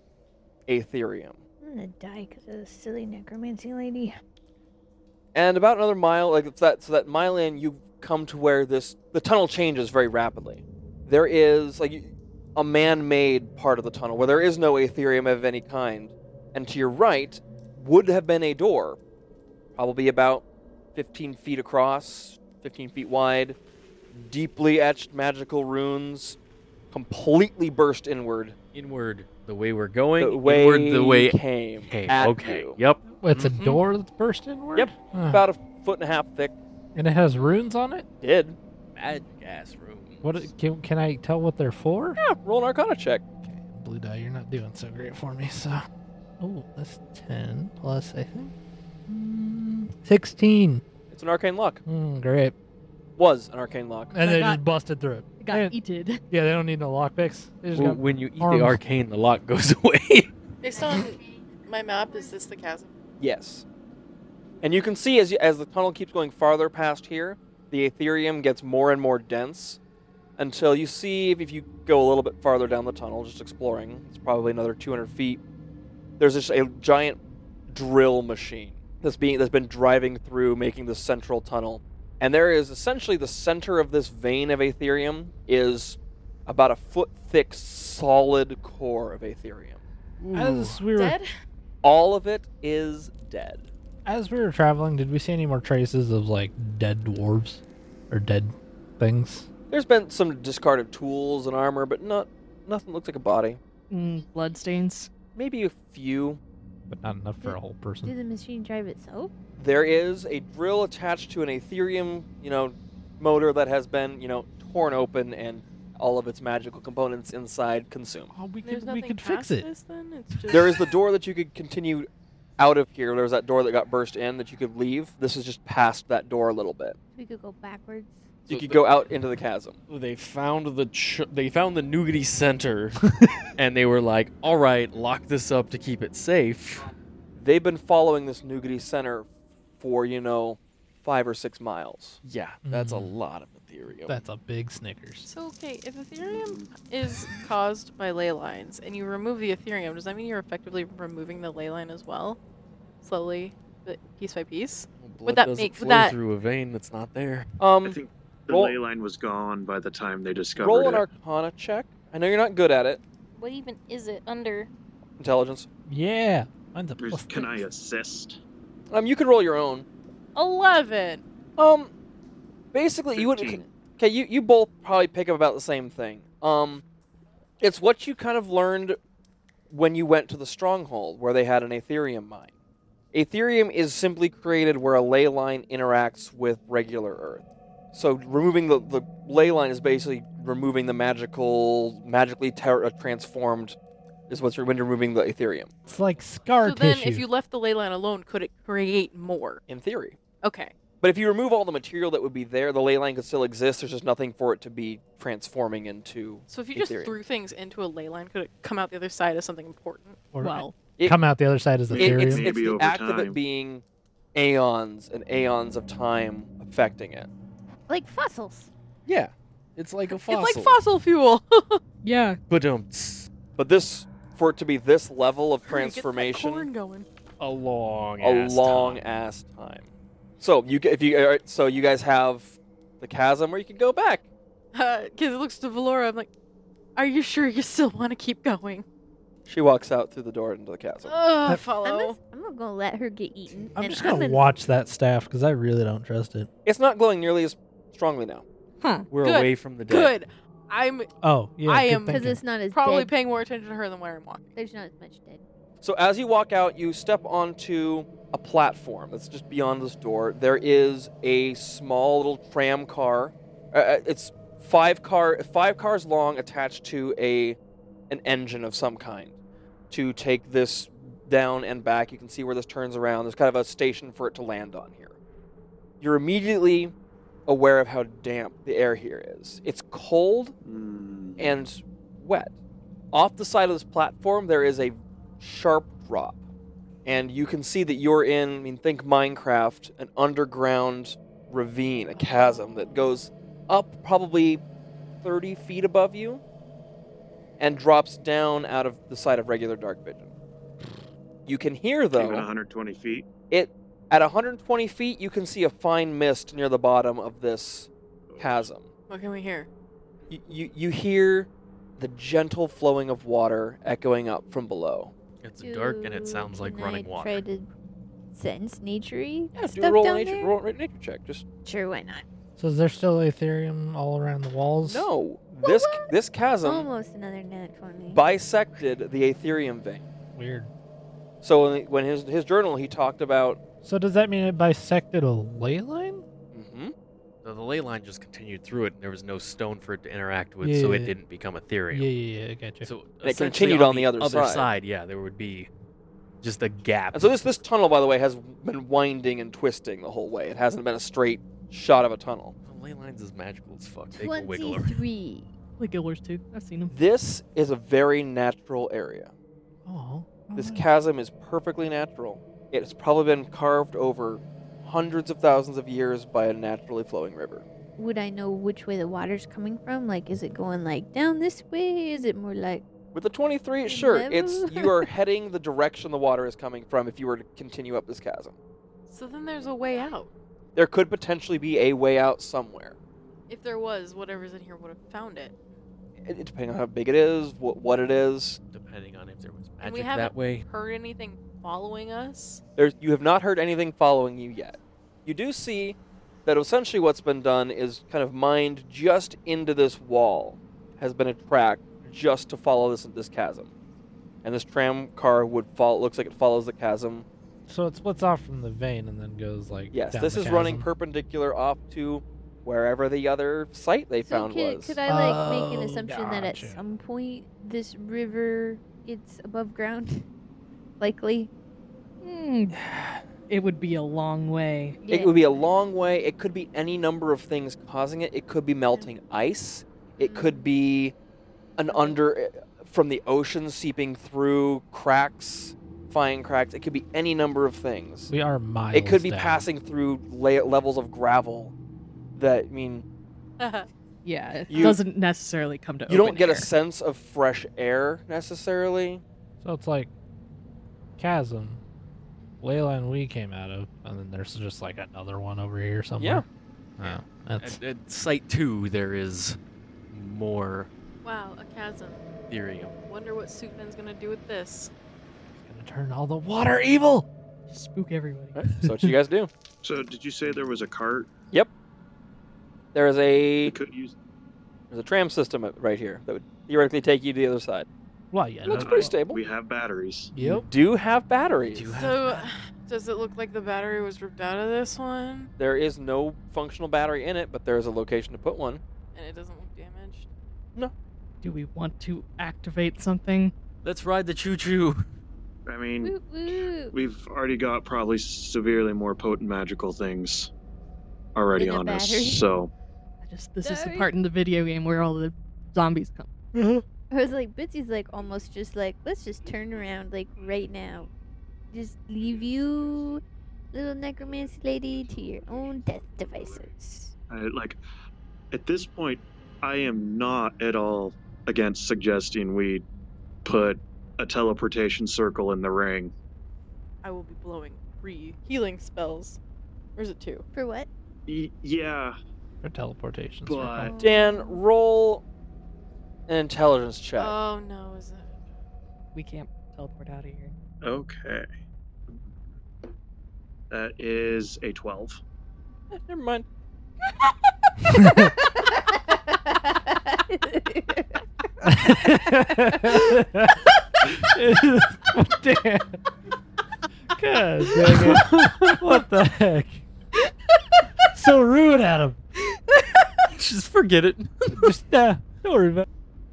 Speaker 1: aetherium.
Speaker 8: I'm gonna die because of this silly necromancy lady.
Speaker 1: And about another mile, like it's that, so that mile in, you come to where this the tunnel changes very rapidly. There is like a man-made part of the tunnel where there is no aetherium of any kind, and to your right would have been a door, probably about 15 feet across, 15 feet wide, deeply etched magical runes, completely burst inward.
Speaker 3: Inward, the way we're going.
Speaker 1: the way
Speaker 3: inward, the way.
Speaker 1: came.
Speaker 3: Okay.
Speaker 1: at
Speaker 3: okay.
Speaker 1: you.
Speaker 3: Yep.
Speaker 4: It's
Speaker 3: Mhm.
Speaker 4: a door that's burst inward?
Speaker 1: Mm-hmm. Yep.
Speaker 4: Ah,
Speaker 1: About a foot and a half thick.
Speaker 4: and it has runes on it?
Speaker 1: Did.
Speaker 3: Mad gas room.
Speaker 4: What i- can, can I tell what they're for?
Speaker 1: Yeah, roll an Arcana check.
Speaker 4: Okay, blue die, you're not doing so great for me, so. Oh, that's 10 plus, I think. Mm, 16.
Speaker 1: It's an arcane lock.
Speaker 4: Mm, great.
Speaker 1: Was an arcane lock.
Speaker 4: And
Speaker 9: I
Speaker 4: they
Speaker 9: got-
Speaker 4: just busted through it.
Speaker 9: Got
Speaker 4: Yeah.
Speaker 9: eated.
Speaker 4: Yeah, they don't need no lockpicks. They just
Speaker 3: Well,
Speaker 4: got-
Speaker 3: when you eat
Speaker 4: arms.
Speaker 3: the arcane, the lock goes away.
Speaker 2: Based on my map, is this the chasm?
Speaker 1: Yes. And you can see as you, as the tunnel keeps going farther past here, the aetherium gets more and more dense until you see if, if you go a little bit farther down the tunnel, just exploring, it's probably another 200 feet. There's just a giant drill machine that's being that's been driving through, making the central tunnel. And there is essentially the center of this vein of aetherium is about a foot thick solid core of aetherium.
Speaker 4: as we were
Speaker 2: Dead?
Speaker 1: All of it is dead.
Speaker 4: as we were traveling, did we see any more traces of like dead dwarves or dead things?
Speaker 1: There's been some discarded tools and armor, but not nothing looks like a body.
Speaker 9: Mm, bloodstains.
Speaker 1: Maybe a few.
Speaker 4: But not enough for a whole
Speaker 8: Did
Speaker 4: person.
Speaker 8: the machine drive itself?
Speaker 1: There is a drill attached to an Aetherium, you know, motor that has been, you know, torn open and all of its magical components inside consumed.
Speaker 4: Oh, we
Speaker 2: There's
Speaker 4: could we
Speaker 2: nothing
Speaker 4: could
Speaker 2: past
Speaker 4: fix it.
Speaker 2: This, then? It's just...
Speaker 1: There is the door that you could continue out of here. There's that door that got burst in that you could leave. This is just past that door a little bit.
Speaker 8: We could go backwards.
Speaker 1: You could go out into the chasm.
Speaker 3: They found the ch- they found the Nougaty Center, and they were like, "All right, lock this up to keep it safe."
Speaker 1: They've been following this Nougaty Center for, you know, five or six miles.
Speaker 3: Yeah, that's a
Speaker 4: Mm.
Speaker 3: lot of it.
Speaker 1: Ethereum.
Speaker 4: That's a big Snickers.
Speaker 2: So okay, if Ethereum is caused by ley lines and you remove the Ethereum, does that mean you're effectively removing the ley line as well, slowly, but piece by piece?
Speaker 3: Blood
Speaker 2: that
Speaker 3: doesn't
Speaker 2: make- would
Speaker 3: flow
Speaker 2: that-
Speaker 3: through a vein that's not there?
Speaker 7: I
Speaker 1: Um,
Speaker 7: think the
Speaker 1: roll-
Speaker 7: ley line was gone by the time they discovered
Speaker 1: roll
Speaker 7: it.
Speaker 1: an Arcana check. I know you're not good at it.
Speaker 8: What even is it under?
Speaker 1: Intelligence.
Speaker 4: Yeah. Mine's a
Speaker 7: There's-
Speaker 4: plus
Speaker 7: Can I
Speaker 4: six.
Speaker 7: assist?
Speaker 1: Um, you could roll your own.
Speaker 2: Eleven.
Speaker 1: Um, basically, you would.
Speaker 7: 15.
Speaker 1: Okay, you, you both probably pick up about the same thing. Um, it's what you kind of learned when you went to the stronghold where they had an Ethereum mine. Ethereum is simply created where a ley line interacts with regular Earth. So removing the, the ley line is basically removing the magical, magically ter- uh, transformed, is what's when you're removing the Ethereum.
Speaker 4: It's like scar
Speaker 2: so then,
Speaker 4: tissue.
Speaker 2: if you left the ley line alone, could it create more?
Speaker 1: In theory.
Speaker 2: Okay.
Speaker 1: But if you remove all the material that would be there, the ley line could still exist. There's just nothing for it to be transforming into.
Speaker 2: So if you just
Speaker 1: Ethereum.
Speaker 2: threw things into a ley line, could it come out the other side as something important?
Speaker 4: Or
Speaker 9: Well,
Speaker 1: It-
Speaker 4: come out the other side as
Speaker 7: it-
Speaker 1: It-
Speaker 4: Ethereum.
Speaker 1: it's, it's
Speaker 7: Maybe
Speaker 1: the
Speaker 7: over
Speaker 1: act of it
Speaker 7: time.
Speaker 1: being aeons and aeons of time affecting it.
Speaker 8: Like fossils.
Speaker 3: Yeah, it's like a fossil.
Speaker 2: It's like fossil fuel.
Speaker 9: yeah.
Speaker 3: But don't.
Speaker 1: But this, for it to be this level of
Speaker 2: Get that corn
Speaker 1: transformation,
Speaker 2: going.
Speaker 3: A long.
Speaker 1: a
Speaker 3: ass
Speaker 1: long
Speaker 3: time.
Speaker 1: ass time. So you, g- if you, all right, so you guys have the chasm where you can go back.
Speaker 2: Because Uh, it looks to Valora, I'm like, are you sure you still want to keep going?
Speaker 1: She walks out through the door into the chasm.
Speaker 2: Ugh,
Speaker 4: That-
Speaker 8: I'm,
Speaker 2: follow.
Speaker 8: just, I'm not gonna let her get eaten.
Speaker 4: I'm
Speaker 8: and
Speaker 4: just gonna
Speaker 8: I'm
Speaker 4: watch that staff because I really don't trust it.
Speaker 1: It's not glowing nearly as strongly now.
Speaker 9: Huh.
Speaker 3: We're
Speaker 2: Good.
Speaker 3: away from the dead.
Speaker 2: Good. I'm
Speaker 4: Oh, yeah.
Speaker 2: I
Speaker 4: good
Speaker 2: am- 'Cause
Speaker 8: Because
Speaker 4: thinking.
Speaker 8: it's not as
Speaker 2: probably
Speaker 8: dead.
Speaker 2: paying more attention to her than where I'm walking.
Speaker 8: There's not as much dead.
Speaker 1: So as you walk out, you step onto a platform that's just beyond this door. There is a small little tram car. Uh, Uh, it's five car, five cars long, attached to a an engine of some kind to take this down and back. You can see where this turns around. There's kind of a station for it to land on here. You're immediately aware of how damp the air here is. It's cold
Speaker 7: Mm.
Speaker 1: and wet. Off the side of this platform, there is a sharp drop, and you can see that you're in, I mean, think Minecraft, an underground ravine, a chasm that goes up probably 30 feet above you and drops down out of the side of regular dark vision. You can hear,
Speaker 7: Even
Speaker 1: though,
Speaker 7: 120 feet.
Speaker 1: at 120 feet, you can see a fine mist near the bottom of this chasm
Speaker 2: What can we hear?
Speaker 1: you, you, you hear the gentle flowing of water echoing up from below.
Speaker 3: It's dark and it sounds like
Speaker 8: Can
Speaker 3: running
Speaker 8: I
Speaker 3: water.
Speaker 8: Try to sense naturey
Speaker 1: Yeah, do a
Speaker 8: stuff
Speaker 1: roll a
Speaker 8: down
Speaker 1: nature,
Speaker 8: there.
Speaker 1: roll a nature check. Just
Speaker 8: Sure, why not?
Speaker 4: So is there still Ethereum all around the walls?
Speaker 1: no. This
Speaker 8: what?
Speaker 1: this chasm
Speaker 8: Almost another net for me.
Speaker 1: bisected the Aetherium vein.
Speaker 4: Weird.
Speaker 1: So when, when his his journal, he talked about.
Speaker 4: So does that mean it bisected a ley line?
Speaker 1: hmm
Speaker 3: So the ley line just continued through it, and there was no stone for it to interact with, so
Speaker 4: Yeah.
Speaker 3: it didn't become
Speaker 4: Yeah,
Speaker 3: Ethereum.
Speaker 4: yeah, yeah. I gotcha.
Speaker 3: So
Speaker 1: it
Speaker 3: essentially
Speaker 1: continued on the other side.
Speaker 3: Yeah, there would be just a gap.
Speaker 1: And so this this tunnel, by the way, has been winding and twisting the whole way. It hasn't been a straight shot of a tunnel.
Speaker 3: The ley lines is magical as fuck. They can wiggle around.
Speaker 8: Twenty-three.
Speaker 9: Like Gillers too. I've seen them.
Speaker 1: This is a very natural area.
Speaker 4: oh,
Speaker 1: This chasm is perfectly natural. It's probably been carved over hundreds of thousands of years by a naturally flowing river.
Speaker 8: Would I know which way the water's coming from? Like, is it going like down this way? Is it more like
Speaker 1: With the 23, sure, it's
Speaker 8: Never.
Speaker 1: you are heading the direction the water is coming from if you were to continue up this chasm.
Speaker 2: So then there's a way out.
Speaker 1: There could potentially be a way out somewhere,
Speaker 2: If there was, whatever's in here would have found it.
Speaker 1: It- it- depending on how big it is, what, what it is.
Speaker 3: Depending on if there was
Speaker 2: And we
Speaker 3: magic
Speaker 2: haven't-
Speaker 3: that way.
Speaker 2: Heard anything following us?
Speaker 1: There's, you have not heard anything following you yet. You do see that essentially what's been done is kind of mined just into this wall, has been a track just to follow this this chasm, and this tram car would follow. Looks like it follows the chasm.
Speaker 4: so it splits off from the vein and then goes like.
Speaker 1: Yes,
Speaker 4: down
Speaker 1: this
Speaker 4: the
Speaker 1: is running
Speaker 4: chasm.
Speaker 1: perpendicular off to wherever the other site they
Speaker 8: So
Speaker 1: found
Speaker 8: could,
Speaker 1: was.
Speaker 8: could I like make
Speaker 4: Oh,
Speaker 8: an assumption that at
Speaker 4: gotcha.
Speaker 8: some point this river gets above ground? Likely.
Speaker 9: Mm, it would be a long way.
Speaker 1: It would be a long way. It could be any number of things causing it. It could be melting ice. It
Speaker 8: Mm.
Speaker 1: could be an under from the ocean seeping through cracks, fine cracks. It could be any number of things.
Speaker 4: We are miles.
Speaker 1: It could be
Speaker 4: down.
Speaker 1: passing through la- levels of gravel that I mean
Speaker 9: Yeah, it
Speaker 1: You-
Speaker 9: doesn't necessarily come to.
Speaker 1: You don't
Speaker 9: open
Speaker 1: get
Speaker 9: air.
Speaker 1: a sense of fresh air necessarily.
Speaker 4: So it's like chasm. Layla and we came out of, and then there's just like another one over here somewhere. Yeah. that's
Speaker 3: At, at site two, there is more
Speaker 2: Wow, a chasm.
Speaker 3: Ethereum.
Speaker 2: Wonder what Sukman's gonna do with this.
Speaker 4: gonna turn all the water evil.
Speaker 9: Just spook everybody.
Speaker 1: Right? So what you guys do?
Speaker 7: So did you say there was a cart?
Speaker 1: There is
Speaker 7: We
Speaker 1: a
Speaker 7: could use.
Speaker 1: there's a tram system right here that would theoretically take you to the other side.
Speaker 4: Well, yeah.
Speaker 1: Looks
Speaker 4: no-
Speaker 1: pretty stable.
Speaker 7: Uh, We have batteries.
Speaker 4: Yep.
Speaker 1: Do you have batteries.
Speaker 4: Do you have
Speaker 2: So,
Speaker 4: that?
Speaker 2: does it look like the battery was ripped out of this one,
Speaker 1: There is no functional battery in it, but there is a location to put one.
Speaker 2: and it doesn't look damaged?
Speaker 9: Do we want to activate something?
Speaker 3: Let's ride the choo choo.
Speaker 7: I mean,
Speaker 8: Woo, woo.
Speaker 7: we've already got probably severely more potent magical things already
Speaker 8: Than a
Speaker 7: on us.
Speaker 8: battery.
Speaker 7: So
Speaker 9: I just this is the
Speaker 8: Sorry.
Speaker 9: part in the video game where all the zombies come.
Speaker 8: I was like, Bitsy's like almost just like, let's just turn around like right now. Just leave you, little necromancy lady, to your own death devices.
Speaker 7: I, like at this point i am not at all against suggesting we put a teleportation circle in the ring
Speaker 2: I will be blowing three healing spells. Or is it two?
Speaker 8: For what?
Speaker 7: y- yeah
Speaker 4: For teleportation.
Speaker 7: But-
Speaker 8: Um,
Speaker 4: circle.
Speaker 1: Dan, roll an intelligence check.
Speaker 2: Oh no, is it?
Speaker 9: We can't teleport out of here.
Speaker 7: okay that is a 12
Speaker 1: Eh, never mind.
Speaker 4: Damn. God dang it. What the heck? So rude, Adam.
Speaker 3: Just forget it.
Speaker 4: Just nah, don't worry about.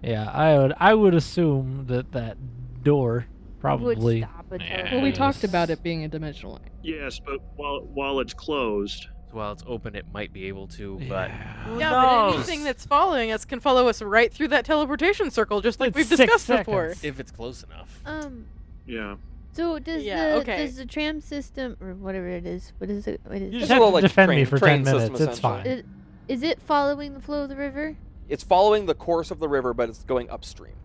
Speaker 4: It. Yeah, I would. I would assume that that door probably.
Speaker 8: Would stop a
Speaker 4: Yeah.
Speaker 8: turtle.
Speaker 9: Well, we talked
Speaker 4: Yes.
Speaker 9: about it being a dimensional line.
Speaker 7: yes but while while it's closed
Speaker 3: While it's open, it might be able to, but
Speaker 4: Yeah.
Speaker 2: yeah, but anything
Speaker 3: knows?
Speaker 2: that's following us can follow us right through that teleportation circle, just like
Speaker 4: It's
Speaker 2: we've
Speaker 4: six
Speaker 2: discussed before.
Speaker 4: seconds.
Speaker 3: if it's close enough.
Speaker 8: Um.
Speaker 7: yeah
Speaker 8: So does
Speaker 2: Yeah,
Speaker 8: the
Speaker 2: okay.
Speaker 8: does the tram system or whatever it is? What is it? What is
Speaker 4: You
Speaker 8: it?
Speaker 4: just
Speaker 1: a
Speaker 4: have
Speaker 1: little,
Speaker 4: to
Speaker 1: like,
Speaker 4: defend me
Speaker 1: train-
Speaker 4: for
Speaker 1: train
Speaker 4: ten minutes.
Speaker 1: system,
Speaker 4: It's
Speaker 1: essentially.
Speaker 4: fine.
Speaker 8: It- Is it following the flow of the river?
Speaker 1: It's following the course of the river, but it's going upstream.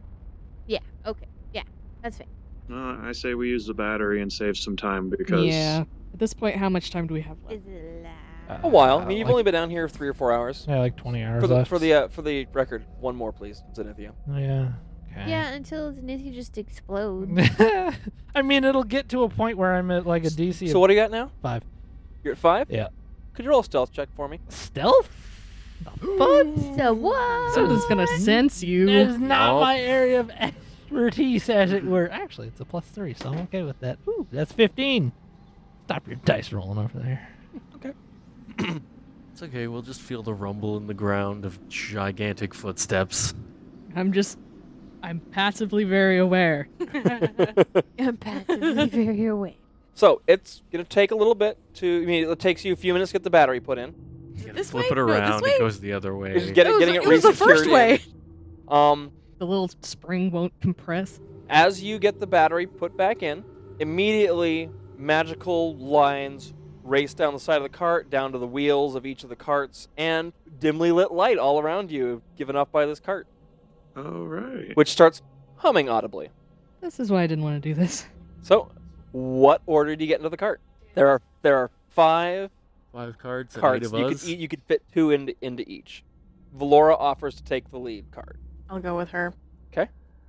Speaker 8: Yeah. Okay. Yeah. That's fine.
Speaker 7: uh, i say we use the battery and save some time because
Speaker 9: Yeah. At this point, how much time do we have left?
Speaker 8: Is it loud?
Speaker 1: A
Speaker 8: Oh,
Speaker 1: while. I
Speaker 4: Uh,
Speaker 1: mean, you've
Speaker 4: like-
Speaker 1: only been down here three or four hours.
Speaker 4: Yeah, like twenty hours
Speaker 1: For the
Speaker 4: left.
Speaker 1: for the uh, for the record, one more please, Zenithia.
Speaker 4: yeah. Okay.
Speaker 8: Yeah, until Zenithia just explodes.
Speaker 4: I mean, it'll get to a point where I'm at like a DC
Speaker 1: So
Speaker 4: of
Speaker 1: what do you got now?
Speaker 4: five.
Speaker 1: You're at five.
Speaker 4: Yeah.
Speaker 1: Could you roll a stealth check for me?
Speaker 4: Stealth?
Speaker 8: so what?
Speaker 9: Something's gonna sense
Speaker 4: That
Speaker 9: you.
Speaker 4: is not
Speaker 3: Nope.
Speaker 4: my area of expertise, as it were. Actually, it's a plus three, so I'm okay with that. Ooh, that's 15. Stop your dice rolling over there.
Speaker 3: It's okay. We'll just feel the rumble in the ground of gigantic footsteps.
Speaker 9: I'm just, I'm passively very aware.
Speaker 8: I'm passively very aware.
Speaker 1: So it's gonna take a little bit to. I mean, it takes you a few minutes to get the battery put in.
Speaker 2: Is it
Speaker 3: Gotta
Speaker 2: this
Speaker 3: flip
Speaker 2: way?
Speaker 3: it
Speaker 2: No, this
Speaker 3: around.
Speaker 2: way?
Speaker 3: It goes the other way.
Speaker 1: Just get
Speaker 2: It
Speaker 1: it,
Speaker 2: was-
Speaker 1: getting
Speaker 2: it was the first
Speaker 1: resecured in.
Speaker 2: way.
Speaker 1: Um,
Speaker 9: The little spring won't compress.
Speaker 1: as you get the battery put back in, immediately magical lines race down the side of the cart, down to the wheels of each of the carts, and dimly lit light all around you, given off by this cart,
Speaker 7: all right
Speaker 1: which starts humming audibly.
Speaker 9: This is why I didn't want to do this.
Speaker 1: So, what order do you get into the cart? There are there are five
Speaker 3: Five cards. and eight
Speaker 1: carts.
Speaker 3: of
Speaker 1: You could,
Speaker 3: us.
Speaker 1: e- you could fit two into into each. Valora offers to take the lead cart.
Speaker 2: I'll go with her.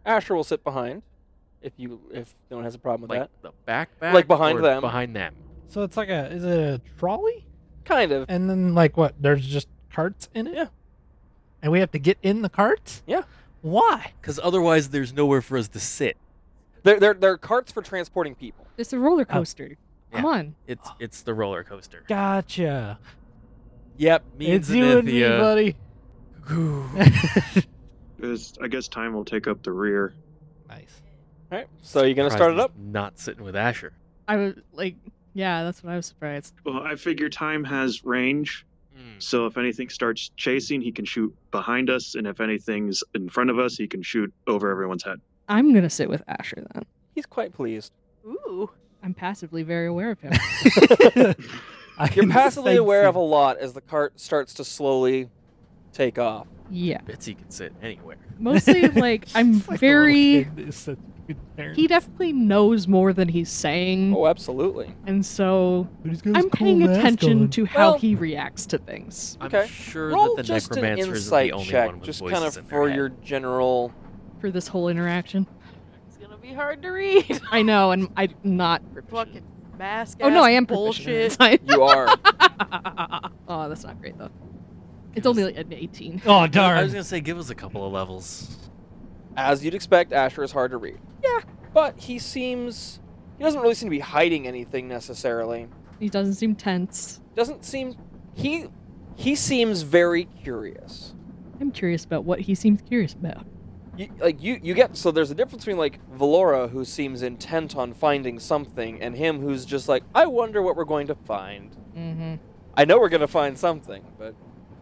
Speaker 1: Asher will sit behind, if you if no one has a problem with
Speaker 3: like
Speaker 1: that.
Speaker 3: the back, back
Speaker 1: Like behind
Speaker 3: or
Speaker 1: them.
Speaker 3: Behind them.
Speaker 4: So it's like a, is it a trolley?
Speaker 1: Kind of.
Speaker 4: And then, like, what? There's just carts in it?
Speaker 1: Yeah.
Speaker 4: And we have to get in the carts?
Speaker 1: Yeah.
Speaker 4: Why?
Speaker 3: Because otherwise, there's nowhere for us to sit.
Speaker 1: They're, they're, they're carts for transporting people.
Speaker 9: It's a roller coaster.
Speaker 3: Yeah.
Speaker 9: Come on.
Speaker 3: It's it's the roller coaster.
Speaker 4: Gotcha.
Speaker 3: Yep, me
Speaker 4: It's
Speaker 3: and
Speaker 4: you and me,
Speaker 3: Zenithia.
Speaker 4: buddy.
Speaker 7: Because I guess time will take up the rear.
Speaker 4: nice.
Speaker 1: All right. So you're gonna start it up.
Speaker 3: Surprised he's Not sitting with Asher.
Speaker 9: I was like, yeah, that's what I was surprised.
Speaker 7: Well, I figure time has range.
Speaker 3: Hmm,
Speaker 7: So if anything starts chasing, he can shoot behind us, and if anything's in front of us, he can shoot over everyone's head.
Speaker 9: I'm gonna sit with Asher then.
Speaker 1: He's quite pleased.
Speaker 2: Ooh.
Speaker 9: I'm passively very aware of him.
Speaker 4: I
Speaker 1: You're
Speaker 4: can
Speaker 1: passively
Speaker 4: sense
Speaker 1: aware
Speaker 4: you.
Speaker 1: of a lot as the cart starts to slowly take off.
Speaker 9: Yeah.
Speaker 3: Bitsy can sit anywhere.
Speaker 9: Mostly like I'm
Speaker 4: It's like the little
Speaker 9: very
Speaker 4: kid that sits there.
Speaker 9: he definitely knows more than he's saying.
Speaker 1: Oh, absolutely.
Speaker 9: And so
Speaker 4: But he's got his
Speaker 9: I'm
Speaker 4: cool
Speaker 9: paying
Speaker 4: mask
Speaker 9: attention
Speaker 4: on.
Speaker 9: to how
Speaker 1: Well-
Speaker 9: he reacts to things
Speaker 1: Okay.
Speaker 3: I'm sure
Speaker 1: Roll
Speaker 3: that the
Speaker 1: just an
Speaker 3: necromancer is
Speaker 1: insight
Speaker 3: the only
Speaker 1: check,
Speaker 3: one with
Speaker 1: just
Speaker 3: voices
Speaker 1: kind of
Speaker 3: in their
Speaker 1: for
Speaker 3: head.
Speaker 1: your general.
Speaker 9: for this whole interaction.
Speaker 2: It's gonna be hard to read.
Speaker 9: I know, and I'm not.
Speaker 2: Fucking mask.
Speaker 9: Oh no,
Speaker 2: ass
Speaker 9: I am
Speaker 2: bullshit.
Speaker 9: proficient in
Speaker 1: You are.
Speaker 9: it. oh, that's not great though. It's only like an 18.
Speaker 4: Oh
Speaker 3: I
Speaker 4: darn!
Speaker 3: was gonna say, give us a couple of levels.
Speaker 1: As you'd expect, Asher is hard to read. Yeah. But he seems. He doesn't really seem to be hiding anything necessarily.
Speaker 9: He doesn't seem tense.
Speaker 1: Doesn't seem. He. He seems very curious.
Speaker 9: I'm curious about what he seems curious about.
Speaker 1: You, like you, you get so there's a difference between like Valora who seems intent on finding something and him who's just like I wonder what we're going to find.
Speaker 9: Mm-hmm.
Speaker 1: I know we're going to find something, but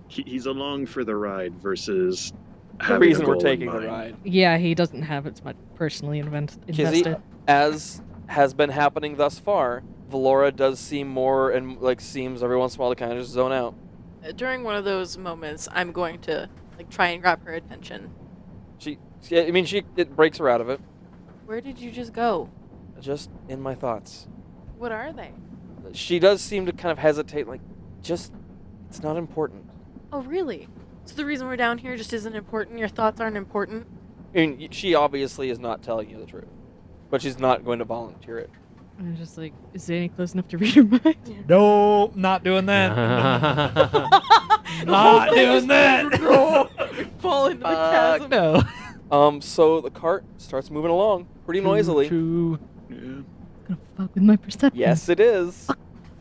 Speaker 7: He, he's along for the ride versus
Speaker 1: the
Speaker 7: having a
Speaker 1: reason we're
Speaker 7: goal in
Speaker 1: taking the
Speaker 7: mind.
Speaker 1: ride.
Speaker 9: Yeah, he doesn't have as much personally invent-
Speaker 1: Kizzy?
Speaker 9: invested.
Speaker 1: as has been happening thus far, Valora does seem more and like seems every once in a while to kind of just zone out.
Speaker 2: Uh, During one of those moments, I'm going to like try and grab her attention.
Speaker 1: She, she I mean, she it breaks her out of it.
Speaker 2: Where did you just go?
Speaker 1: Just in my thoughts,
Speaker 2: What are they?
Speaker 1: she does seem to kind of hesitate. Like, just it's not important.
Speaker 2: Oh, really? So the reason we're down here just isn't important. Your thoughts aren't important.
Speaker 1: I mean, y- she obviously is not telling you the truth, but she's not going to volunteer it.
Speaker 9: I'm just like, is Danny close enough to read your mind?
Speaker 4: No, not doing that. not doing that.
Speaker 2: Fall into the
Speaker 1: Fuck.
Speaker 2: chasm.
Speaker 4: no.
Speaker 1: Um, so the cart starts moving along pretty noisily.
Speaker 4: Choo, choo.
Speaker 7: Yeah.
Speaker 9: Gonna fuck with my perception.
Speaker 1: Yes, it is.
Speaker 4: Mm.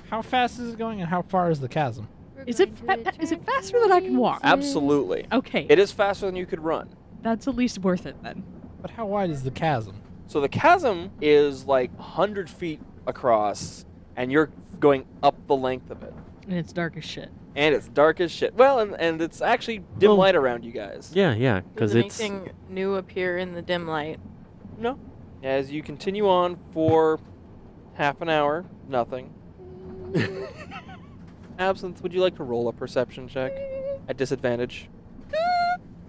Speaker 4: How fast is it going, and how far is the chasm?
Speaker 9: Is it fa- is it faster than I can walk?
Speaker 1: Absolutely,
Speaker 9: Okay,
Speaker 1: it is faster than you could run.
Speaker 9: that's at least worth it then.
Speaker 4: But how wide is the chasm?
Speaker 1: So the chasm is like 100 feet across, and you're going up the length of it.
Speaker 9: And it's dark as shit.
Speaker 1: And it's dark as shit. Well, and, and it's actually dim
Speaker 4: Oh.
Speaker 3: Well-
Speaker 1: light around you guys.
Speaker 3: Yeah, yeah,
Speaker 2: Does anything new appear in the dim light?
Speaker 1: As you continue on for half an hour, nothing. Absinthe, would you like to roll a perception check at disadvantage?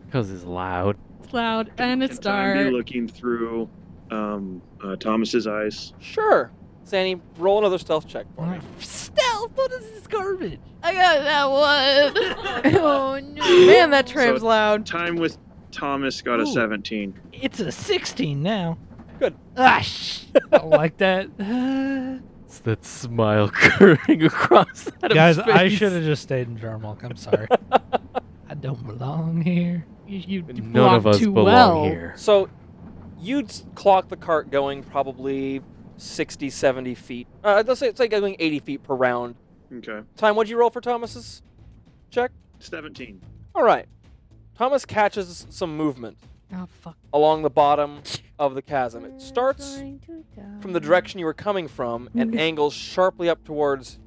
Speaker 3: because it's loud.
Speaker 9: It's loud and it's
Speaker 7: Can Time be
Speaker 9: dark.
Speaker 7: looking through um, uh, Thomas's eyes.
Speaker 1: Sure. Sandy, roll another stealth check for me.
Speaker 4: Stealth. What is this garbage?
Speaker 2: I got that one.
Speaker 8: oh no.
Speaker 2: Man, that tram's
Speaker 7: So-
Speaker 2: loud.
Speaker 7: Time with Thomas got a
Speaker 4: Ooh.
Speaker 7: 17.
Speaker 4: It's a 16 now.
Speaker 1: Good.
Speaker 4: Ah, sh- I don't like that. Ah.
Speaker 3: It's that smile curving across that
Speaker 4: Guys, I should have just stayed in Jarmulk. I'm sorry. I don't belong here.
Speaker 9: You, you you
Speaker 3: None of
Speaker 9: block
Speaker 3: us
Speaker 9: too
Speaker 3: belong
Speaker 9: well.
Speaker 3: here.
Speaker 1: So you'd s- clock the cart going probably 60, 70 feet. Uh, let's say it's like going 80 feet per round.
Speaker 7: Okay.
Speaker 1: Time, what'd you roll for Thomas's check?
Speaker 7: 17.
Speaker 1: All right. Thomas catches some movement
Speaker 9: Oh fuck.
Speaker 1: along the bottom of the chasm. It starts from the direction you were coming from and angles sharply up towards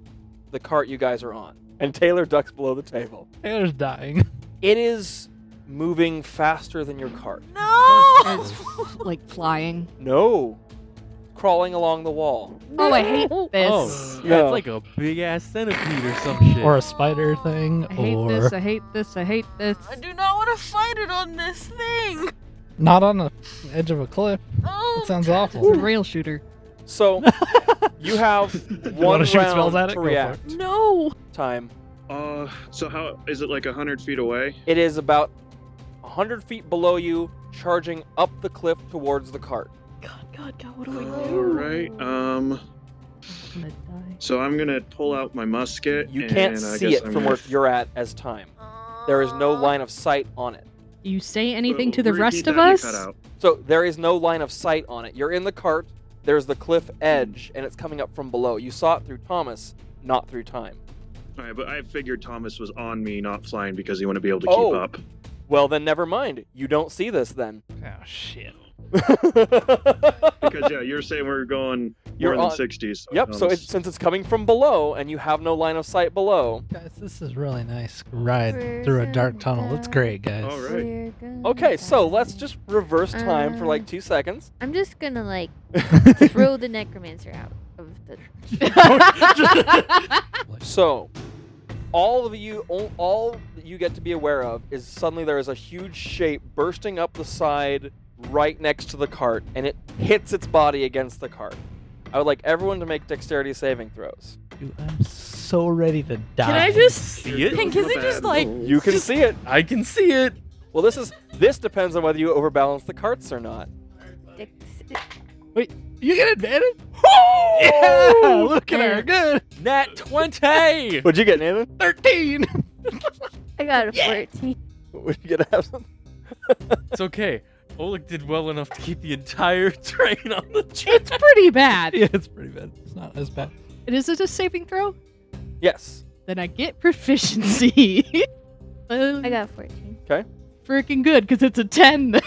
Speaker 1: the cart you guys are on. And Taylor ducks below the table.
Speaker 4: Taylor's dying.
Speaker 1: It is moving faster than your cart.
Speaker 9: It's like flying.
Speaker 1: No. Crawling along the wall.
Speaker 9: Oh, I hate this.
Speaker 3: Oh,
Speaker 1: No.
Speaker 3: that's like a big ass centipede or some shit.
Speaker 4: Or a spider thing.
Speaker 9: I hate
Speaker 4: or
Speaker 9: this. I hate this. I hate this.
Speaker 2: I do not want to fight it on this thing.
Speaker 4: not on the edge of a cliff.
Speaker 2: Oh,
Speaker 4: That sounds
Speaker 9: It's a
Speaker 4: awful.
Speaker 9: rail shooter.
Speaker 1: So you have one
Speaker 4: wanna shoot
Speaker 1: round
Speaker 4: spells at it?
Speaker 1: to
Speaker 4: Go for
Speaker 1: react.
Speaker 2: no.
Speaker 1: Time.
Speaker 7: Uh, so how is it like 100 feet away?
Speaker 1: It is about 100 feet below you, charging up the cliff towards the cart.
Speaker 9: God, God, God. What do I
Speaker 7: All
Speaker 9: do?
Speaker 7: right. Um,
Speaker 9: I'm gonna die.
Speaker 7: so I'm going to pull out my musket.
Speaker 1: You can't
Speaker 7: and I
Speaker 1: see
Speaker 7: guess
Speaker 1: it
Speaker 7: I'm
Speaker 1: from
Speaker 7: gonna
Speaker 1: where you're at as time. There is no line of sight on it.
Speaker 9: You say anything to the
Speaker 7: Repeat
Speaker 9: rest
Speaker 7: that
Speaker 9: of
Speaker 7: you
Speaker 9: us?
Speaker 7: cut out.
Speaker 1: So there is no line of sight on it. You're in the cart, there's the cliff edge, and it's coming up from below. You saw it through Thomas, not through time.
Speaker 7: All right, but I figured Thomas was on me, not flying, because he wouldn't be able to
Speaker 1: Oh.
Speaker 7: keep up.
Speaker 1: Well, then never mind. You don't see this then.
Speaker 4: Oh shit.
Speaker 7: Because yeah, you're saying we're going
Speaker 1: You're
Speaker 7: more than
Speaker 1: on-
Speaker 7: 60s. So um,
Speaker 1: yep, so
Speaker 7: Thomas-
Speaker 1: it's, since it's coming from below and you have no line of sight below,
Speaker 4: Guys, this is really nice ride
Speaker 8: We're
Speaker 4: through a dark
Speaker 8: gonna
Speaker 4: tunnel. It's
Speaker 8: die.
Speaker 4: great, guys.
Speaker 7: All right.
Speaker 8: Oh
Speaker 1: okay, so let's just reverse time for like two seconds.
Speaker 8: I'm just gonna like throw the necromancer out of the.
Speaker 1: So, all of you, all, all that you get to be aware of is suddenly there is a huge shape bursting up the side right next to the cart, and it hits its body against the cart. I would like everyone to make dexterity saving throws.
Speaker 4: Dude, I'm so ready to die.
Speaker 2: Can I just
Speaker 3: See it?
Speaker 2: Pink, is it just like
Speaker 1: You can see it.
Speaker 3: I can see it.
Speaker 1: Well, this is this depends on whether you overbalance the carts or not.
Speaker 4: You get advantage? yeah,
Speaker 1: Oh,
Speaker 4: look at her. Good.
Speaker 3: Nat 20!
Speaker 1: What'd you get, Nathan?
Speaker 4: 13.
Speaker 8: I got a 14.
Speaker 1: What'd you get, Absinthe?
Speaker 3: it's okay. Oleg did well enough to keep the entire train on the track.
Speaker 9: It's pretty bad.
Speaker 4: yeah, it's pretty bad. It's not as bad.
Speaker 9: It is it a saving throw?
Speaker 1: Yes.
Speaker 9: Then I get proficiency. Um,
Speaker 8: I got a 14.
Speaker 9: freaking good because it's a 10.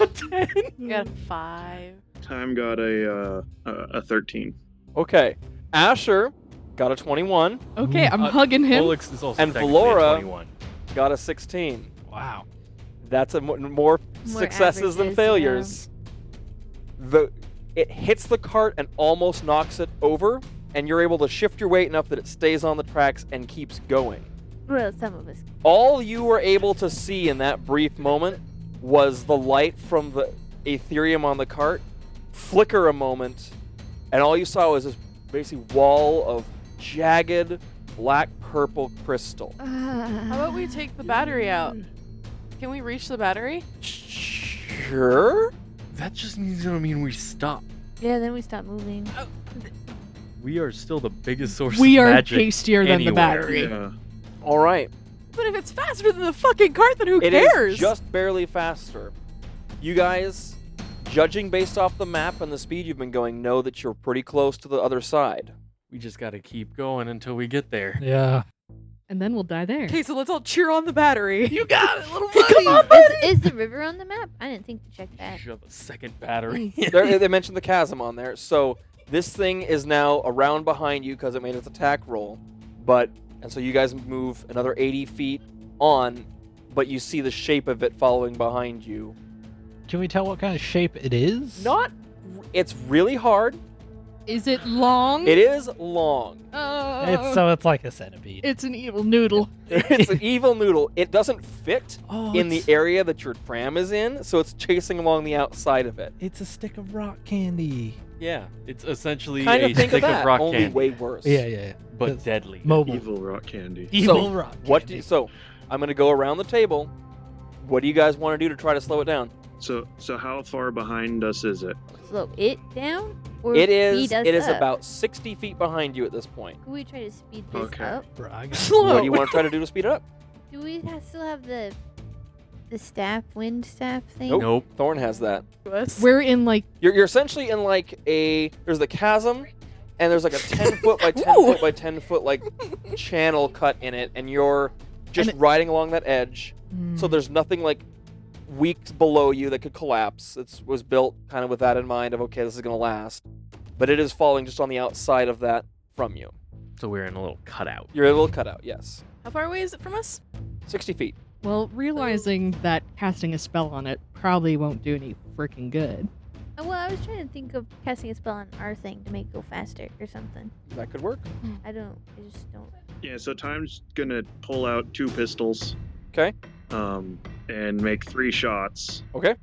Speaker 9: a 10.
Speaker 2: you got a five?
Speaker 7: Time got a uh, a a thirteen.
Speaker 1: Okay. Asher got a 21,
Speaker 9: Okay,
Speaker 4: Ooh,
Speaker 9: I'm
Speaker 3: uh,
Speaker 9: hugging him.
Speaker 3: Oleg's is also
Speaker 1: And
Speaker 3: technically a
Speaker 1: Valora-
Speaker 3: 21.
Speaker 1: got a 16.
Speaker 4: Wow.
Speaker 1: That's a mo- more, successes than
Speaker 8: averages, yeah.
Speaker 1: failures. The it hits the cart and almost knocks it over, and you're able to shift your weight enough that it stays on the tracks and keeps going.
Speaker 8: Well, some of us.
Speaker 1: All you were able to see in that brief moment was the light from the Ethereum on the cart flicker a moment, and all you saw was this basically wall of jagged black purple crystal.
Speaker 2: How about we take the battery out? Can we reach the battery?
Speaker 1: Sure?
Speaker 3: That just means I mean we stop.
Speaker 8: Yeah, then we stop moving.
Speaker 3: We are still the biggest source
Speaker 9: we
Speaker 3: of
Speaker 9: are
Speaker 3: magic.
Speaker 9: tastier than the
Speaker 3: anywhere.
Speaker 9: battery.
Speaker 7: Yeah.
Speaker 1: All right.
Speaker 2: But if it's faster than the fucking cart, then who
Speaker 1: It is
Speaker 2: cares?
Speaker 1: just barely faster. You guys, judging based off the map and the speed you've been going, know that you're pretty close to the other side.
Speaker 3: we just gotta keep going until we get there.
Speaker 4: Yeah.
Speaker 9: And then we'll die there.
Speaker 2: okay, so let's all cheer on the battery.
Speaker 4: You got it, little
Speaker 2: Come on, buddy.
Speaker 8: Is, is the river on the map? I didn't think to check that.
Speaker 3: Shove a second battery.
Speaker 1: there, they mentioned the chasm on there, so this thing is now around behind you because it made its attack roll. But and so you guys move another 80 feet on, but you see the shape of it following behind you.
Speaker 4: Can we tell what kind of shape it is?
Speaker 1: Not, it's really hard.
Speaker 9: Is it long?
Speaker 1: It
Speaker 2: Mm.
Speaker 1: is long.
Speaker 9: Oh,
Speaker 4: It's so it's like a centipede.
Speaker 9: it's an evil noodle.
Speaker 1: It's an evil noodle. It doesn't fit
Speaker 4: oh,
Speaker 1: in the
Speaker 4: it's,
Speaker 1: area that your pram is in, so it's chasing along the outside of it.
Speaker 4: it's a stick of rock candy.
Speaker 3: yeah, it's essentially
Speaker 1: Kind
Speaker 3: a
Speaker 1: of think
Speaker 3: stick
Speaker 1: of that,
Speaker 3: rock
Speaker 1: only
Speaker 3: candy,
Speaker 1: way worse.
Speaker 4: Yeah, yeah, yeah.
Speaker 3: but
Speaker 4: That's
Speaker 3: deadly.
Speaker 4: Mobile.
Speaker 7: Evil rock candy.
Speaker 4: Evil rock.
Speaker 1: What do
Speaker 4: candy.
Speaker 1: you, so? I'm gonna go around the table. What do you guys want to do to try to slow it down?
Speaker 7: So so how far behind us is it?
Speaker 8: Slow it down? Or
Speaker 1: It is.
Speaker 8: speed us
Speaker 1: It is
Speaker 8: up?
Speaker 1: about 60 feet behind you at this point.
Speaker 8: Can we try to speed this
Speaker 7: Okay.
Speaker 8: up?
Speaker 4: Bro, I got-
Speaker 2: Slow.
Speaker 1: What do you want to try to do to speed it up?
Speaker 8: Do we ha still have the the staff, wind staff thing?
Speaker 1: Nope.
Speaker 3: Nope.
Speaker 1: Thorn has that.
Speaker 2: Us.
Speaker 9: We're in like
Speaker 1: You're, you're essentially in like a. There's the chasm, and there's like a 10 foot by 10
Speaker 2: Ooh.
Speaker 1: foot by 10 foot like channel cut in it, and you're just
Speaker 9: And
Speaker 1: riding along that edge.
Speaker 9: Mm.
Speaker 1: So there's nothing like weeks below you that could collapse. It was built kind of with that in mind of okay, this is gonna last, but it is falling just on the outside of that from you.
Speaker 3: So we're in a little cutout.
Speaker 1: You're a little cutout, yes,
Speaker 2: How far away is it from us?
Speaker 1: 60 feet.
Speaker 9: well, realizing that casting a spell on it probably won't do any freaking good.
Speaker 8: Oh, well, I was trying to think of casting a spell on our thing to make it go faster or something.
Speaker 1: That could work.
Speaker 8: I don't. I just don't.
Speaker 7: Yeah, so time's gonna pull out two pistols.
Speaker 1: 'Kay.
Speaker 7: Um, and make three shots.
Speaker 1: Okay.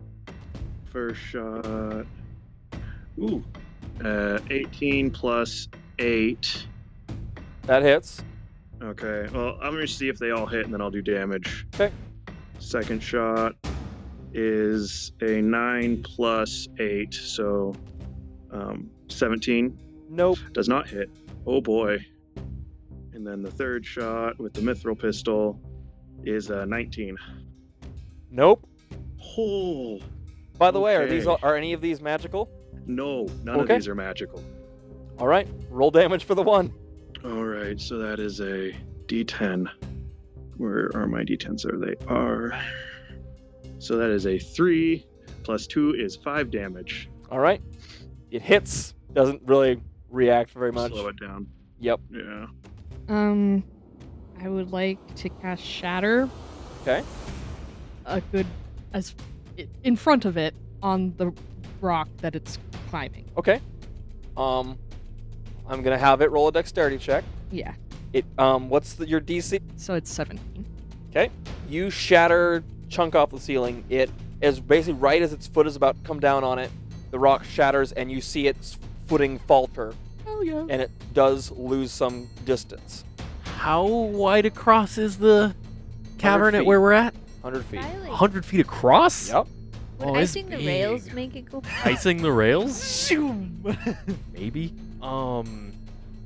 Speaker 7: First shot. Ooh. Uh, 18 plus eight.
Speaker 1: That hits.
Speaker 7: Okay. Well, I'm gonna see if they all hit, and then I'll do damage.
Speaker 1: 'Kay.
Speaker 7: Second shot is a nine plus eight, so um, 17
Speaker 1: Nope.
Speaker 7: does not hit. Oh boy. And then the third shot with the mithril pistol is a 19.
Speaker 1: Nope.
Speaker 7: Oh,
Speaker 1: By the way, are these all,
Speaker 7: Okay.
Speaker 1: are any of these magical?
Speaker 7: no, none
Speaker 1: Okay.
Speaker 7: of these are magical.
Speaker 1: All right, roll damage for the one.
Speaker 7: All right, so that is a d10. Where are my d10s? There they are. So that is a 3 plus 2 is 5 damage.
Speaker 1: All right, it hits. Doesn't really react very much.
Speaker 7: Slow it down.
Speaker 1: Yep.
Speaker 7: Yeah.
Speaker 9: Um, I would like to cast Shatter.
Speaker 1: 'Kay.
Speaker 9: A good as i- in front of it on the rock that it's climbing.
Speaker 1: Okay. Um, I'm gonna have it roll a dexterity check.
Speaker 9: Yeah.
Speaker 1: It um, what's the, your DC?
Speaker 9: So it's 17.
Speaker 1: You shatter chunk off the ceiling. It is basically right as its foot is about to come down on it. The rock shatters and you see its footing falter,
Speaker 2: Oh yeah.
Speaker 1: and it does lose some distance,
Speaker 3: How wide across is the cavern at
Speaker 1: feet.
Speaker 3: where we're at?
Speaker 1: 100 feet.
Speaker 8: Riley,
Speaker 3: 100 feet across?
Speaker 1: Yep.
Speaker 8: would
Speaker 3: Oh, it's
Speaker 8: icing the rails make it go?
Speaker 3: Icing the rails?
Speaker 9: Shoom!
Speaker 3: Maybe. Um.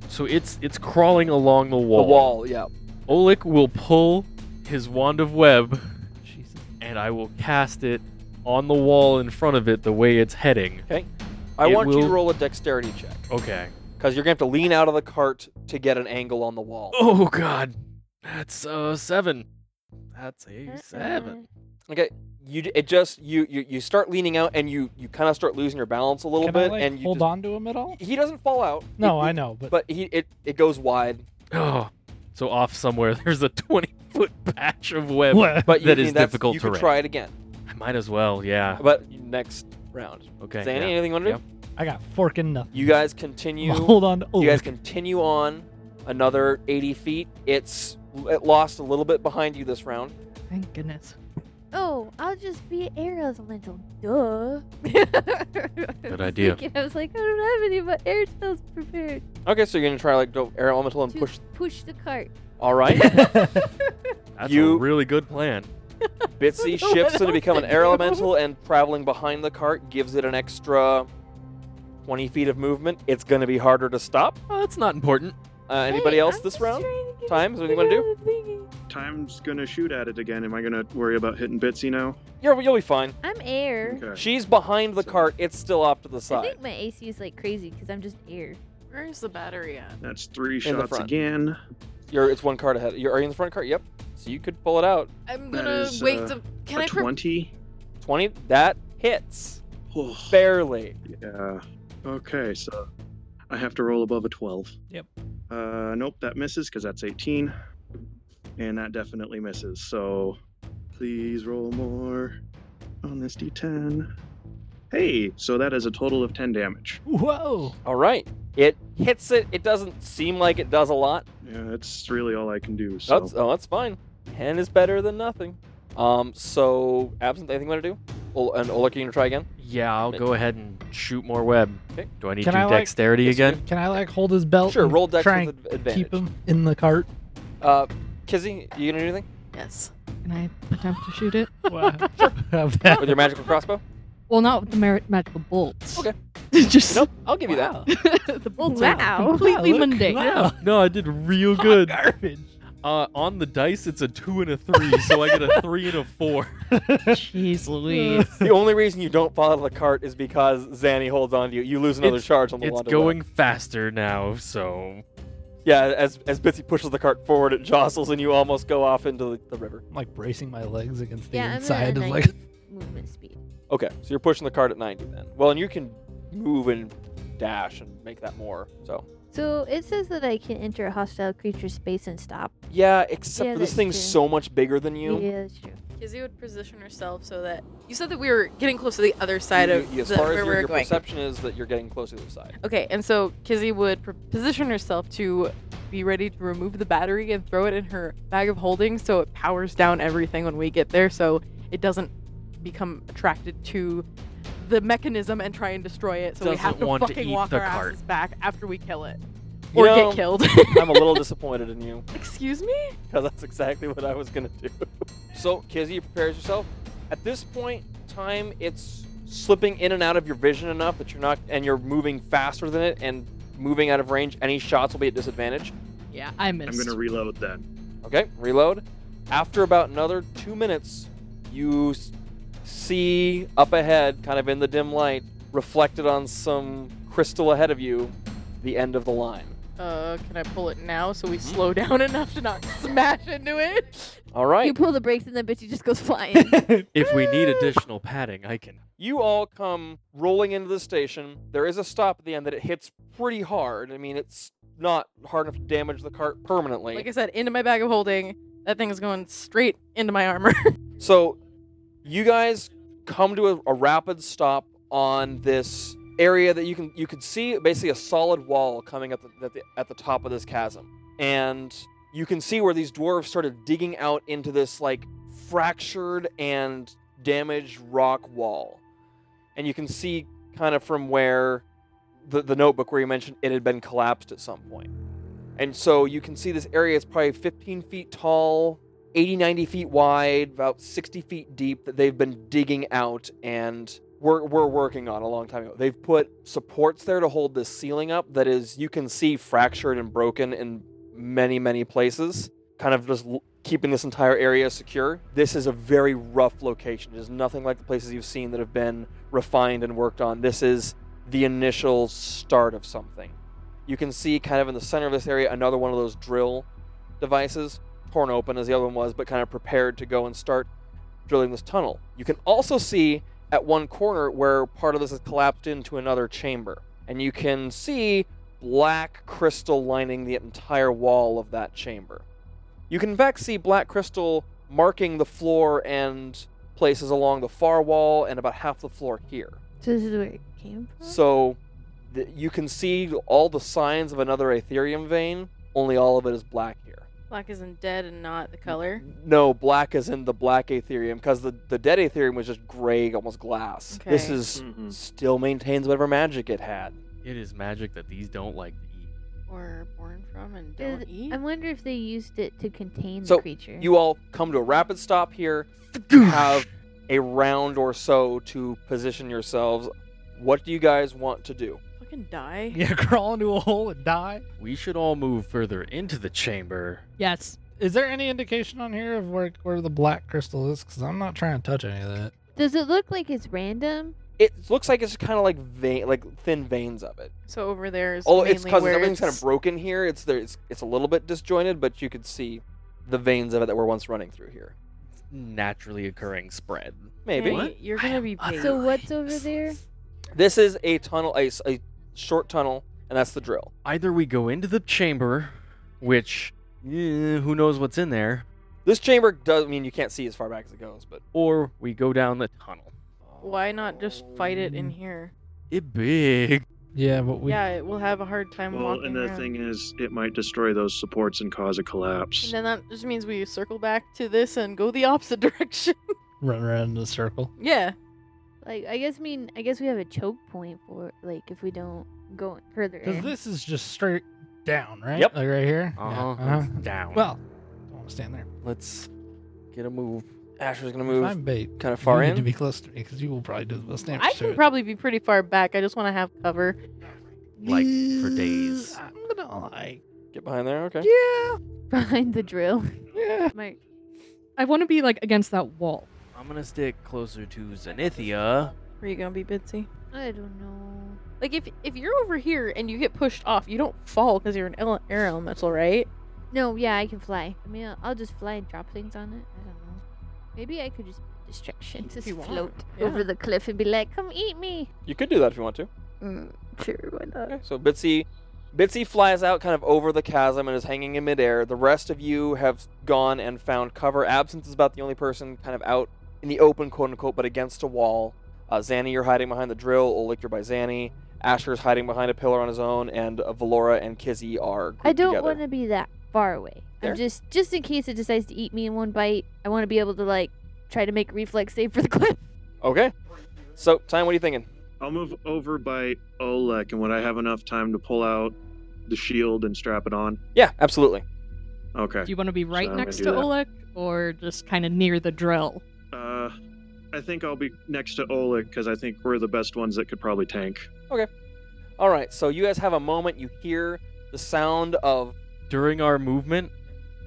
Speaker 3: So it's it's crawling along the wall.
Speaker 1: The wall. Yeah.
Speaker 3: Olik will pull his wand of web,
Speaker 4: Jesus.
Speaker 3: and I will cast it on the wall in front of it the way it's heading.
Speaker 1: I
Speaker 3: It
Speaker 1: want you to
Speaker 3: will-
Speaker 1: roll a dexterity check
Speaker 3: Okay.
Speaker 1: because you're gonna have to lean out of the cart to get an angle on the wall.
Speaker 3: Oh God, that's uh seven. That's a seven.
Speaker 1: Okay, you d- it just you you, you start leaning out and you you kind of start losing your balance a little
Speaker 4: Can
Speaker 1: bit
Speaker 4: I, like,
Speaker 1: and you
Speaker 4: hold
Speaker 1: just-
Speaker 4: on to him at all?
Speaker 1: He doesn't fall out.
Speaker 4: No,
Speaker 1: It-
Speaker 4: I
Speaker 1: it-
Speaker 4: know, but,
Speaker 1: But he it it goes wide.
Speaker 3: Oh, so off somewhere there's a twenty foot patch of web.
Speaker 4: What?
Speaker 1: But you,
Speaker 3: That
Speaker 1: I mean,
Speaker 3: is
Speaker 1: that's-
Speaker 3: difficult
Speaker 1: You
Speaker 3: terrain.
Speaker 1: could try it again,
Speaker 3: I might as well. Yeah.
Speaker 1: but next round.
Speaker 3: Okay.
Speaker 1: Zanny,
Speaker 3: yeah.
Speaker 1: anything you want to
Speaker 3: Yep.
Speaker 1: do?
Speaker 4: I got forking nothing.
Speaker 1: You guys continue.
Speaker 4: hold on. To
Speaker 1: You guys
Speaker 4: Oleg.
Speaker 1: continue on another 80 feet. It's it lost a little bit behind you this round.
Speaker 9: Thank goodness.
Speaker 8: Oh, I'll just be air elemental. Duh. Good
Speaker 3: idea.
Speaker 8: I was like, I don't have any but air spells prepared.
Speaker 1: Okay, so you're gonna try like do- air elemental and
Speaker 8: To
Speaker 1: push.
Speaker 8: push the cart.
Speaker 1: All right,
Speaker 3: That's a
Speaker 1: You-
Speaker 3: really good plan.
Speaker 1: Bitsy
Speaker 8: What
Speaker 1: shifts
Speaker 8: else
Speaker 1: to become an
Speaker 8: to
Speaker 1: air
Speaker 8: do?
Speaker 1: elemental and traveling behind the cart gives it an extra 20 feet of movement. It's gonna be harder to stop.
Speaker 3: Oh, that's not important.
Speaker 1: Uh, anybody
Speaker 8: Hey,
Speaker 1: else
Speaker 8: I'm
Speaker 1: this
Speaker 8: just
Speaker 1: round?
Speaker 8: trying to get
Speaker 1: Time? Is there anything you
Speaker 8: figure
Speaker 1: wanna
Speaker 8: out the thingy.
Speaker 7: Time's gonna shoot at it again. Am I gonna worry about hitting Bitsy now?
Speaker 1: You're, you'll be fine.
Speaker 8: I'm air.
Speaker 7: Okay.
Speaker 1: She's behind the cart. It's still off to the
Speaker 8: I
Speaker 1: side.
Speaker 8: think my AC is like crazy because I'm just air.
Speaker 2: Where is the battery at?
Speaker 7: That's three
Speaker 1: the
Speaker 7: shots
Speaker 1: front.
Speaker 7: again.
Speaker 1: You're, it's one cart ahead. You're, are you in the front cart? Yep. So you could pull it out.
Speaker 2: I'm
Speaker 7: That
Speaker 2: gonna
Speaker 7: is,
Speaker 2: wait
Speaker 7: uh,
Speaker 2: to. Can
Speaker 7: a
Speaker 2: I pre-
Speaker 7: 20?
Speaker 1: 20. That hits.
Speaker 7: Oh,
Speaker 1: Barely.
Speaker 7: yeah. Okay, so I have to roll above a 12.
Speaker 4: Yep.
Speaker 7: Uh, nope, that misses because that's 18. And that definitely misses. So please roll more on this d10. Hey, so that is a total of 10 damage.
Speaker 4: Whoa!
Speaker 1: All right. It hits it. It doesn't seem like it does a lot.
Speaker 7: Yeah, that's really all I can do. So
Speaker 1: That's, oh, that's fine. 10 is better than nothing. Um, so, absent, anything you want to do? Ol- and Ola, can you try again?
Speaker 3: Yeah, I'll
Speaker 1: But-
Speaker 3: go ahead and shoot more web.
Speaker 1: Okay.
Speaker 3: Do I need
Speaker 4: Can
Speaker 3: to
Speaker 4: I,
Speaker 3: do
Speaker 4: like-
Speaker 3: dexterity
Speaker 1: Yes, you
Speaker 3: again?
Speaker 4: Can I like hold his belt?
Speaker 1: Sure,
Speaker 4: and
Speaker 1: roll dex
Speaker 4: Oh, try
Speaker 1: with ad-
Speaker 4: and
Speaker 1: advantage.
Speaker 4: keep him in the cart.
Speaker 1: Uh, Kizzy, you gonna do anything?
Speaker 2: Yes.
Speaker 9: Can I attempt to shoot it?
Speaker 4: Wow. Have
Speaker 1: With
Speaker 4: that.
Speaker 1: your magical crossbow?
Speaker 9: Well, not with the mar- magical bolts.
Speaker 1: Okay.
Speaker 9: Just
Speaker 1: Nope, I'll give you that.
Speaker 4: Wow.
Speaker 9: the bolts
Speaker 8: Wow.
Speaker 9: are completely
Speaker 4: Wow, look,
Speaker 9: mundane.
Speaker 4: wow.
Speaker 3: No, I did real good.
Speaker 4: Oh, Garbage.
Speaker 3: Uh, on the dice, it's a two and a three, so I get a three and a four.
Speaker 9: Jeez Louise.
Speaker 1: The only reason you don't fall out of the cart is because Zanny holds on to you. You lose another
Speaker 3: It's-
Speaker 1: charge on the
Speaker 3: It's
Speaker 1: wand of
Speaker 3: going faster now, so
Speaker 1: luck. Yeah, as as Bitsy pushes the cart forward, it jostles and you almost go off into the, the river.
Speaker 4: I'm like bracing my legs against the
Speaker 8: Yeah, I'm at
Speaker 4: inside
Speaker 8: a
Speaker 4: of
Speaker 8: 90
Speaker 4: like
Speaker 8: movement speed.
Speaker 1: Okay, so you're pushing the cart at 90 then. Well, and you can move and dash and make that more. So
Speaker 8: So it says that I can enter a hostile creature's space and stop.
Speaker 1: yeah, except
Speaker 8: Yeah,
Speaker 1: for this
Speaker 8: that's
Speaker 1: thing's
Speaker 8: true.
Speaker 1: so much bigger than you.
Speaker 8: Yeah, that's true.
Speaker 2: Kizzy would position herself so that you said that we were getting close to the other side
Speaker 1: You-
Speaker 2: of
Speaker 1: you- as
Speaker 2: the,
Speaker 1: far
Speaker 2: where
Speaker 1: as your,
Speaker 2: we were
Speaker 1: your
Speaker 2: going.
Speaker 1: perception is that you're getting closer to the side.
Speaker 2: Okay, and so Kizzy would pr- position herself to be ready to remove the battery and throw it in her bag of holding so it powers down everything when we get there so it doesn't become attracted to the mechanism and try and destroy it so we have
Speaker 3: Doesn't
Speaker 2: to
Speaker 3: want to
Speaker 2: fucking
Speaker 3: eat
Speaker 2: walk
Speaker 3: the
Speaker 2: our
Speaker 3: cart.
Speaker 2: asses back after we kill it
Speaker 1: You
Speaker 2: or
Speaker 1: know,
Speaker 2: get killed.
Speaker 1: I'm a little disappointed in you
Speaker 2: Excuse me?
Speaker 1: because that's exactly what I was gonna do. So Kizzy prepares yourself. At this point, in time it's slipping in and out of your vision enough that you're not, and you're moving faster than it, and moving out of range. Any shots will be at disadvantage.
Speaker 9: yeah, I
Speaker 7: I'm
Speaker 9: missed.
Speaker 7: going to reload then.
Speaker 1: Okay, reload. After about another two minutes, you s- see up ahead, kind of in the dim light, reflected on some crystal ahead of you, the end of the line.
Speaker 2: Uh, can I pull it now so
Speaker 3: Mm-hmm.
Speaker 2: we slow down enough to not smash into it?
Speaker 1: All right.
Speaker 8: You pull the brakes and that bitch just goes flying.
Speaker 3: if we need additional padding, I can.
Speaker 1: You all come rolling into the station. There is a stop at the end that it hits pretty hard. I mean, it's not hard enough to damage the cart permanently.
Speaker 2: Like I said, into my bag of holding. That thing's going straight into my armor.
Speaker 1: so, you guys come to a, a rapid stop on this area that you can you can see basically a solid wall coming up the, at, the, at the top of this chasm. and you can see where these dwarves started digging out into this like fractured and damaged rock wall. And you can see kind of from where the, the notebook where you mentioned it had been collapsed at some point. And so you can see this area is probably 15 feet tall, 80, 90 feet wide, about 60 feet deep that they've been digging out and we're, we're working on a long time ago. They've put supports there to hold this ceiling up that is, you can see, fractured and broken in many, many places, kind of just l- keeping this entire area secure. This is a very rough location. It is nothing like the places you've seen that have been refined and worked on. This is the initial start of something. You can see, kind of in the center of this area, another one of those drill devices, torn open as the other one was, but kind of prepared to go and start drilling this tunnel. You can also see at one corner where part of this is collapsed into another chamber. And you can see black crystal lining the entire wall of that chamber. You can in fact see black crystal marking the floor and places along the far wall and about half the floor here.
Speaker 8: So this is where it came from.
Speaker 1: So th- you can see all the signs of another Aetherium vein, only all of it is black here.
Speaker 2: Black isn't dead and not the color.
Speaker 1: No, black is in the black Aetherium because the, the dead Aetherium was just gray, almost glass. This
Speaker 2: Okay.
Speaker 1: is
Speaker 7: Hmm.
Speaker 1: still maintains whatever magic it had.
Speaker 3: It is magic that these don't like to eat.
Speaker 2: Or born from and
Speaker 8: Is-
Speaker 2: don't eat.
Speaker 8: I wonder if they used it to contain
Speaker 1: So,
Speaker 8: the creature.
Speaker 1: You all come to a rapid stop here. You have a round or so to position yourselves. What do you guys want to do?
Speaker 2: Fucking die.
Speaker 4: Yeah, crawl into a hole and die.
Speaker 3: We should all move further into the chamber.
Speaker 9: Yes.
Speaker 4: Is there any indication on here of where where the black crystal is? Because I'm not trying to touch any of that.
Speaker 8: Does it look like it's random?
Speaker 1: It looks like it's kind of like vein, like thin veins of it.
Speaker 2: So over there is
Speaker 1: Oh,
Speaker 2: mainly
Speaker 1: it's because
Speaker 2: where
Speaker 1: everything's kind of
Speaker 2: it's-
Speaker 1: broken here. It's there. It's, it's a little bit disjointed, but you could see the veins of it that were once running through here.
Speaker 3: Naturally occurring spread.
Speaker 1: Maybe.
Speaker 2: Hey, You're gonna be paid.
Speaker 8: Ah, So what's over there?
Speaker 1: This is a tunnel, a, s- a short tunnel, and that's the drill.
Speaker 3: Either we go into the chamber, which eh, who knows what's in there,
Speaker 1: This chamber does. I mean, you can't see as far back as it goes, but
Speaker 3: or we go down the tunnel.
Speaker 2: Why not just fight it in here?
Speaker 3: It big.
Speaker 4: Yeah, but we.
Speaker 2: yeah, it will have a hard time
Speaker 7: Well,
Speaker 2: walking
Speaker 7: and the
Speaker 2: around.
Speaker 7: thing is, it might destroy those supports and cause a collapse.
Speaker 2: And then that just means we circle back to this and go the opposite direction.
Speaker 4: Run around in a circle.
Speaker 2: yeah.
Speaker 8: Like I guess I mean I guess we have a choke point for like if we don't go further.
Speaker 4: Because
Speaker 8: in.
Speaker 4: this is just straight down, right?
Speaker 1: Yep.
Speaker 4: Like right here. Yeah,
Speaker 3: Uh-huh.
Speaker 4: uh-huh.
Speaker 3: Down.
Speaker 4: Well, I want to stand there.
Speaker 1: let's get a move. Asher's gonna
Speaker 4: If
Speaker 1: move
Speaker 4: I'm bait.
Speaker 1: kind of far
Speaker 4: you
Speaker 1: in.
Speaker 4: need to be close to me because you will probably do the most damage.
Speaker 2: I
Speaker 4: to
Speaker 2: can
Speaker 4: it.
Speaker 2: probably be pretty far back. I just want to have cover.
Speaker 3: like, for days.
Speaker 4: I'm gonna like.
Speaker 1: Get behind there, okay.
Speaker 4: Yeah.
Speaker 8: behind the drill.
Speaker 4: Yeah.
Speaker 8: Mark,
Speaker 9: I want to be like against that wall.
Speaker 3: I'm gonna stick closer to Zenithia.
Speaker 2: Where you gonna be, Bitsy?
Speaker 8: I don't know.
Speaker 2: Like if if you're over here and you get pushed off, you don't fall because you're an ele- air elemental, right?
Speaker 8: No, yeah, I can fly. I mean, I'll- I'll just fly and drop things on it. I don't know. Maybe I could just be a distraction, just
Speaker 2: you want,
Speaker 8: float
Speaker 2: yeah.
Speaker 8: over the cliff and be like, "Come eat me."
Speaker 1: You could do that if you want to.
Speaker 8: Mm, sure, why not?
Speaker 1: Okay, so Bitsy, Bitsy flies out kind of over the chasm and is hanging in midair. The rest of you have gone and found cover. Absence is about the only person kind of out in the open, quote unquote, but against a wall. Uh, Zanny, you're hiding behind the drill. Olik, you're by Zanny. Asher's hiding behind a pillar on his own, and uh, Valora and Kizzy are. Grouped
Speaker 8: I don't
Speaker 1: together.
Speaker 8: want to be that far away.
Speaker 1: There.
Speaker 8: I'm just just in case it decides to eat me in one bite. I want to be able to like try to make a reflex save for the cliff.
Speaker 1: Okay. So, time. What are you thinking?
Speaker 7: I'll move over by Oleg, and would I have enough time to pull out the shield and strap it on?
Speaker 1: Yeah, absolutely.
Speaker 7: Okay.
Speaker 9: Do you want to be right
Speaker 7: I'm gonna
Speaker 9: next
Speaker 7: do
Speaker 9: to
Speaker 7: that.
Speaker 9: Oleg or just kind of near the drill?
Speaker 7: Uh, I think I'll be next to Oleg because I think we're the best ones that could probably tank.
Speaker 1: All right. So you guys have a moment. You hear the sound of
Speaker 3: During our movement,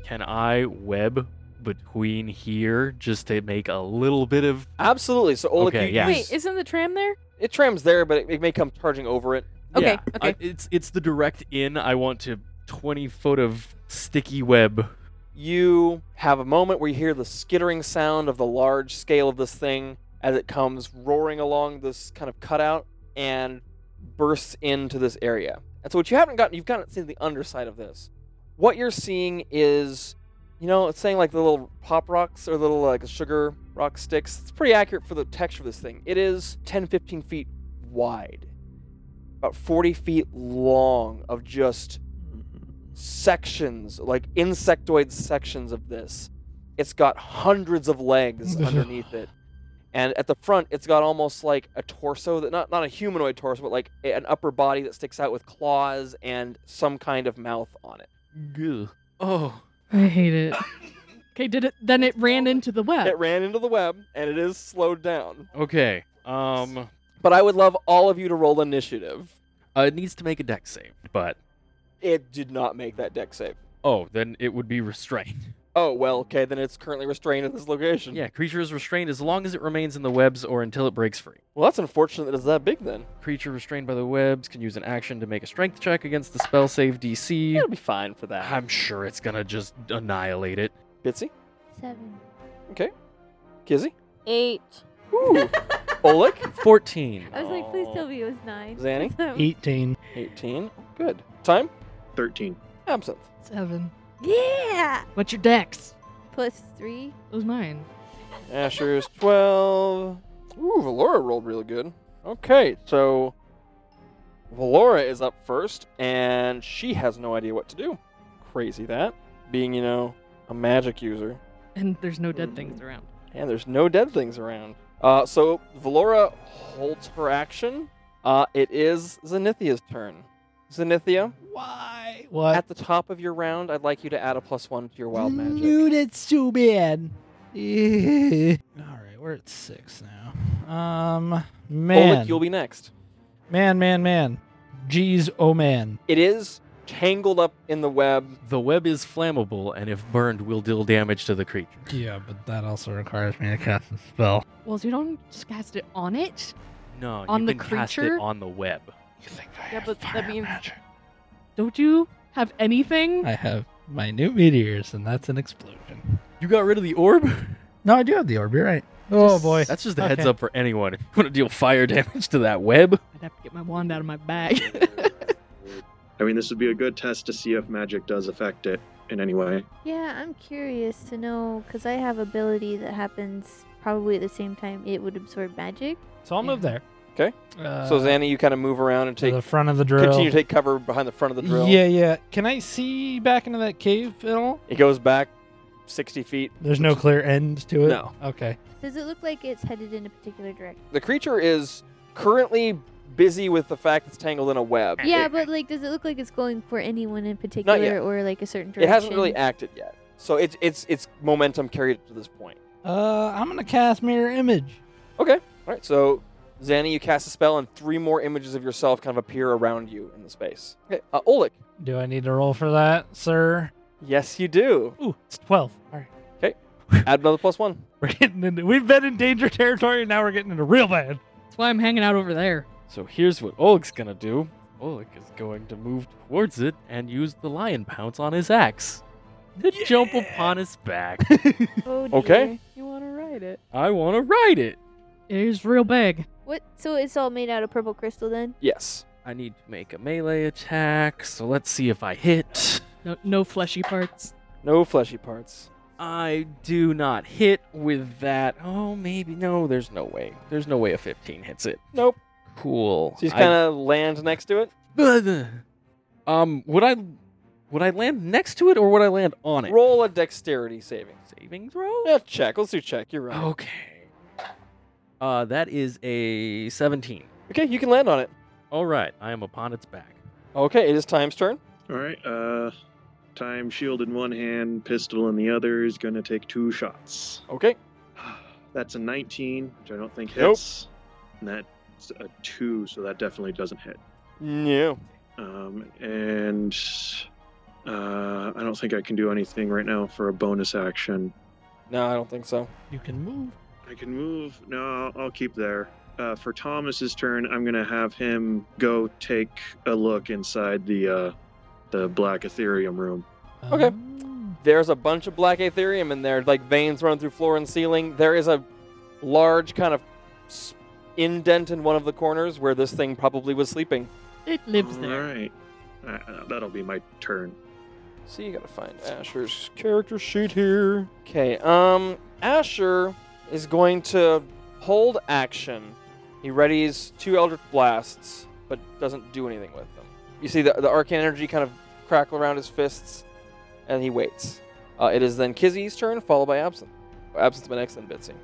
Speaker 3: can I web between here just to make a little bit of?
Speaker 1: absolutely. So Olik,
Speaker 3: Okay,
Speaker 1: you
Speaker 3: yeah.
Speaker 1: use-
Speaker 2: Wait, isn't the tram there?
Speaker 1: it trams there, but it, it may come charging over it.
Speaker 2: Okay,
Speaker 3: Yeah,
Speaker 2: okay.
Speaker 3: I- it's it's the direct in. I want to twenty foot of sticky web.
Speaker 1: you have a moment where you hear the skittering sound of the large scale of this thing as it comes roaring along this kind of cutout and bursts into this area. And so what you haven't gotten, you've gotten seen the underside of this. What you're seeing is, you know, it's saying like the little pop rocks or little like sugar rock sticks. It's pretty accurate for the texture of this thing. It is 10, 15 feet wide, about 40 feet long of just sections, like insectoid sections of this. It's got hundreds of legs underneath it. And at the front, it's got almost like a torso that not not a humanoid torso, but like a- an upper body that sticks out with claws and some kind of mouth on it.
Speaker 3: Oh,
Speaker 9: I hate it. Okay, did it? Then it ran into the web.
Speaker 1: It ran into the web and it is slowed down.
Speaker 3: okay. Um,
Speaker 1: But I would love all of you to roll initiative.
Speaker 3: uh, it needs to make a deck save, but
Speaker 1: It did not make that deck save.
Speaker 3: oh, then it would be restrained.
Speaker 1: Oh well, okay, then it's currently restrained in this location.
Speaker 3: Yeah, creature is restrained as long as it remains in the webs or until it breaks free.
Speaker 1: Well, that's unfortunate that it's that big then.
Speaker 3: Creature restrained by the webs can use an action to make a strength check against the spell save DC.
Speaker 1: It'll be fine for that.
Speaker 3: I'm sure it's gonna just annihilate it.
Speaker 1: Bitsy,
Speaker 8: Seven.
Speaker 1: Kizzy,
Speaker 8: Eight.
Speaker 1: Ooh. Oleg,
Speaker 3: 14.
Speaker 8: I was like, please tell me it was nine.
Speaker 1: Zanny?
Speaker 4: Eighteen.
Speaker 1: 18. Good. Time?
Speaker 7: 13.
Speaker 1: Absinthe.
Speaker 9: Seven.
Speaker 8: Yeah.
Speaker 9: What's your dex?
Speaker 8: Plus three.
Speaker 9: It was mine.
Speaker 1: Asher's 12. Ooh, Valora rolled really good. Okay, so Valora is up first, and she has no idea what to do. Crazy that. Being, you know, a magic user.
Speaker 9: And there's no dead things around.
Speaker 1: And there's no dead things around. Uh, so Valora holds her action. Uh, it is Zenithia's turn. Zenithia,
Speaker 13: Why?
Speaker 4: What?
Speaker 1: at the top of your round, I'd like you to add a plus one to your wild magic.
Speaker 13: Dude, it's too bad. Alright, we're at six now. Um man.
Speaker 1: Oleg, you'll be next.
Speaker 13: Man, man, man. Jeez, oh man.
Speaker 1: It is tangled up in the web.
Speaker 3: The web is flammable, and if burned, will deal damage to the creature.
Speaker 4: Yeah, but that also requires me to cast a spell.
Speaker 9: Well, so you don't just cast it on it.
Speaker 3: No,
Speaker 9: On
Speaker 3: you
Speaker 9: the
Speaker 3: can cast it
Speaker 9: creature?
Speaker 3: on the web.
Speaker 4: You think I
Speaker 2: Yeah, but that means
Speaker 9: Don't you have anything?
Speaker 4: I have minute meteors, and that's an explosion.
Speaker 3: You got rid of the orb?
Speaker 13: No, I do have the orb, you're right. Oh boy.
Speaker 3: That's just a heads
Speaker 13: Okay.
Speaker 3: up for anyone. If you want to deal fire damage to that web,
Speaker 9: I'd have to get my wand out of my bag.
Speaker 7: I mean, this would be a good test to see if magic does affect it in any way.
Speaker 8: Yeah, I'm curious to know because I have ability that happens probably at the same time it would absorb magic.
Speaker 13: So I'll move there.
Speaker 1: Okay.
Speaker 13: Uh,
Speaker 1: so Zanny, you kind of move around and
Speaker 4: To
Speaker 1: take
Speaker 4: the front of the drill.
Speaker 1: continue to take cover behind the front of the drill.
Speaker 13: Yeah, yeah. Can I see back into that cave at all?
Speaker 1: It goes back 60 feet.
Speaker 13: There's no clear end to it.
Speaker 1: No.
Speaker 13: Okay.
Speaker 8: Does it look like it's headed in a particular direction?
Speaker 1: The creature is currently busy with the fact it's tangled in a web.
Speaker 8: Yeah,
Speaker 1: It-
Speaker 8: but like, does it look like it's going for anyone in particular or like a certain
Speaker 1: it
Speaker 8: direction?
Speaker 1: hasn't really acted yet. So it's it's it's momentum carried it to this point.
Speaker 13: Uh, I'm gonna cast mirror image.
Speaker 1: All right. So Zanny, you cast a spell, and three more images of yourself kind of appear around you in the space. Okay. Uh, Oleg.
Speaker 4: Do I need to roll for that, sir?
Speaker 1: Yes, you do.
Speaker 13: Ooh, it's twelve. All right.
Speaker 1: Add another plus one.
Speaker 4: We're getting into. We've been in danger territory, and now we're getting into real bad.
Speaker 9: That's why I'm hanging out over there.
Speaker 3: So here's what Oleg's gonna do. Oleg is going to move towards it and use the lion pounce on his axe to jump upon its back.
Speaker 8: Oh,
Speaker 1: Okay.
Speaker 8: dear.
Speaker 2: you want to ride it.
Speaker 3: I want to ride it.
Speaker 9: It is real big.
Speaker 8: What? So it's all made out of purple crystal then?
Speaker 1: Yes.
Speaker 3: I need to make a melee attack, so let's see if I hit.
Speaker 9: No, no fleshy parts.
Speaker 1: No fleshy parts.
Speaker 3: I do not hit with that. Oh, maybe. No, there's no way. There's no way a 15 hits it.
Speaker 1: Nope.
Speaker 3: Cool.
Speaker 1: So you just
Speaker 3: I-
Speaker 1: kind of land next to it.
Speaker 3: um, would I would I land next to it or would I land on it?
Speaker 1: Roll a dexterity saving.
Speaker 3: Saving throw?
Speaker 1: Yeah, check. Let's do check. You're right.
Speaker 3: Oh. Okay. Uh, that is a 17.
Speaker 1: Okay, you can land on it.
Speaker 3: All right, I am upon its back.
Speaker 1: Okay, it is time's turn.
Speaker 7: All right. Uh, time shield in one hand, pistol in the other is going to take two shots.
Speaker 1: Okay.
Speaker 7: That's a 19, which I don't think
Speaker 1: Nope.
Speaker 7: hits. And that's a 2, so that definitely doesn't hit.
Speaker 1: No.
Speaker 7: Um, and uh, I don't think I can do anything right now for a bonus action.
Speaker 1: No, I don't think so.
Speaker 13: You can move.
Speaker 7: I can move. No, I'll, I'll keep there. Uh, for Thomas's turn, I'm gonna have him go take a look inside the uh, the black Ethereum room.
Speaker 1: Okay.
Speaker 13: Um,
Speaker 1: There's a bunch of black aetherium in there, like veins run through floor and ceiling. There is a large kind of s- indent in one of the corners where this thing probably was sleeping.
Speaker 9: It lives there.
Speaker 7: All right, uh, that'll be my turn.
Speaker 1: So you gotta find Asher's character sheet here. Okay, um, Asher is going to hold action. He readies two Eldritch Blasts, but doesn't do anything with them. You see the, the arcane energy kind of crackle around his fists, and he waits. Uh, it is then Kizzy's turn, followed by Absinthe. Absinthe's been excellent, Bitsy.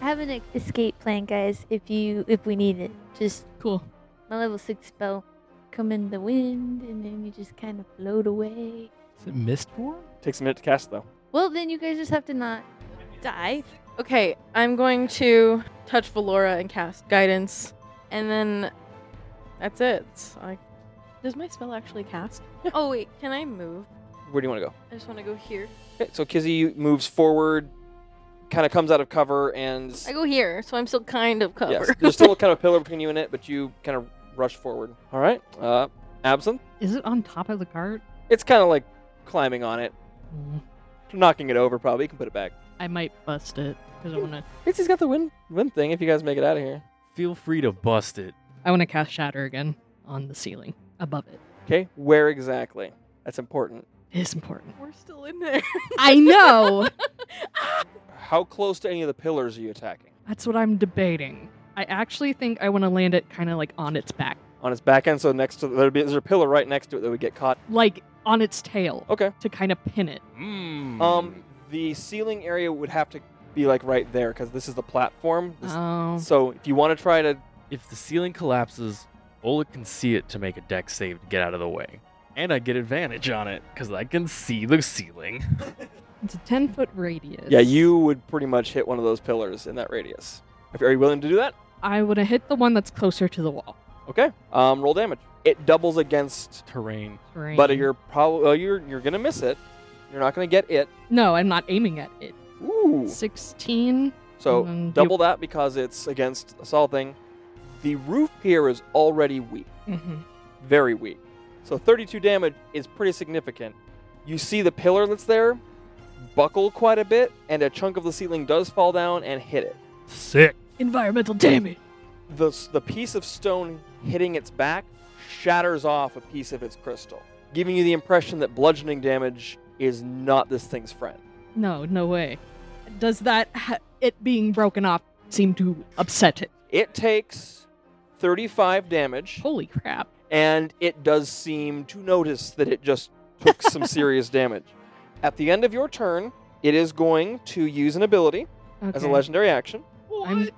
Speaker 8: I have an e-, escape plan, guys. If you if we need it, just
Speaker 9: Cool.
Speaker 8: my level six spell. Come in the wind, and then you just kind of float away.
Speaker 4: Is it Mistborn?
Speaker 1: Takes a minute to cast, though.
Speaker 8: Well, then you guys just have to not die.
Speaker 2: Okay, I'm going to touch Valora and cast guidance, and then that's it. It's like- does my spell actually cast? Oh wait, can I move?
Speaker 1: Where do you want to go?
Speaker 2: I just want to go here.
Speaker 1: Okay, so Kizzy moves forward, kind of comes out of cover, and
Speaker 2: I go here, so I'm still kind of covered.
Speaker 1: yes, there's still kind of a pillar between you and it, but you kind of rush forward. All right, uh, Absinthe.
Speaker 9: Is it on top of the cart?
Speaker 1: It's kind of like climbing on it,
Speaker 9: Mm,
Speaker 1: knocking it over. Probably you can put it back.
Speaker 9: I might bust it because I want to.
Speaker 1: Bitsy's got the win win thing. If you guys make it out of here,
Speaker 3: Feel free to bust it.
Speaker 9: I want to cast Shatter again on the ceiling above it.
Speaker 1: okay? Where exactly? That's important.
Speaker 9: It's important.
Speaker 2: We're still in there.
Speaker 9: I know.
Speaker 1: How close to any of the pillars are you attacking?
Speaker 9: That's what I'm debating. I actually think I want to land it kind of like on its back,
Speaker 1: On its back end, so next to there'd be there's a pillar right next to it that would get caught.
Speaker 9: like on its tail,
Speaker 1: Okay.
Speaker 9: to kind of pin it.
Speaker 3: Mm.
Speaker 1: Um, the ceiling area would have to be like right there because this is the platform. This-
Speaker 9: Oh,
Speaker 1: So if you want to try to
Speaker 3: If the ceiling collapses, Ola can see it to make a deck save to get out of the way. And I get advantage on it because I can see the ceiling.
Speaker 9: it's a ten foot radius.
Speaker 1: Yeah, you would pretty much hit one of those pillars in that radius. If- Are you willing to do that?
Speaker 9: I want to hit the one that's closer to the wall.
Speaker 1: Okay. Um, roll damage. It doubles against,
Speaker 3: Terrain.
Speaker 1: but you're probably well, you're you're gonna miss it. You're not gonna get it.
Speaker 9: No, I'm not aiming at it.
Speaker 1: Ooh.
Speaker 9: Sixteen.
Speaker 1: So
Speaker 9: Mm, you-
Speaker 1: double that because it's against a solid thing. The roof here is already weak,
Speaker 9: Mm-hmm.
Speaker 1: very weak. So 32 damage is pretty significant. You see the pillar that's there buckle quite a bit, and a chunk of the ceiling does fall down and hit it.
Speaker 4: Sick.
Speaker 9: Environmental damage.
Speaker 1: the, s- the piece of stone hitting its back shatters off a piece of its crystal, giving you the impression that bludgeoning damage is not this thing's friend.
Speaker 9: No, no way. Does that ha- it being broken off seem to upset it?
Speaker 1: It takes 35 damage,
Speaker 9: Holy crap!
Speaker 1: and it does seem to notice that it just took some serious damage. At the end of your turn, it is going to use an ability as a
Speaker 9: Okay.
Speaker 1: legendary action.
Speaker 9: I'm-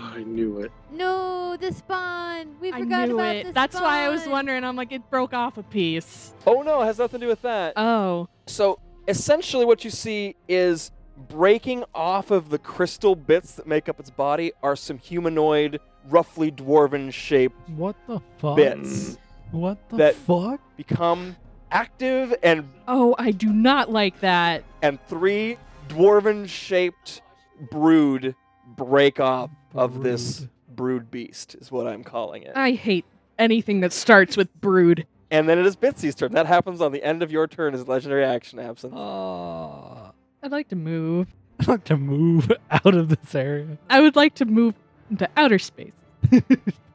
Speaker 7: I knew it.
Speaker 8: No, the spawn. We
Speaker 9: I
Speaker 8: forgot
Speaker 9: knew
Speaker 8: about
Speaker 9: it.
Speaker 8: the
Speaker 9: That's why I was
Speaker 8: spawn.
Speaker 9: wondering. I'm like, it broke off a piece.
Speaker 1: Oh no, it has nothing to do with that.
Speaker 9: Oh,
Speaker 1: So essentially, what you see is breaking off of the crystal bits that make up its body are some humanoid, roughly dwarven shaped
Speaker 4: What the fuck?
Speaker 1: bits
Speaker 4: What the
Speaker 1: That-
Speaker 4: fuck?
Speaker 1: become active, and
Speaker 9: oh, I do not like that.
Speaker 1: and three dwarven shaped brood break off of this brood beast is what I'm calling it.
Speaker 9: I hate anything that starts with brood.
Speaker 1: And then it is Bitsy's turn. That happens on the end of your turn as legendary action absent.
Speaker 4: Uh,
Speaker 9: I'd like to move.
Speaker 4: I'd like to move out of this area.
Speaker 9: I would like to move into outer space.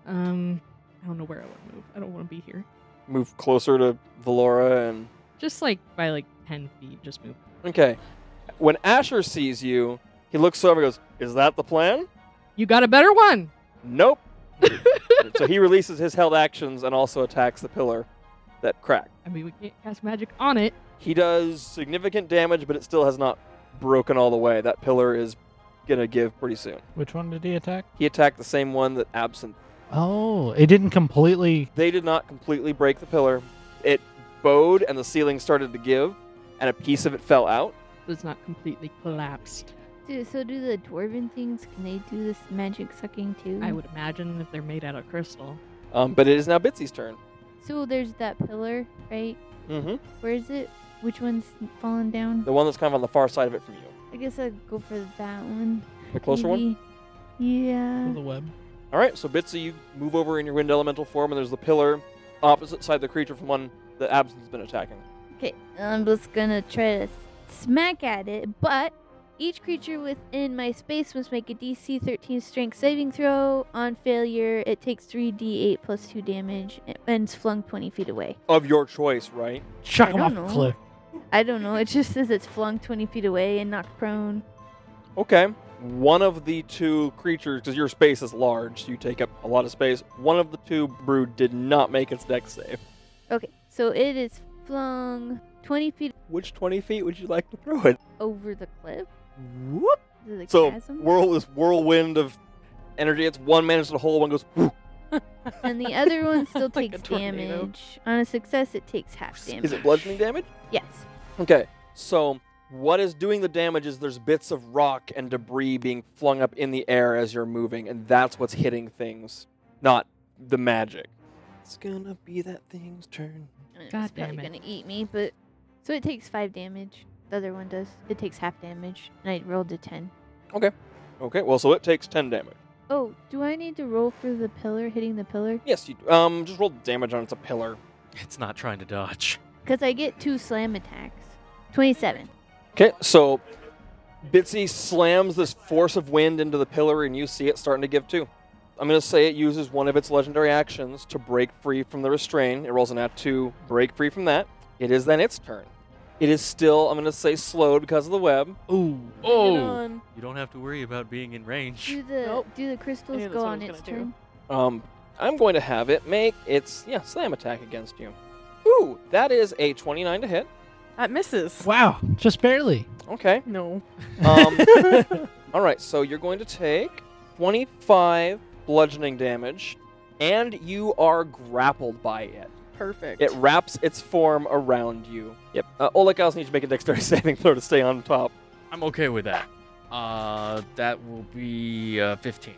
Speaker 9: um, I don't know where I want to move. I don't want to be here.
Speaker 1: Move closer to Valora and
Speaker 9: Just like by like ten feet, just move.
Speaker 1: Okay. When Asher sees you, he looks over and goes, Is that the plan?
Speaker 9: You got a better one.
Speaker 1: Nope. so he releases his held actions and also attacks the pillar that cracked.
Speaker 9: I mean, we can't cast magic on it.
Speaker 1: He does significant damage, but it still has not broken all the way. That pillar is going to give pretty soon.
Speaker 4: Which one did he attack?
Speaker 1: He attacked the same one that Absinthe.
Speaker 4: Oh, it didn't completely.
Speaker 1: They did not completely break the pillar. It bowed and the ceiling started to give, and a piece of it fell out.
Speaker 9: was not completely collapsed.
Speaker 8: Dude, so do the dwarven things? Can they do this magic sucking too?
Speaker 9: I would imagine if they're made out of crystal.
Speaker 1: Um, but it is now Bitsy's turn.
Speaker 8: So there's that pillar, right?
Speaker 1: Mm-hmm.
Speaker 8: Where is it? Which one's fallen down?
Speaker 1: The one that's kind of on the far side of it from you.
Speaker 8: I guess I'd go for that one.
Speaker 1: The closer one?
Speaker 8: maybe. Yeah.
Speaker 4: The web.
Speaker 1: All right, so Bitsy, you move over in your wind elemental form, and there's the pillar opposite side of the creature from one that Absinthe's been attacking.
Speaker 8: Okay, I'm just gonna try to s- smack at it, but each creature within my space must make a DC 13 strength saving throw. On failure, it takes 3d8 plus 2 damage and is flung 20 feet away.
Speaker 1: Of your choice, right?
Speaker 4: Chuck
Speaker 8: I
Speaker 4: him off
Speaker 8: don't
Speaker 4: the
Speaker 8: know.
Speaker 4: cliff.
Speaker 8: I don't know, it just says it's flung 20 feet away and knocked prone.
Speaker 1: Okay. One of the two creatures, because your space is large, so you take up a lot of space. One of the two brood did not make its deck save.
Speaker 8: Okay, so it is flung 20 feet
Speaker 1: Which 20 feet would you like to throw it?
Speaker 8: over the cliff.
Speaker 1: Whoop!
Speaker 8: to the
Speaker 1: So,
Speaker 8: chasm.
Speaker 1: whirl this whirlwind of energy. It's one manages the whole, one goes, whoo.
Speaker 8: and the other one still
Speaker 2: Like a
Speaker 8: takes
Speaker 2: tornado.
Speaker 8: damage. On a success, it takes half damage.
Speaker 1: Is it bludgeoning damage?
Speaker 8: Yes.
Speaker 1: Okay, so what is doing the damage is there's bits of rock and debris being flung up in the air as you're moving, and that's what's hitting things, not the magic. It's gonna be that thing's turn.
Speaker 8: And It's
Speaker 9: God
Speaker 8: probably
Speaker 9: damn it.
Speaker 8: gonna eat me, but so it takes five damage. The other one does. It takes half damage, and I rolled a ten.
Speaker 1: Okay, well, so it takes 10 damage.
Speaker 8: Oh, do I need to roll for the pillar hitting the pillar?
Speaker 1: Yes, you um just roll damage on it's a pillar.
Speaker 3: It's not trying to dodge.
Speaker 8: Because I get two slam attacks. Twenty-seven.
Speaker 1: Okay, so Bitsy slams this force of wind into the pillar, and you see it starting to give two. I'm gonna say it uses one of its legendary actions to break free from the restraint. It rolls an at two, break free from that. It is then its turn. It is still, I'm gonna say, slowed because of the web.
Speaker 3: Ooh.
Speaker 2: Oh.
Speaker 3: Oh. You don't have to worry about being in range.
Speaker 8: Do the
Speaker 2: Nope.
Speaker 8: do the
Speaker 2: I
Speaker 8: crystals
Speaker 2: knew
Speaker 8: go
Speaker 2: that's what I
Speaker 8: on
Speaker 2: was
Speaker 8: its
Speaker 2: gonna do.
Speaker 8: turn?
Speaker 1: Um, I'm going to have it make its yeah slam attack against you. Ooh, that is a 29 to hit.
Speaker 2: That misses.
Speaker 4: Wow, just barely.
Speaker 1: Okay.
Speaker 2: No.
Speaker 1: Um, all right, so you're going to take 25 bludgeoning damage, and you are grappled by it.
Speaker 2: Perfect.
Speaker 1: It wraps its form around you. Yep. Uh, Olekals needs to make a dexterity saving throw to stay on top.
Speaker 3: I'm okay with that. Uh, that will be uh, 15.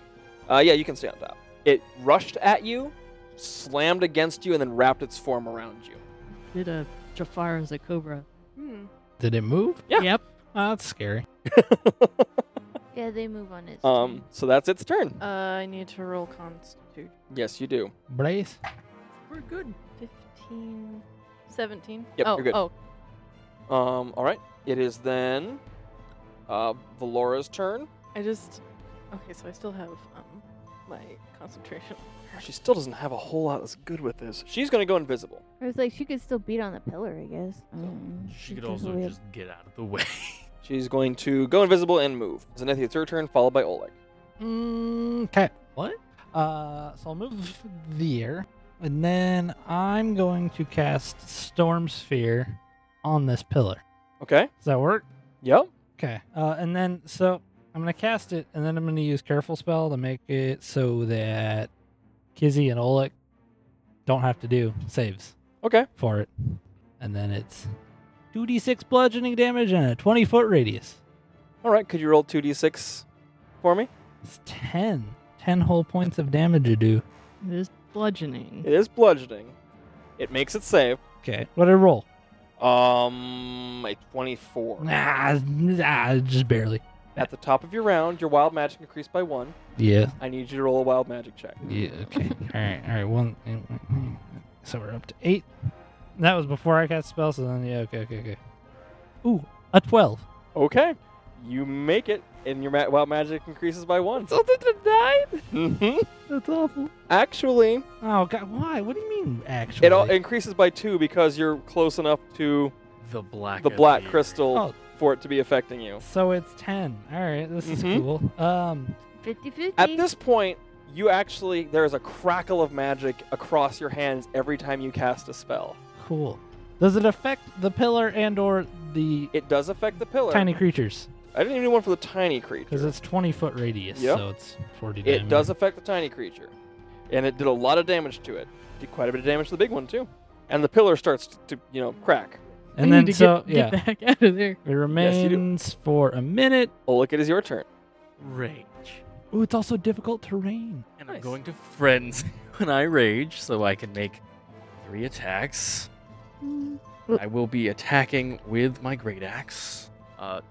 Speaker 1: Uh, yeah, you can stay on top. It rushed at you, slammed against you, and then wrapped its form around you.
Speaker 9: Did a Jafar as a cobra.
Speaker 2: Hmm.
Speaker 4: Did it move?
Speaker 1: Yeah.
Speaker 4: Yep. Oh, that's scary.
Speaker 8: Yeah, they move on its
Speaker 1: Um, so that's its turn.
Speaker 2: Uh, I need to roll constitute.
Speaker 1: Yes, you do.
Speaker 4: Brace.
Speaker 2: We're good. 15, 17.
Speaker 1: Yep,
Speaker 2: oh,
Speaker 1: you're good.
Speaker 2: Oh,
Speaker 1: Um, all right. It is then uh, Valora's turn.
Speaker 2: I just. Okay, so I still have um my concentration.
Speaker 1: She still doesn't have a whole lot that's good with this. She's going to go invisible.
Speaker 8: turn. I was like, she could still beat on the pillar, I guess. Um,
Speaker 3: She
Speaker 8: it
Speaker 3: could
Speaker 8: does
Speaker 3: also
Speaker 8: weird.
Speaker 3: just get out of the way.
Speaker 1: She's going to go invisible and move. Zenithia, it's your turn, followed by Oleg.
Speaker 4: Mm, Okay. What? Uh, so I'll move there, and then I'm going to cast Storm Sphere on this pillar.
Speaker 1: Okay.
Speaker 4: Does that work?
Speaker 1: Yep.
Speaker 4: Okay. Uh, and then so I'm gonna cast it, and then I'm gonna use Careful Spell to make it so that Kizzy and Oleg don't have to do saves
Speaker 1: Okay.
Speaker 4: for it. And then it's 2d6 bludgeoning damage and a 20 foot radius.
Speaker 1: All right. Could you roll 2d6 for me?
Speaker 4: It's 10. 10 whole points of damage to do.
Speaker 9: It is bludgeoning.
Speaker 1: It is bludgeoning. It makes it save.
Speaker 4: Okay. What did I roll?
Speaker 1: Um, a 24.
Speaker 4: Nah, nah, just barely.
Speaker 1: At the top of your round, your wild magic increased by one.
Speaker 4: Yeah.
Speaker 1: I need you to roll a wild magic check.
Speaker 4: Yeah. Okay. all right. All right. One. So we're up to eight. That was before I cast spells. So then, yeah. Okay. Okay. Okay. Ooh, a twelve.
Speaker 1: Okay. You make it, and your ma- wild magic increases by one. Something to nine? hmm
Speaker 4: That's awful.
Speaker 1: Actually,
Speaker 4: Oh God. Why? What do you mean? Actually.
Speaker 1: it all increases by two because you're close enough to
Speaker 3: The black.
Speaker 1: the
Speaker 3: of
Speaker 1: black
Speaker 3: the-
Speaker 1: crystal
Speaker 4: Oh.
Speaker 1: for it to be affecting you.
Speaker 4: so it's ten. All right. This is
Speaker 1: Mhm.
Speaker 4: cool. Um.
Speaker 8: 50-50.
Speaker 1: At this point, you actually there is a crackle of magic across your hands every time you cast a spell.
Speaker 4: Cool. Does it affect the pillar and or the
Speaker 1: It does affect the pillar.
Speaker 4: tiny creatures?
Speaker 1: I didn't even do one for the tiny
Speaker 4: Because
Speaker 1: creature.
Speaker 4: it's twenty foot radius.
Speaker 1: Yep.
Speaker 4: So it's forty.
Speaker 1: It
Speaker 4: damage.
Speaker 1: does affect the tiny creature, and it did a lot of damage to it. Did quite a bit of damage to the big one too, and the pillar starts to you know crack.
Speaker 4: And
Speaker 9: I
Speaker 4: then
Speaker 9: need to
Speaker 4: so
Speaker 9: get,
Speaker 4: yeah.
Speaker 9: get back out of there.
Speaker 4: It
Speaker 1: you do.
Speaker 4: remains for a minute.
Speaker 1: Oh, look! It is your turn.
Speaker 3: Range.
Speaker 4: Ooh, it's also difficult terrain.
Speaker 3: And I'm
Speaker 1: Nice.
Speaker 3: going to frenzy when I rage, so I can make three attacks.
Speaker 8: Mm.
Speaker 3: I will be attacking with my great axe. Uh,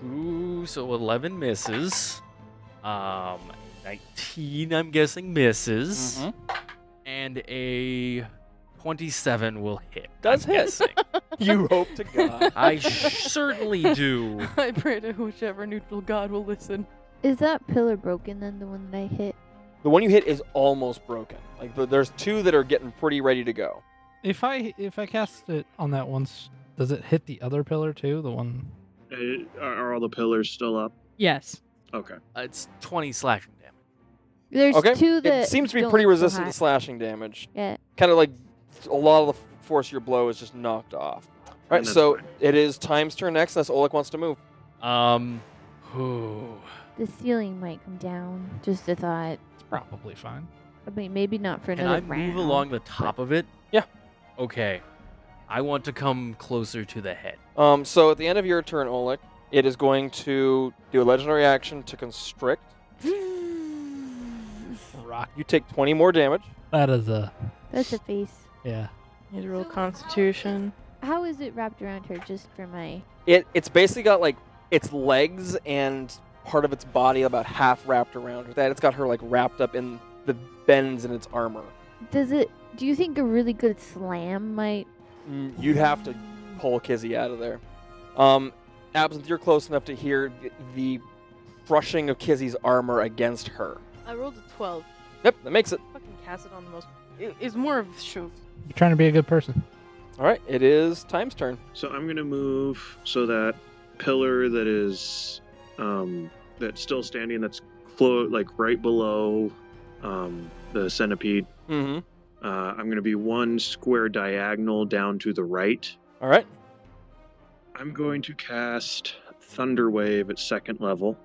Speaker 3: two, so 11 misses. Um, 19, I'm guessing, misses.
Speaker 1: Mm-hmm.
Speaker 3: And a 27 will hit.
Speaker 1: Does
Speaker 3: I'm
Speaker 1: hit.
Speaker 3: guessing.
Speaker 1: You hope to God.
Speaker 3: I sh- certainly do.
Speaker 2: I pray to whichever neutral god will listen.
Speaker 8: Is that pillar broken then, the one that I hit?
Speaker 1: The one you hit is almost broken. Like th- there's two that are getting pretty ready to go.
Speaker 4: If I if I cast it on that one, s- does it hit the other pillar too? The one.
Speaker 7: Uh, are, are all the pillars still up?
Speaker 9: Yes.
Speaker 7: Okay.
Speaker 3: Uh, it's 20 slashing damage.
Speaker 8: There's
Speaker 1: okay.
Speaker 8: two that
Speaker 1: it seems to be
Speaker 8: don't
Speaker 1: pretty
Speaker 8: look so
Speaker 1: resistant
Speaker 8: hot.
Speaker 1: to slashing damage.
Speaker 8: Yeah.
Speaker 1: Kind of like a lot of the force of your blow is just knocked off. All right,
Speaker 7: And that's
Speaker 1: so it is time's turn next, unless Oleg wants to move.
Speaker 3: Um, whew.
Speaker 8: The ceiling might come down. Just a thought.
Speaker 4: It's probably fine.
Speaker 8: I mean, maybe not for
Speaker 3: Can
Speaker 8: another
Speaker 3: I move
Speaker 8: round.
Speaker 3: along the top of it?
Speaker 1: Yeah.
Speaker 3: Okay. I want to come closer to the head.
Speaker 1: Um, so at the end of your turn, Oleg, it is going to do a legendary action to constrict.
Speaker 4: Rock.
Speaker 1: You take 20 more damage.
Speaker 4: That is a
Speaker 8: That's a face.
Speaker 4: yeah.
Speaker 2: Need to roll Constitution.
Speaker 8: How is it wrapped around her? Just for my.
Speaker 1: It it's basically got like its legs and part of its body about half wrapped around her. That it's got her like wrapped up in the bends in its armor.
Speaker 8: Does it? Do you think a really good slam might?
Speaker 1: You'd have to pull Kizzy out of there. Um, Absinthe, you're close enough to hear th- the crushing of Kizzy's armor against her.
Speaker 2: I rolled a 12.
Speaker 1: Yep, that makes it.
Speaker 2: Fucking cast it on the most. It, it's more of a show.
Speaker 4: You're trying to be a good person.
Speaker 1: All right, it is time's turn.
Speaker 7: So I'm gonna move so that pillar that is um, that's still standing, that's clo- like right below um, the centipede.
Speaker 1: Mm-hmm.
Speaker 7: Uh, I'm gonna be one square diagonal down to the right.
Speaker 1: All right.
Speaker 7: I'm going to cast Thunder Wave at second level.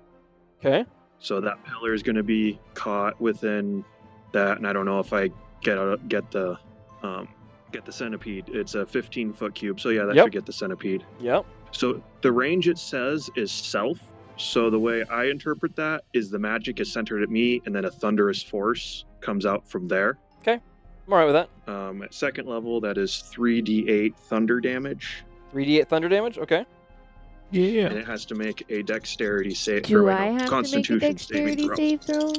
Speaker 1: Okay.
Speaker 7: So that pillar is going to be caught within that, and I don't know if I get out, get the um, get the centipede. It's a 15 foot cube, so yeah, that
Speaker 1: Yep.
Speaker 7: should get the centipede.
Speaker 1: Yep.
Speaker 7: So the range it says is self. So the way I interpret that is the magic is centered at me, and then a thunderous force comes out from there.
Speaker 1: I'm all right with that.
Speaker 7: Um, at second level, that is 3d8 thunder damage,
Speaker 1: 3d8 thunder damage. Okay.
Speaker 7: and
Speaker 4: Yeah.
Speaker 7: it has to make a dexterity save.
Speaker 8: Do
Speaker 7: or
Speaker 8: I have to make a
Speaker 7: Constitution saving
Speaker 8: dexterity
Speaker 7: throw.
Speaker 8: save throw?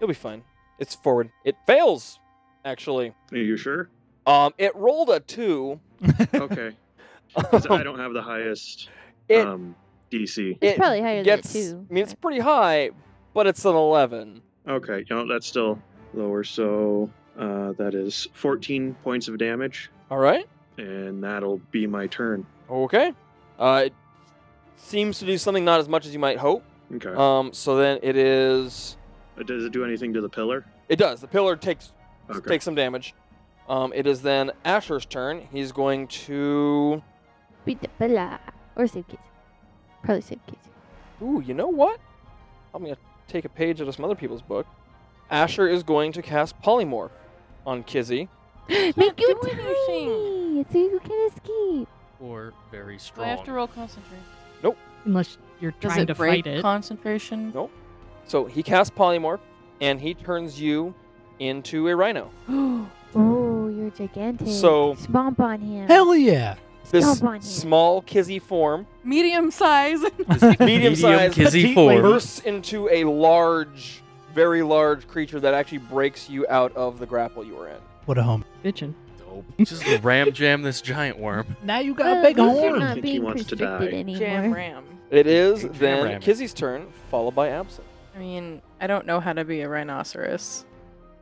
Speaker 1: You'll be fine. It's forward. It fails, actually.
Speaker 7: Are you sure?
Speaker 1: Um, it rolled a two.
Speaker 7: Okay. 'Cause I don't have the highest
Speaker 1: It-
Speaker 7: um, DC.
Speaker 8: It's probably higher
Speaker 1: gets,
Speaker 8: than that too.
Speaker 1: I mean, it's pretty high, but it's an eleven.
Speaker 7: Okay, no, that's still lower. So uh, that is 14 points of damage,
Speaker 1: All right.
Speaker 7: and that'll be my turn.
Speaker 1: Okay. Uh, it seems to do something not as much as you might hope.
Speaker 7: Okay.
Speaker 1: Um, so then it is.
Speaker 7: Uh, Does it do anything to the pillar?
Speaker 1: It does. The pillar takes
Speaker 7: Okay.
Speaker 1: takes some damage. Um, it is then Asher's turn. He's going to.
Speaker 8: Beat the bella or save kids. Probably save kids.
Speaker 1: Ooh, you know what? I'm gonna take a page out of some other people's book. Asher is going to cast polymorph on Kizzy.
Speaker 8: Make you
Speaker 2: do anything.
Speaker 8: tiny so you can escape.
Speaker 3: Or very
Speaker 2: Do
Speaker 3: strong.
Speaker 2: I have to roll concentration?
Speaker 9: Unless you're
Speaker 14: Does
Speaker 9: trying
Speaker 14: it
Speaker 9: to
Speaker 14: break
Speaker 9: fight it.
Speaker 14: concentration?
Speaker 1: So he casts polymorph, and he turns you into a rhino.
Speaker 4: Hmm.
Speaker 8: oh, you're gigantic.
Speaker 1: So-
Speaker 8: Spomp on him.
Speaker 4: Hell yeah.
Speaker 1: This
Speaker 8: Stomp on him.
Speaker 1: small Kizzy form,
Speaker 14: Medium size.
Speaker 1: medium sized,
Speaker 3: Kizzy form.
Speaker 1: bursts into a large, very large creature that actually breaks you out of the grapple you were in.
Speaker 4: What a home.
Speaker 9: Bitchin'.
Speaker 3: Dope. Just ram jam this giant worm.
Speaker 4: Now you got a
Speaker 8: Well, at
Speaker 4: big
Speaker 8: least you're
Speaker 7: I
Speaker 4: horn.
Speaker 8: not
Speaker 7: think he
Speaker 8: being
Speaker 7: wants to
Speaker 8: restricted
Speaker 7: die.
Speaker 8: anymore.
Speaker 2: Jam ram.
Speaker 1: It is
Speaker 3: Jam
Speaker 1: then
Speaker 3: ram.
Speaker 1: Kizzy's turn, followed by Absinthe.
Speaker 2: I mean, I don't know how to be a rhinoceros.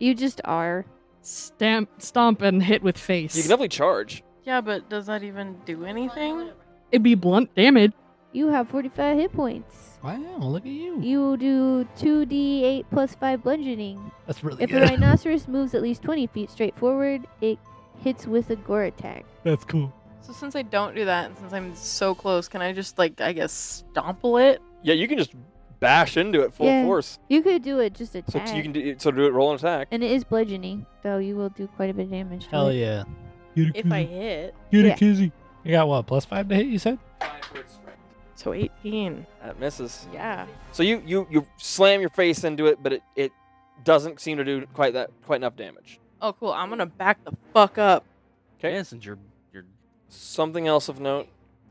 Speaker 8: You just are.
Speaker 9: Stamp, stomp, and hit with face.
Speaker 1: You can definitely charge.
Speaker 2: Yeah, but does that even do anything?
Speaker 9: It'd be blunt damage.
Speaker 8: You have 45 hit points.
Speaker 4: Wow, look at you.
Speaker 8: You will do 2d8 plus 5 bludgeoning.
Speaker 4: That's really
Speaker 8: If a
Speaker 4: good.
Speaker 8: rhinoceros moves at least 20 feet straight forward, it hits with a gore attack.
Speaker 4: That's cool.
Speaker 2: So since I don't do that, and since I'm so close, can I just like I guess stomple it?
Speaker 1: Yeah, you can just bash into it full
Speaker 8: Yeah.
Speaker 1: force.
Speaker 8: You could do it just
Speaker 1: So
Speaker 8: attack.
Speaker 1: t- you can do, so do it. Roll an attack.
Speaker 8: and it is bludgeoning, so you will do quite a bit of damage. to
Speaker 4: Hell
Speaker 8: it.
Speaker 4: yeah. Get a
Speaker 2: If I
Speaker 4: koozie.
Speaker 2: hit,
Speaker 4: Get
Speaker 8: Yeah.
Speaker 4: a koozie. You got what? Plus five to hit. You said.
Speaker 2: so 18.
Speaker 1: That misses.
Speaker 2: Yeah.
Speaker 1: So you you you slam your face into it, but it, it doesn't seem to do quite that quite enough damage.
Speaker 2: Oh, cool. I'm gonna back the fuck up.
Speaker 1: Okay.
Speaker 3: Yes, and you're, you're
Speaker 1: Something else of note: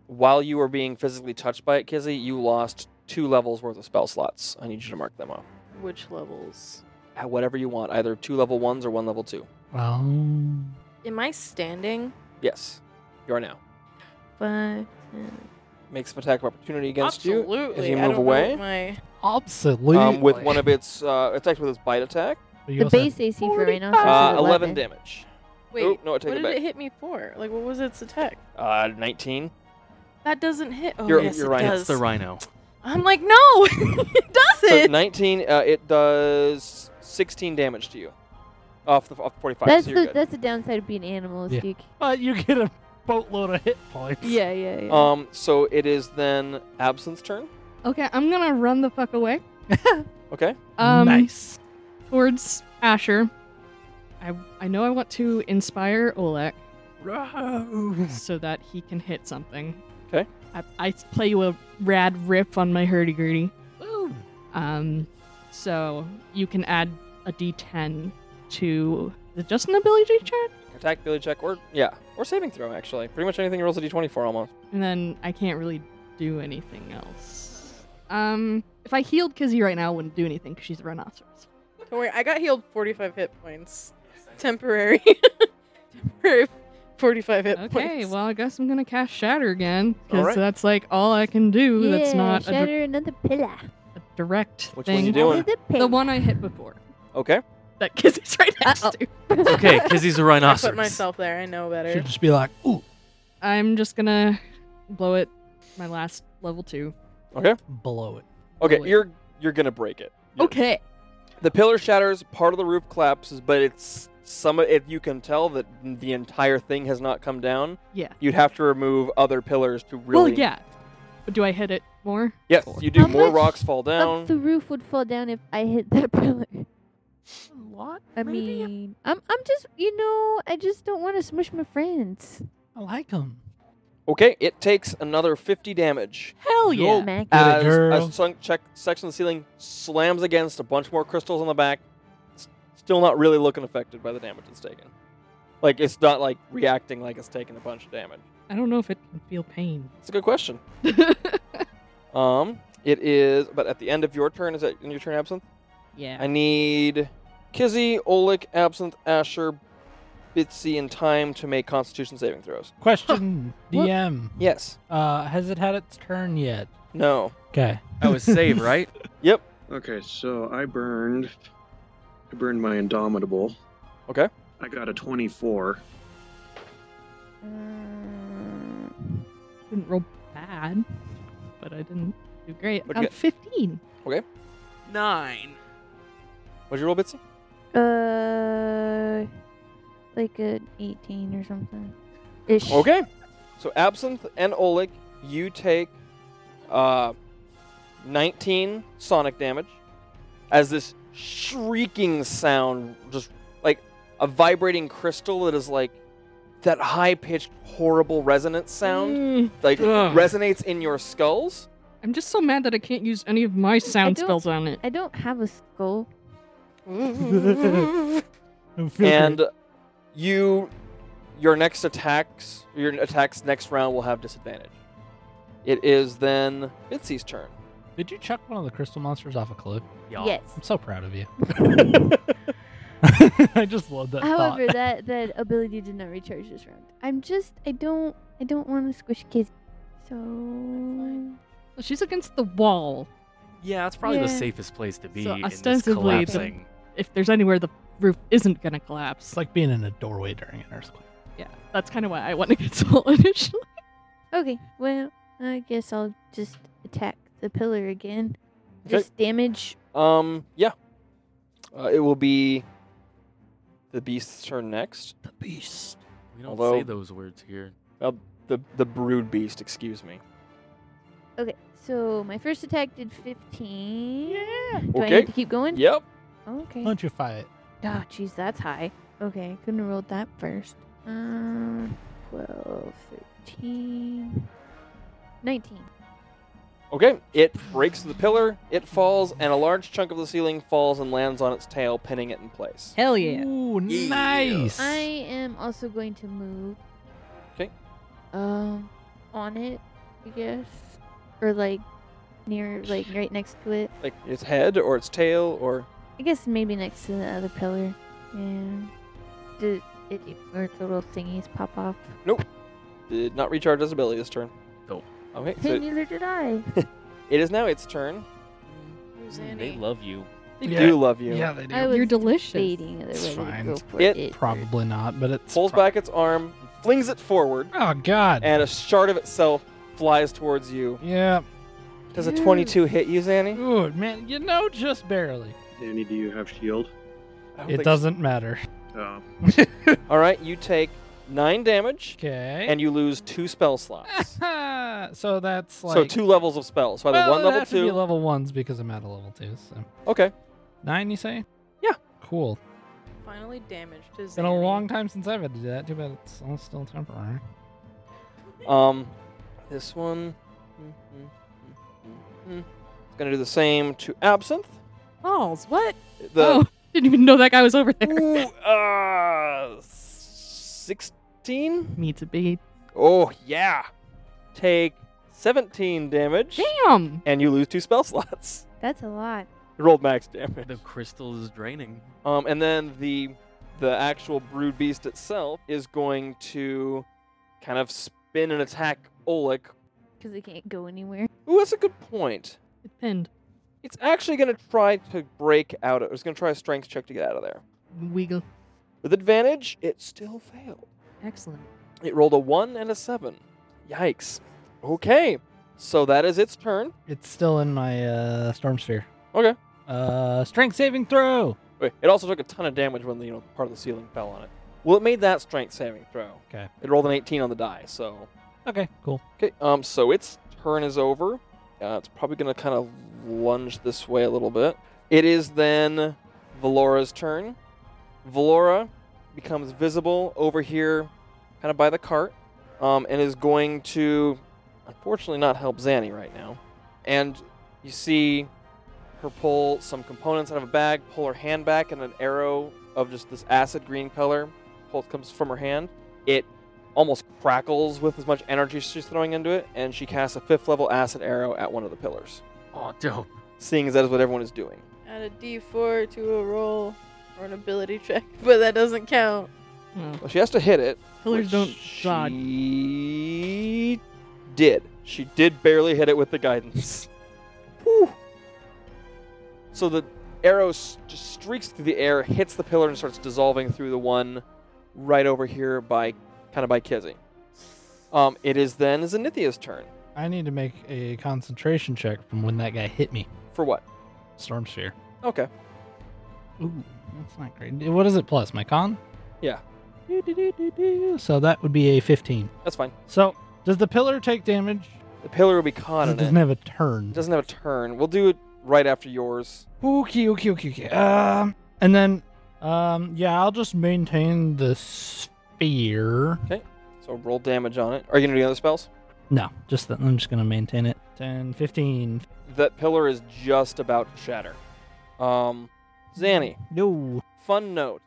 Speaker 1: while you were being physically touched by it, Kizzy, you lost two levels worth of spell slots. I need you to mark them off.
Speaker 2: Which levels?
Speaker 1: At whatever you want, either two level ones or one level two.
Speaker 4: Um.
Speaker 2: Am I standing?
Speaker 1: Yes, you are now.
Speaker 2: But
Speaker 1: Makes an attack of opportunity against you
Speaker 2: absolutely.
Speaker 1: as you
Speaker 2: I
Speaker 1: move
Speaker 2: don't know what
Speaker 1: away
Speaker 2: My...
Speaker 4: Absolutely.
Speaker 1: um, with one of its uh, it's actually with its bite attack.
Speaker 4: But you
Speaker 8: The
Speaker 4: also-
Speaker 8: base AC for
Speaker 2: 45.
Speaker 8: rhinoceros
Speaker 1: Uh,
Speaker 8: is 11.
Speaker 1: 11 damage.
Speaker 2: Wait,
Speaker 1: Oop, no, I take
Speaker 2: what
Speaker 1: it
Speaker 2: did
Speaker 1: back.
Speaker 2: it hit me for? Like, what was its attack?
Speaker 1: Uh, 19.
Speaker 2: That doesn't hit. Oh,
Speaker 1: You're-
Speaker 2: yes,
Speaker 1: you're
Speaker 2: it
Speaker 1: right.
Speaker 2: does.
Speaker 3: it's the rhino.
Speaker 2: I'm like, no, it
Speaker 1: So
Speaker 2: doesn't.
Speaker 1: 19, uh, it does 16 damage to you. Off the off the 45.
Speaker 8: that's
Speaker 1: so you're
Speaker 8: the
Speaker 1: good.
Speaker 8: that's the downside of being animals.
Speaker 4: Yeah.
Speaker 8: You,
Speaker 4: But you get a boatload of hit points.
Speaker 8: yeah, yeah, yeah.
Speaker 1: Um, so it is then Absinthe's turn.
Speaker 9: Okay, I'm gonna run the fuck away.
Speaker 1: Okay.
Speaker 9: Um,
Speaker 4: Nice.
Speaker 9: Towards Asher. I I know I want to inspire Olek so that he can hit something.
Speaker 1: 'Kay.
Speaker 9: I, I play you a rad riff on my hurdy gurdy. Um, so you can add a d10 to is it just an ability check,
Speaker 1: Attack, ability check, or yeah, or saving throw. Actually, pretty much anything rolls a d20 for almost.
Speaker 9: and then I can't really do anything else. Um, if I healed Kizzy right now, it wouldn't do anything because she's a rhinoceros.
Speaker 2: Don't worry, I got healed 45 hit points. Temporary. Temporary 45 hit points.
Speaker 9: Okay, well, I guess I'm gonna cast Shatter again because
Speaker 2: Alright.
Speaker 9: that's like all I can do. that's
Speaker 8: Yeah,
Speaker 9: not a,
Speaker 8: shatter another pillar.
Speaker 9: di- direct
Speaker 1: Which one
Speaker 9: thing.
Speaker 1: you doing?
Speaker 8: Another
Speaker 9: The
Speaker 8: pillar.
Speaker 9: one I hit before.
Speaker 1: Okay.
Speaker 9: That Kizzy's right next to.
Speaker 3: Okay, because he's a
Speaker 2: I
Speaker 3: rhinoceros.
Speaker 2: put myself there. I know better.
Speaker 4: Should just be like, ooh,
Speaker 9: I'm just gonna blow it. My last level two.
Speaker 1: Okay.
Speaker 4: blow it.
Speaker 1: Okay,
Speaker 9: Wait.
Speaker 1: you're you're gonna break it. You're-
Speaker 9: Okay.
Speaker 1: The pillar shatters, part of the roof collapses, but it's some. If you can tell that the entire thing has not come down,
Speaker 9: Yeah.
Speaker 1: you'd have to remove other pillars to really.
Speaker 9: Well, yeah. But do I hit it more?
Speaker 1: Yes, you do.
Speaker 8: How
Speaker 1: More
Speaker 8: much
Speaker 1: rocks fall
Speaker 8: Up the
Speaker 1: down.
Speaker 8: roof would fall down if I hit that pillar.
Speaker 2: A lot?
Speaker 8: I
Speaker 2: maybe?
Speaker 8: mean, I'm I'm just you know I just don't want to smush my friends.
Speaker 4: I like him.
Speaker 1: Okay, it takes another 50 damage.
Speaker 9: Hell yeah.
Speaker 1: You'll-
Speaker 8: Mac.
Speaker 4: Get it,
Speaker 1: As a
Speaker 4: girl.
Speaker 1: sunk check section of the ceiling slams against a bunch more crystals on the back, s- still not really looking affected by the damage it's taken. Like it's not like reacting like it's taking a bunch of damage.
Speaker 9: I don't know if it can feel pain.
Speaker 1: It's a good question. Um, it is. But at the end of your turn, is that in your turn, Absinthe?
Speaker 9: yeah.
Speaker 1: I need Kizzy, Olik, Absinthe, Asher, Bitsy, and Time to make Constitution saving throws.
Speaker 4: Question
Speaker 1: What?
Speaker 4: DM.
Speaker 1: Yes.
Speaker 4: Uh, has it had its turn yet?
Speaker 1: No.
Speaker 4: Okay.
Speaker 3: That was save, right?
Speaker 1: Yep.
Speaker 7: Okay, so I burned. I burned my Indomitable.
Speaker 1: Okay.
Speaker 7: I got a 24.
Speaker 8: Mm,
Speaker 9: didn't roll bad, but I didn't do great.
Speaker 1: What'd
Speaker 9: I'm
Speaker 1: you get?
Speaker 9: 15.
Speaker 3: Nine.
Speaker 1: What'd you roll, Bitsy?
Speaker 8: Uh, like a 18 or something. Ish.
Speaker 1: Okay. So Absinthe and Olik, you take uh, 19 sonic damage as this shrieking sound, just like a vibrating crystal that is like that high pitched, horrible resonance sound,
Speaker 9: Mm,
Speaker 1: like
Speaker 3: Ugh.
Speaker 1: resonates in your skulls.
Speaker 9: I'm just so mad that I can't use any of my sound
Speaker 8: don't-
Speaker 9: spells on it.
Speaker 8: I don't have a skull.
Speaker 1: and you your next attacks your attacks next round will have disadvantage it is then bitsy's turn
Speaker 4: Did you chuck one of the crystal monsters off a cliff?
Speaker 3: Yeah.
Speaker 8: Yes.
Speaker 4: I'm so proud of you. I just love that
Speaker 8: However,
Speaker 4: thought.
Speaker 8: that that ability did not recharge this round. I'm just I don't I don't want to squish kids. So
Speaker 9: She's against the wall.
Speaker 3: Yeah, that's probably the
Speaker 8: Yeah.
Speaker 3: safest place to be
Speaker 9: So
Speaker 3: in this
Speaker 9: ostensibly the-
Speaker 3: collapsing.
Speaker 9: If there's anywhere the roof isn't gonna collapse,
Speaker 4: It's like being in a doorway during an earthquake.
Speaker 9: yeah, that's kind of why I want to get soul initially.
Speaker 8: okay, well I guess I'll just attack the pillar again.
Speaker 1: Okay.
Speaker 8: Just damage.
Speaker 1: um yeah uh, it will be the beast's turn next
Speaker 4: The beast.
Speaker 3: We don't
Speaker 1: Although-
Speaker 3: say those words here.
Speaker 1: the the brood beast excuse me
Speaker 8: Okay, so my first attack did 15. Yeah. Do I
Speaker 1: Okay.
Speaker 8: need to keep going?
Speaker 1: yep
Speaker 8: Okay.
Speaker 4: Don't you fight?
Speaker 8: Oh, jeez, that's high. Okay, I couldn't have rolled that first. Um, 12, 13, 19.
Speaker 1: okay it breaks the pillar it falls and a large chunk of the ceiling falls and lands on its tail pinning it in place
Speaker 9: Hell
Speaker 4: Ooh,
Speaker 3: Yeah.
Speaker 4: nice.
Speaker 8: I am also going to move.
Speaker 1: 'Kay.
Speaker 8: Um, on it, I guess. Or like near, like right next to it.
Speaker 1: like its head or its tail or
Speaker 8: I guess maybe next to the other pillar. Yeah. Did it, or its little thingies pop off?
Speaker 1: did not recharge its ability this turn
Speaker 3: Nope.
Speaker 1: okay so
Speaker 8: Hey,
Speaker 1: it,
Speaker 8: neither did I.
Speaker 1: it is now its turn
Speaker 2: Who's
Speaker 3: Mm,
Speaker 2: Annie?
Speaker 3: They love you.
Speaker 1: they
Speaker 4: Yeah.
Speaker 1: do love you
Speaker 4: Yeah, they do.
Speaker 8: I
Speaker 9: You're
Speaker 8: was
Speaker 9: delicious.
Speaker 8: debating whether
Speaker 4: It's
Speaker 8: to
Speaker 4: fine.
Speaker 8: go for
Speaker 1: It
Speaker 8: it. or-
Speaker 4: Probably not, but it's
Speaker 1: pulls
Speaker 4: prob-
Speaker 1: back its arm, flings it forward,
Speaker 4: Oh God.
Speaker 1: and a shard of itself flies towards you.
Speaker 4: yeah.
Speaker 1: Does a 22 hit you, Zanny?
Speaker 4: Good man. You know, just barely.
Speaker 7: Danny, do you have shield?
Speaker 1: don't
Speaker 4: It
Speaker 1: think-
Speaker 4: doesn't matter.
Speaker 7: Oh.
Speaker 1: All right, you take nine damage,
Speaker 4: Okay.
Speaker 1: and you lose two spell slots.
Speaker 4: so that's like
Speaker 1: so two levels of spells. So either
Speaker 4: well,
Speaker 1: one
Speaker 4: it'd
Speaker 1: level
Speaker 4: have to be
Speaker 1: two.
Speaker 4: level ones because I'm at a level two. So
Speaker 1: Okay.
Speaker 4: nine, you say?
Speaker 1: Yeah.
Speaker 4: Cool.
Speaker 2: Finally damaged
Speaker 4: It's
Speaker 2: his.
Speaker 4: been a long time since I've had to do that. Too bad it's all still temporary.
Speaker 1: Um, this one. It's gonna do the same to Absinthe.
Speaker 14: Balls, what?
Speaker 1: The
Speaker 9: oh, didn't even know that guy was
Speaker 4: Oh.
Speaker 9: over there.
Speaker 1: uh, sixteen.
Speaker 9: Needs a big
Speaker 1: Oh yeah. Take seventeen damage.
Speaker 9: damn.
Speaker 1: And you lose two spell slots.
Speaker 8: That's a lot.
Speaker 1: You rolled max damage.
Speaker 3: The crystal is draining.
Speaker 1: Um, and then the the actual brood beast itself is going to kind of spin and attack Oleg.
Speaker 8: Because it can't go anywhere.
Speaker 1: Ooh, that's a good point.
Speaker 9: It's pinned.
Speaker 1: It's actually going to try to break out. of- It's going to try a strength check to get out of there.
Speaker 9: Wiggle.
Speaker 1: With advantage, it still failed.
Speaker 9: Excellent.
Speaker 1: It rolled a one and a seven. Yikes. Okay, so that is its turn.
Speaker 4: It's still in my uh, storm sphere.
Speaker 1: Okay.
Speaker 4: Uh, strength saving throw.
Speaker 1: Wait, it also took a ton of damage when the you know part of the ceiling fell on it. Well, it made that strength saving throw.
Speaker 4: Okay.
Speaker 1: It rolled an 18 on the die, so
Speaker 4: Okay. Cool.
Speaker 1: Okay, um, so its turn is over. Uh, it's probably going to kind of lunge this way a little bit. It is then Valora's turn. Valora becomes visible over here, kind of by the cart, um, and is going to, unfortunately, not help Zanny right now. And you see her pull some components out of a bag, pull her hand back, and an arrow of just this acid green color pull, comes from her hand. It almost crackles with as much energy she's throwing into it, and she casts a fifth level acid arrow at one of the pillars,
Speaker 3: Oh, dope.
Speaker 1: seeing as that is what everyone is doing.
Speaker 2: Add a D4 to a roll or an ability check, but that doesn't count.
Speaker 9: Oh,
Speaker 1: Well, she has to hit it.
Speaker 9: Pillars
Speaker 1: which
Speaker 9: don't dodge.
Speaker 1: She did. She did barely hit it with the guidance. Whew. So the arrow s- just streaks through the air, hits the pillar, and starts dissolving through the one right over here by kind of by Kizzy. Um, it is then Zenithia's turn.
Speaker 4: I need to make a concentration check from when that guy hit me.
Speaker 1: For what?
Speaker 4: Storm sphere.
Speaker 1: Okay.
Speaker 4: Ooh, that's not great. What is it plus? My con?
Speaker 1: Yeah.
Speaker 4: Doo-doo-doo-doo-doo. So that would be a 15.
Speaker 1: That's fine.
Speaker 4: So does the pillar take damage?
Speaker 1: The pillar will be
Speaker 4: It
Speaker 1: caught in it.
Speaker 4: doesn't have a
Speaker 1: It
Speaker 4: turn.
Speaker 1: doesn't have a turn. We'll do it right after yours.
Speaker 4: Okay, okay, okay, okay. Um, and then, um, yeah, I'll just maintain the sphere.
Speaker 1: So roll damage on it. Are you gonna do any other spells?
Speaker 4: No, just that. I'm just gonna maintain it. 10, 15.
Speaker 1: That pillar is just about to shatter. Um, Zanny,
Speaker 4: No.
Speaker 1: fun note: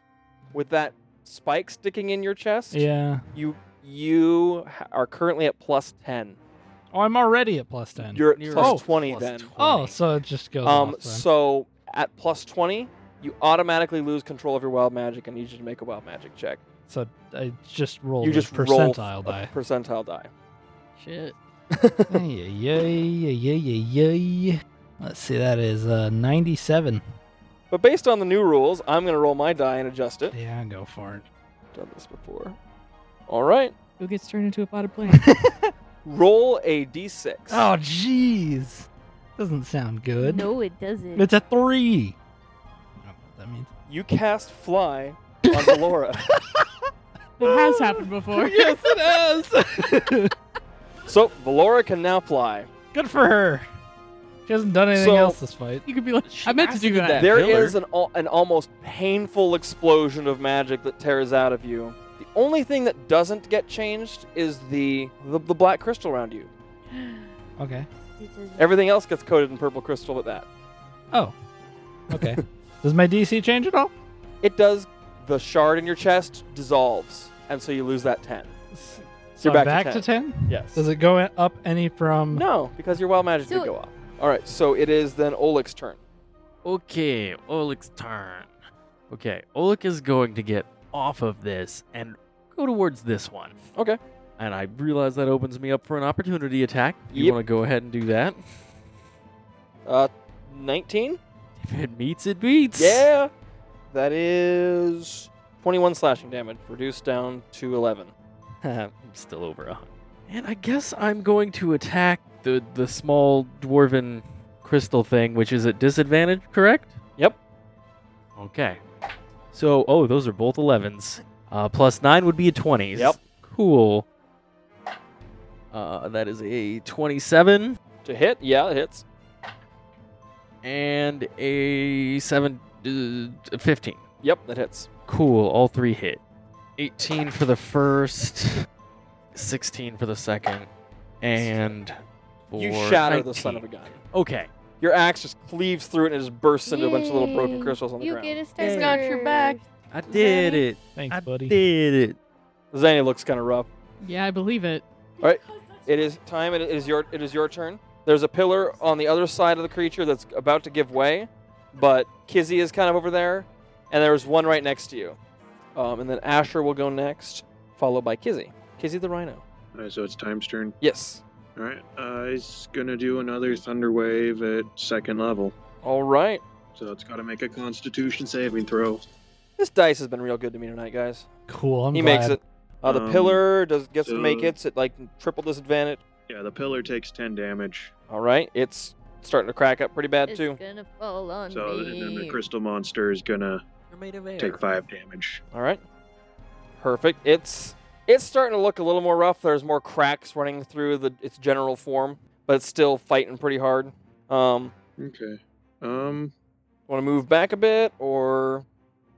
Speaker 1: with that spike sticking in your chest,
Speaker 4: Yeah.
Speaker 1: you you ha- are currently at plus ten.
Speaker 4: Oh, I'm already at plus 10.
Speaker 1: You're at
Speaker 3: You're
Speaker 1: plus
Speaker 4: at
Speaker 1: twenty
Speaker 3: plus
Speaker 1: then.
Speaker 3: 20.
Speaker 4: oh, so it just goes
Speaker 1: Um,
Speaker 4: off then.
Speaker 1: so at plus twenty, you automatically lose control of your wild magic and need you to make a wild magic check.
Speaker 4: So I just rolled
Speaker 1: you
Speaker 4: a
Speaker 1: just
Speaker 4: percentile
Speaker 1: roll
Speaker 4: die.
Speaker 1: A percentile die.
Speaker 9: shit.
Speaker 4: Ay, ay, ay, ay, ay, ay. Let's see, that is uh, 97.
Speaker 1: But based on the new rules, I'm gonna roll my die and adjust it.
Speaker 4: Yeah, go for it.
Speaker 1: Done this before. All right.
Speaker 9: Who gets turned into a potted plant?
Speaker 1: Roll a d6.
Speaker 4: Oh, jeez. Doesn't sound good.
Speaker 8: No, it doesn't.
Speaker 4: It's a three. I don't know what that means.
Speaker 1: You cast fly on Valora.
Speaker 9: it has happened before.
Speaker 4: yes, it has.
Speaker 1: so Valora can now fly.
Speaker 4: good for her. She hasn't done anything
Speaker 1: So-
Speaker 4: else this fight.
Speaker 9: You could be like, I meant to do that.
Speaker 1: There is
Speaker 3: Miller.
Speaker 1: an al- an almost painful explosion of magic that tears out of you. The only thing that doesn't get changed is the the, the black crystal around you.
Speaker 4: Okay.
Speaker 8: It doesn't.
Speaker 1: Everything else gets coated in purple crystal with that.
Speaker 4: Oh. Okay. Does my DC change at all?
Speaker 1: It does the shard in your chest dissolves, and so you lose that 10.
Speaker 4: So
Speaker 1: You're
Speaker 4: I'm
Speaker 1: back to
Speaker 4: to 10?
Speaker 1: Yes.
Speaker 4: Does it go in- up any from.
Speaker 1: No, because your wild magic
Speaker 8: So-
Speaker 1: did go off. All right, so it is then Oleg's turn.
Speaker 3: Okay, Oleg's turn. Okay, Oleg is going to get off of this and go towards this one.
Speaker 1: Okay.
Speaker 3: And I realize that opens me up for an opportunity attack. You
Speaker 1: Yep.
Speaker 3: want to go ahead and do that?
Speaker 1: Uh, 19.
Speaker 3: If it meets, it beats.
Speaker 1: Yeah. That is 21 slashing damage, reduced down to 11.
Speaker 3: I'm still over a hundred. And I guess I'm going to attack the the small dwarven crystal thing, which is at disadvantage, correct?
Speaker 1: Yep.
Speaker 3: Okay. So, oh, those are both 11s. Uh, plus 9 would be a 20s.
Speaker 1: Yep.
Speaker 3: Cool. Uh, that is a 27
Speaker 1: To hit? Yeah, it hits.
Speaker 3: and a 7 uh, 15.
Speaker 1: Yep, that hits.
Speaker 3: Cool, all three hit. 18 for the first, 16 for the second, and
Speaker 1: You
Speaker 3: for
Speaker 1: shatter the son of a
Speaker 3: 19.
Speaker 1: gun.
Speaker 3: Okay.
Speaker 1: Your axe just cleaves through it and just bursts into a bunch of little broken
Speaker 8: Yay.
Speaker 1: crystals on the
Speaker 8: you
Speaker 1: ground.
Speaker 8: get a
Speaker 2: He's
Speaker 8: star.
Speaker 2: got your back.
Speaker 3: I did it.
Speaker 4: Thanks,
Speaker 3: I
Speaker 4: buddy.
Speaker 3: did it.
Speaker 1: Zanny looks kind of rough.
Speaker 9: Yeah, I believe it.
Speaker 1: It is time. It is your. It is your turn. There's a pillar on the other side of the creature that's about to give way, but Kizzy is kind of over there, and there's one right next to you. Um, and then Asher will go next, followed by Kizzy. Kizzy the Rhino.
Speaker 7: All right, so it's time's turn.
Speaker 1: Yes.
Speaker 7: All right, uh, he's gonna do another thunder wave at second level.
Speaker 1: All right.
Speaker 7: So it's got to make a Constitution saving throw.
Speaker 1: This dice has been real good to me tonight, guys.
Speaker 4: Cool. I'm
Speaker 1: he
Speaker 4: glad.
Speaker 1: makes it. Uh, the
Speaker 7: Um,
Speaker 1: pillar does gets to make
Speaker 7: so-
Speaker 1: its at like triple disadvantage.
Speaker 7: Yeah, the pillar takes ten damage.
Speaker 1: All right, it's starting to crack up pretty bad
Speaker 8: It's
Speaker 1: too.
Speaker 8: gonna fall on
Speaker 7: So then- then the
Speaker 8: me.
Speaker 7: crystal monster is gonna
Speaker 1: You're made of air.
Speaker 7: take five damage.
Speaker 1: All right. Perfect. It's it's starting to look a little more rough. There's more cracks running through the its general form, but it's still fighting pretty hard. Um,
Speaker 7: Okay. Um.
Speaker 1: want to move back a bit or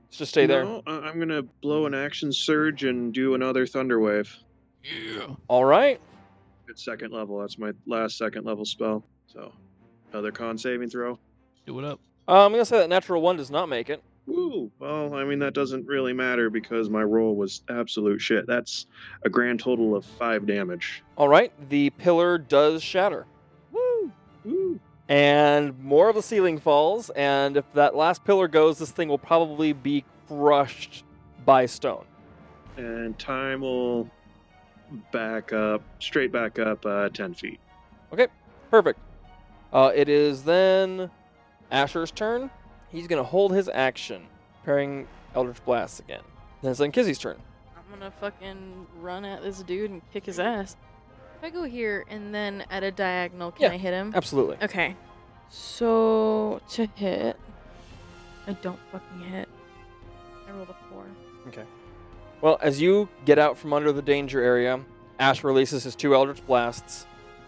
Speaker 1: let's just stay there?
Speaker 7: no, I- I'm gonna blow an action surge and do another thunder wave.
Speaker 1: All right.
Speaker 7: It's second level. That's my last second level spell. So another con saving throw.
Speaker 13: Do it up.
Speaker 1: Uh, I'm gonna say that natural one does not make it.
Speaker 7: Woo! Well, I mean that doesn't really matter because my roll was absolute shit. That's a grand total of five damage.
Speaker 1: All right. The pillar does shatter.
Speaker 7: Woo! Woo!
Speaker 1: and more of the ceiling falls. And if that last pillar goes, this thing will probably be crushed by stone.
Speaker 7: And time will back up, straight back up uh, ten feet.
Speaker 1: Perfect. Uh, it is then Asher's turn. He's gonna hold his action, pairing Eldritch Blast again. Then it's then Kizzy's turn.
Speaker 2: I'm gonna fucking run at this dude and kick his ass. If I go here and then at a diagonal, can
Speaker 1: Yeah.
Speaker 2: I hit him?
Speaker 1: Absolutely.
Speaker 2: Okay. So to hit, I don't fucking hit. I rolled a four.
Speaker 1: Well, as you get out from under the danger area, Ash releases his two Eldritch Blasts.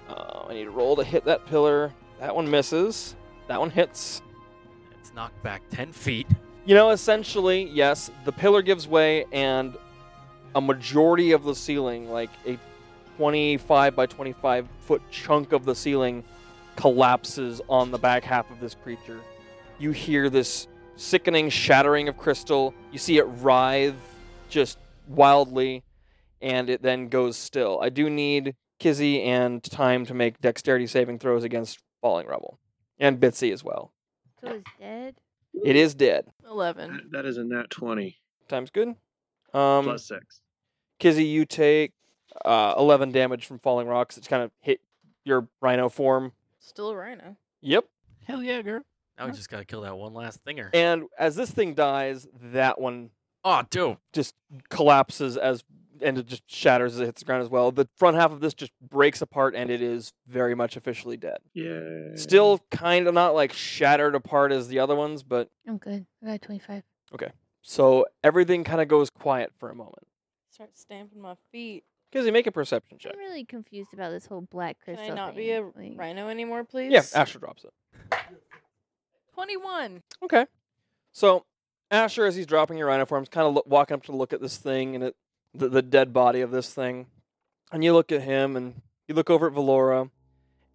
Speaker 1: Uh, I need to roll to hit that pillar. That one misses. That one hits.
Speaker 3: It's knocked back 10 feet.
Speaker 1: You know, essentially, yes, the pillar gives way and a majority of the ceiling, like a 25 by 25 foot chunk of the ceiling, collapses on the back half of this creature. You hear this sickening shattering of crystal. You see it writhe just wildly, and it then goes still. I do need Kizzy and Time to make dexterity saving throws against falling rubble, and Bitsy as well.
Speaker 8: So it's dead.
Speaker 1: It is dead.
Speaker 2: Eleven.
Speaker 7: That- That is a nat twenty
Speaker 1: Times good. Um,
Speaker 7: plus six.
Speaker 1: Kizzy, you take uh, 11 damage from falling rocks. It's kind of hit your rhino form.
Speaker 2: Still a rhino.
Speaker 1: Yep.
Speaker 13: Hell yeah, girl.
Speaker 3: Now we just gotta kill that one last thinger.
Speaker 1: And as this thing dies, that one
Speaker 3: Aw, dope.
Speaker 1: collapses as and it just shatters as it hits the ground as well. The front half of this just breaks apart and it is very much officially dead.
Speaker 7: Yeah.
Speaker 1: Still kind of not like shattered apart as the other ones, but
Speaker 8: I'm good. I got 25.
Speaker 1: so everything kind of goes quiet for a moment.
Speaker 2: Start stamping my feet.
Speaker 1: Kizzy, make a perception check.
Speaker 8: I'm really confused about this whole black
Speaker 2: Can
Speaker 8: crystal.
Speaker 2: I not
Speaker 8: thing.
Speaker 2: be a
Speaker 8: Like,
Speaker 2: rhino anymore, please?
Speaker 1: Yeah, uh Asher drops it.
Speaker 2: Twenty-one.
Speaker 1: Okay. So Asher, as he's dropping your rhino forms, kind of lo- walking up to look at this thing and it, the, the dead body of this thing. And you look at him and you look over at Valora,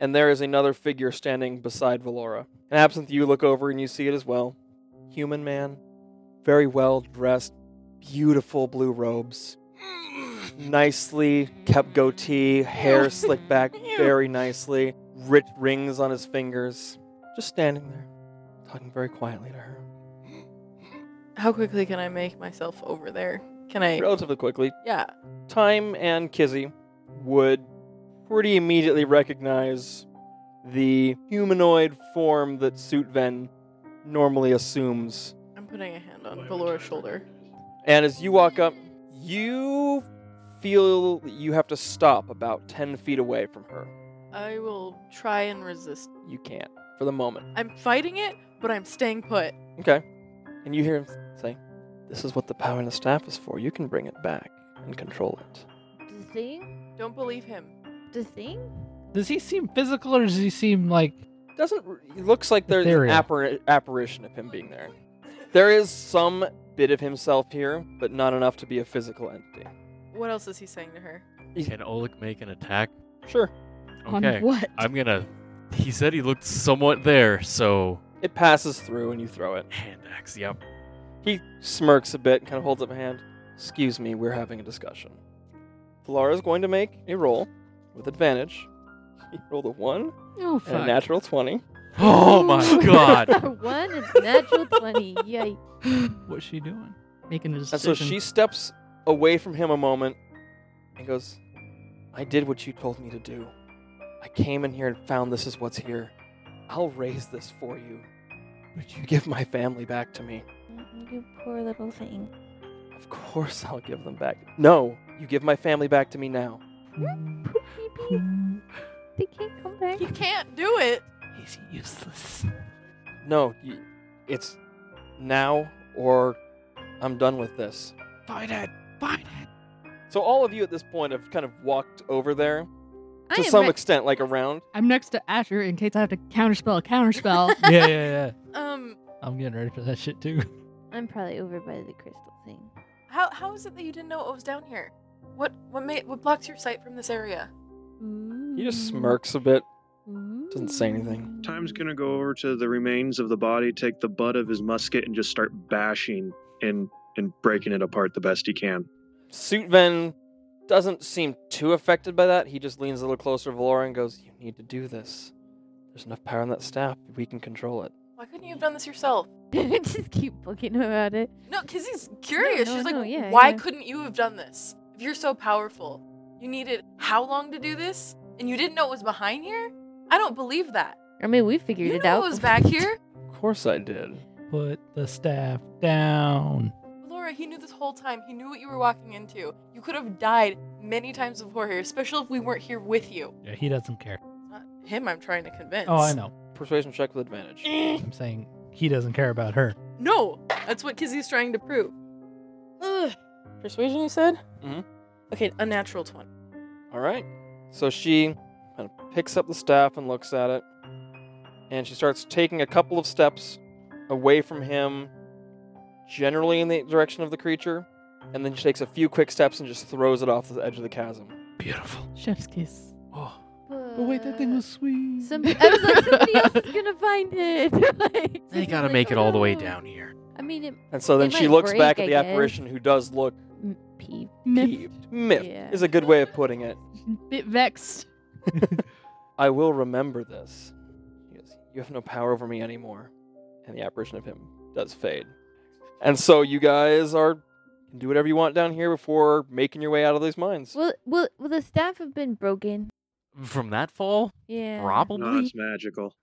Speaker 1: and there is another figure standing beside Valora. And absinthe, you look over and you see it as well. Human man, very well dressed, beautiful blue robes, nicely kept goatee, hair slicked back very nicely, rich rings on his fingers. Just standing there, talking very quietly to her.
Speaker 2: How quickly can I make myself over there? Can I?
Speaker 1: relatively quickly.
Speaker 2: Yeah.
Speaker 1: Time and Kizzy would pretty immediately recognize the humanoid form that Suitven normally assumes.
Speaker 2: I'm putting a hand on Valora's shoulder.
Speaker 1: And as you walk up, you feel that you have to stop about 10 feet away from her.
Speaker 2: I will try and resist.
Speaker 1: You can't for the moment.
Speaker 2: I'm fighting it, but I'm staying put.
Speaker 1: Okay. And you hear him say, This is what the power and the staff is for. You can bring it back and control it.
Speaker 8: The thing?
Speaker 2: Don't believe him.
Speaker 8: The thing?
Speaker 4: Does he seem physical or does he seem like
Speaker 1: Doesn't it looks like there's an
Speaker 4: Ethereal.
Speaker 1: appar- apparition of him being there. There is some bit of himself here, but not enough to be a physical entity.
Speaker 2: What else is he saying to her?
Speaker 3: Can Oleg make an attack?
Speaker 1: Sure.
Speaker 9: On
Speaker 3: Okay.
Speaker 9: what?
Speaker 3: I'm gonna. He said he looked somewhat there, so
Speaker 1: It passes through and you throw it.
Speaker 3: hand axe. Yep.
Speaker 1: He smirks a bit and kind of holds up a hand. Excuse me, we're having a discussion. Flora is going to make a roll with advantage. He rolled a 1
Speaker 9: Oh
Speaker 1: and a
Speaker 9: fuck.
Speaker 1: natural 20.
Speaker 3: Oh my god.
Speaker 8: One is natural 20. Yikes.
Speaker 4: what's she doing?
Speaker 9: Making a decision.
Speaker 1: And so she steps away from him a moment and goes, I did what you told me to do. I came in here and found this is what's here. I'll raise this for you. But you give my family back to me.
Speaker 8: You poor little thing.
Speaker 1: Of course I'll give them back. No, you give my family back to me now.
Speaker 8: They can't come back.
Speaker 2: You can't do it.
Speaker 4: He's useless.
Speaker 1: No, you, it's now or I'm done with this.
Speaker 4: Fight it. Fight it.
Speaker 1: So all of you at this point have kind of walked over there
Speaker 8: I
Speaker 1: to
Speaker 8: am
Speaker 1: some
Speaker 8: re-
Speaker 1: extent, like around.
Speaker 9: I'm next to Asher in case I have to counterspell a counterspell.
Speaker 4: yeah, yeah, yeah.
Speaker 2: Um,
Speaker 4: I'm getting ready for that shit too.
Speaker 8: I'm probably over by the crystal thing.
Speaker 2: how how is it that you didn't know it was down here? What what made what blocks your sight from this area?
Speaker 1: He
Speaker 8: Mm.
Speaker 1: just smirks a bit, doesn't say anything.
Speaker 7: Time's gonna go over to the remains of the body, take the butt of his musket, and just start bashing and and breaking it apart the best he can.
Speaker 1: Suitven doesn't seem too affected by that. He just leans a little closer to Valora and goes, You need to do this. There's enough power in that staff. We can control it.
Speaker 2: Why couldn't you have done this yourself?
Speaker 8: Just keep booking about it.
Speaker 2: No, because he's curious.
Speaker 8: no,
Speaker 2: She's like,
Speaker 8: no, yeah,
Speaker 2: why
Speaker 8: yeah.
Speaker 2: couldn't you have done this? If you're so powerful, you needed how long to do this, and you didn't know it was behind here. I don't believe that.
Speaker 8: I mean, we figured
Speaker 2: you
Speaker 8: it
Speaker 2: know
Speaker 8: out.
Speaker 2: it was back here.
Speaker 1: Of course I did.
Speaker 4: Put the staff down.
Speaker 2: Laura, he knew this whole time. He knew what you were walking into. You could have died many times before here, especially if we weren't here with you.
Speaker 4: Yeah, he doesn't care.
Speaker 2: Not him, I'm trying to convince.
Speaker 4: Oh, I know.
Speaker 1: Persuasion check with advantage.
Speaker 4: I'm saying he doesn't care about her.
Speaker 2: No, that's what Kizzy's trying to prove. Ugh. Persuasion, you said?
Speaker 1: Mhm.
Speaker 2: Okay, a natural 20.
Speaker 1: All right. So she kind of picks up the staff and looks at it. And she starts taking a couple of steps away from him, generally in the direction of the creature. And then she takes a few quick steps and just throws it off the edge of the chasm.
Speaker 4: Beautiful.
Speaker 9: Chef's kiss.
Speaker 1: Oh.
Speaker 8: But
Speaker 4: But wait, that thing was sweet.
Speaker 8: Some- I was like, somebody else is gonna find it. like,
Speaker 3: They
Speaker 8: this
Speaker 3: gotta
Speaker 8: is
Speaker 3: make
Speaker 8: like,
Speaker 3: it all the way
Speaker 8: oh.
Speaker 3: down here.
Speaker 8: I mean, it
Speaker 1: And so then
Speaker 8: It
Speaker 1: she
Speaker 8: might
Speaker 1: looks
Speaker 8: break,
Speaker 1: back at
Speaker 8: I
Speaker 1: the
Speaker 8: guess.
Speaker 1: apparition who does look
Speaker 8: m- peeved.
Speaker 9: Myth.
Speaker 1: peeved. Miffed
Speaker 8: Yeah.
Speaker 1: is a good way of putting it.
Speaker 9: Bit vexed.
Speaker 1: I will remember this. He goes, You have no power over me anymore. And the apparition of him does fade. And so you guys are can do whatever you want down here before making your way out of these mines.
Speaker 8: Will, will will the staff have been broken?
Speaker 3: From that fall,
Speaker 8: Yeah.
Speaker 7: No,
Speaker 3: probably.
Speaker 7: it's magical.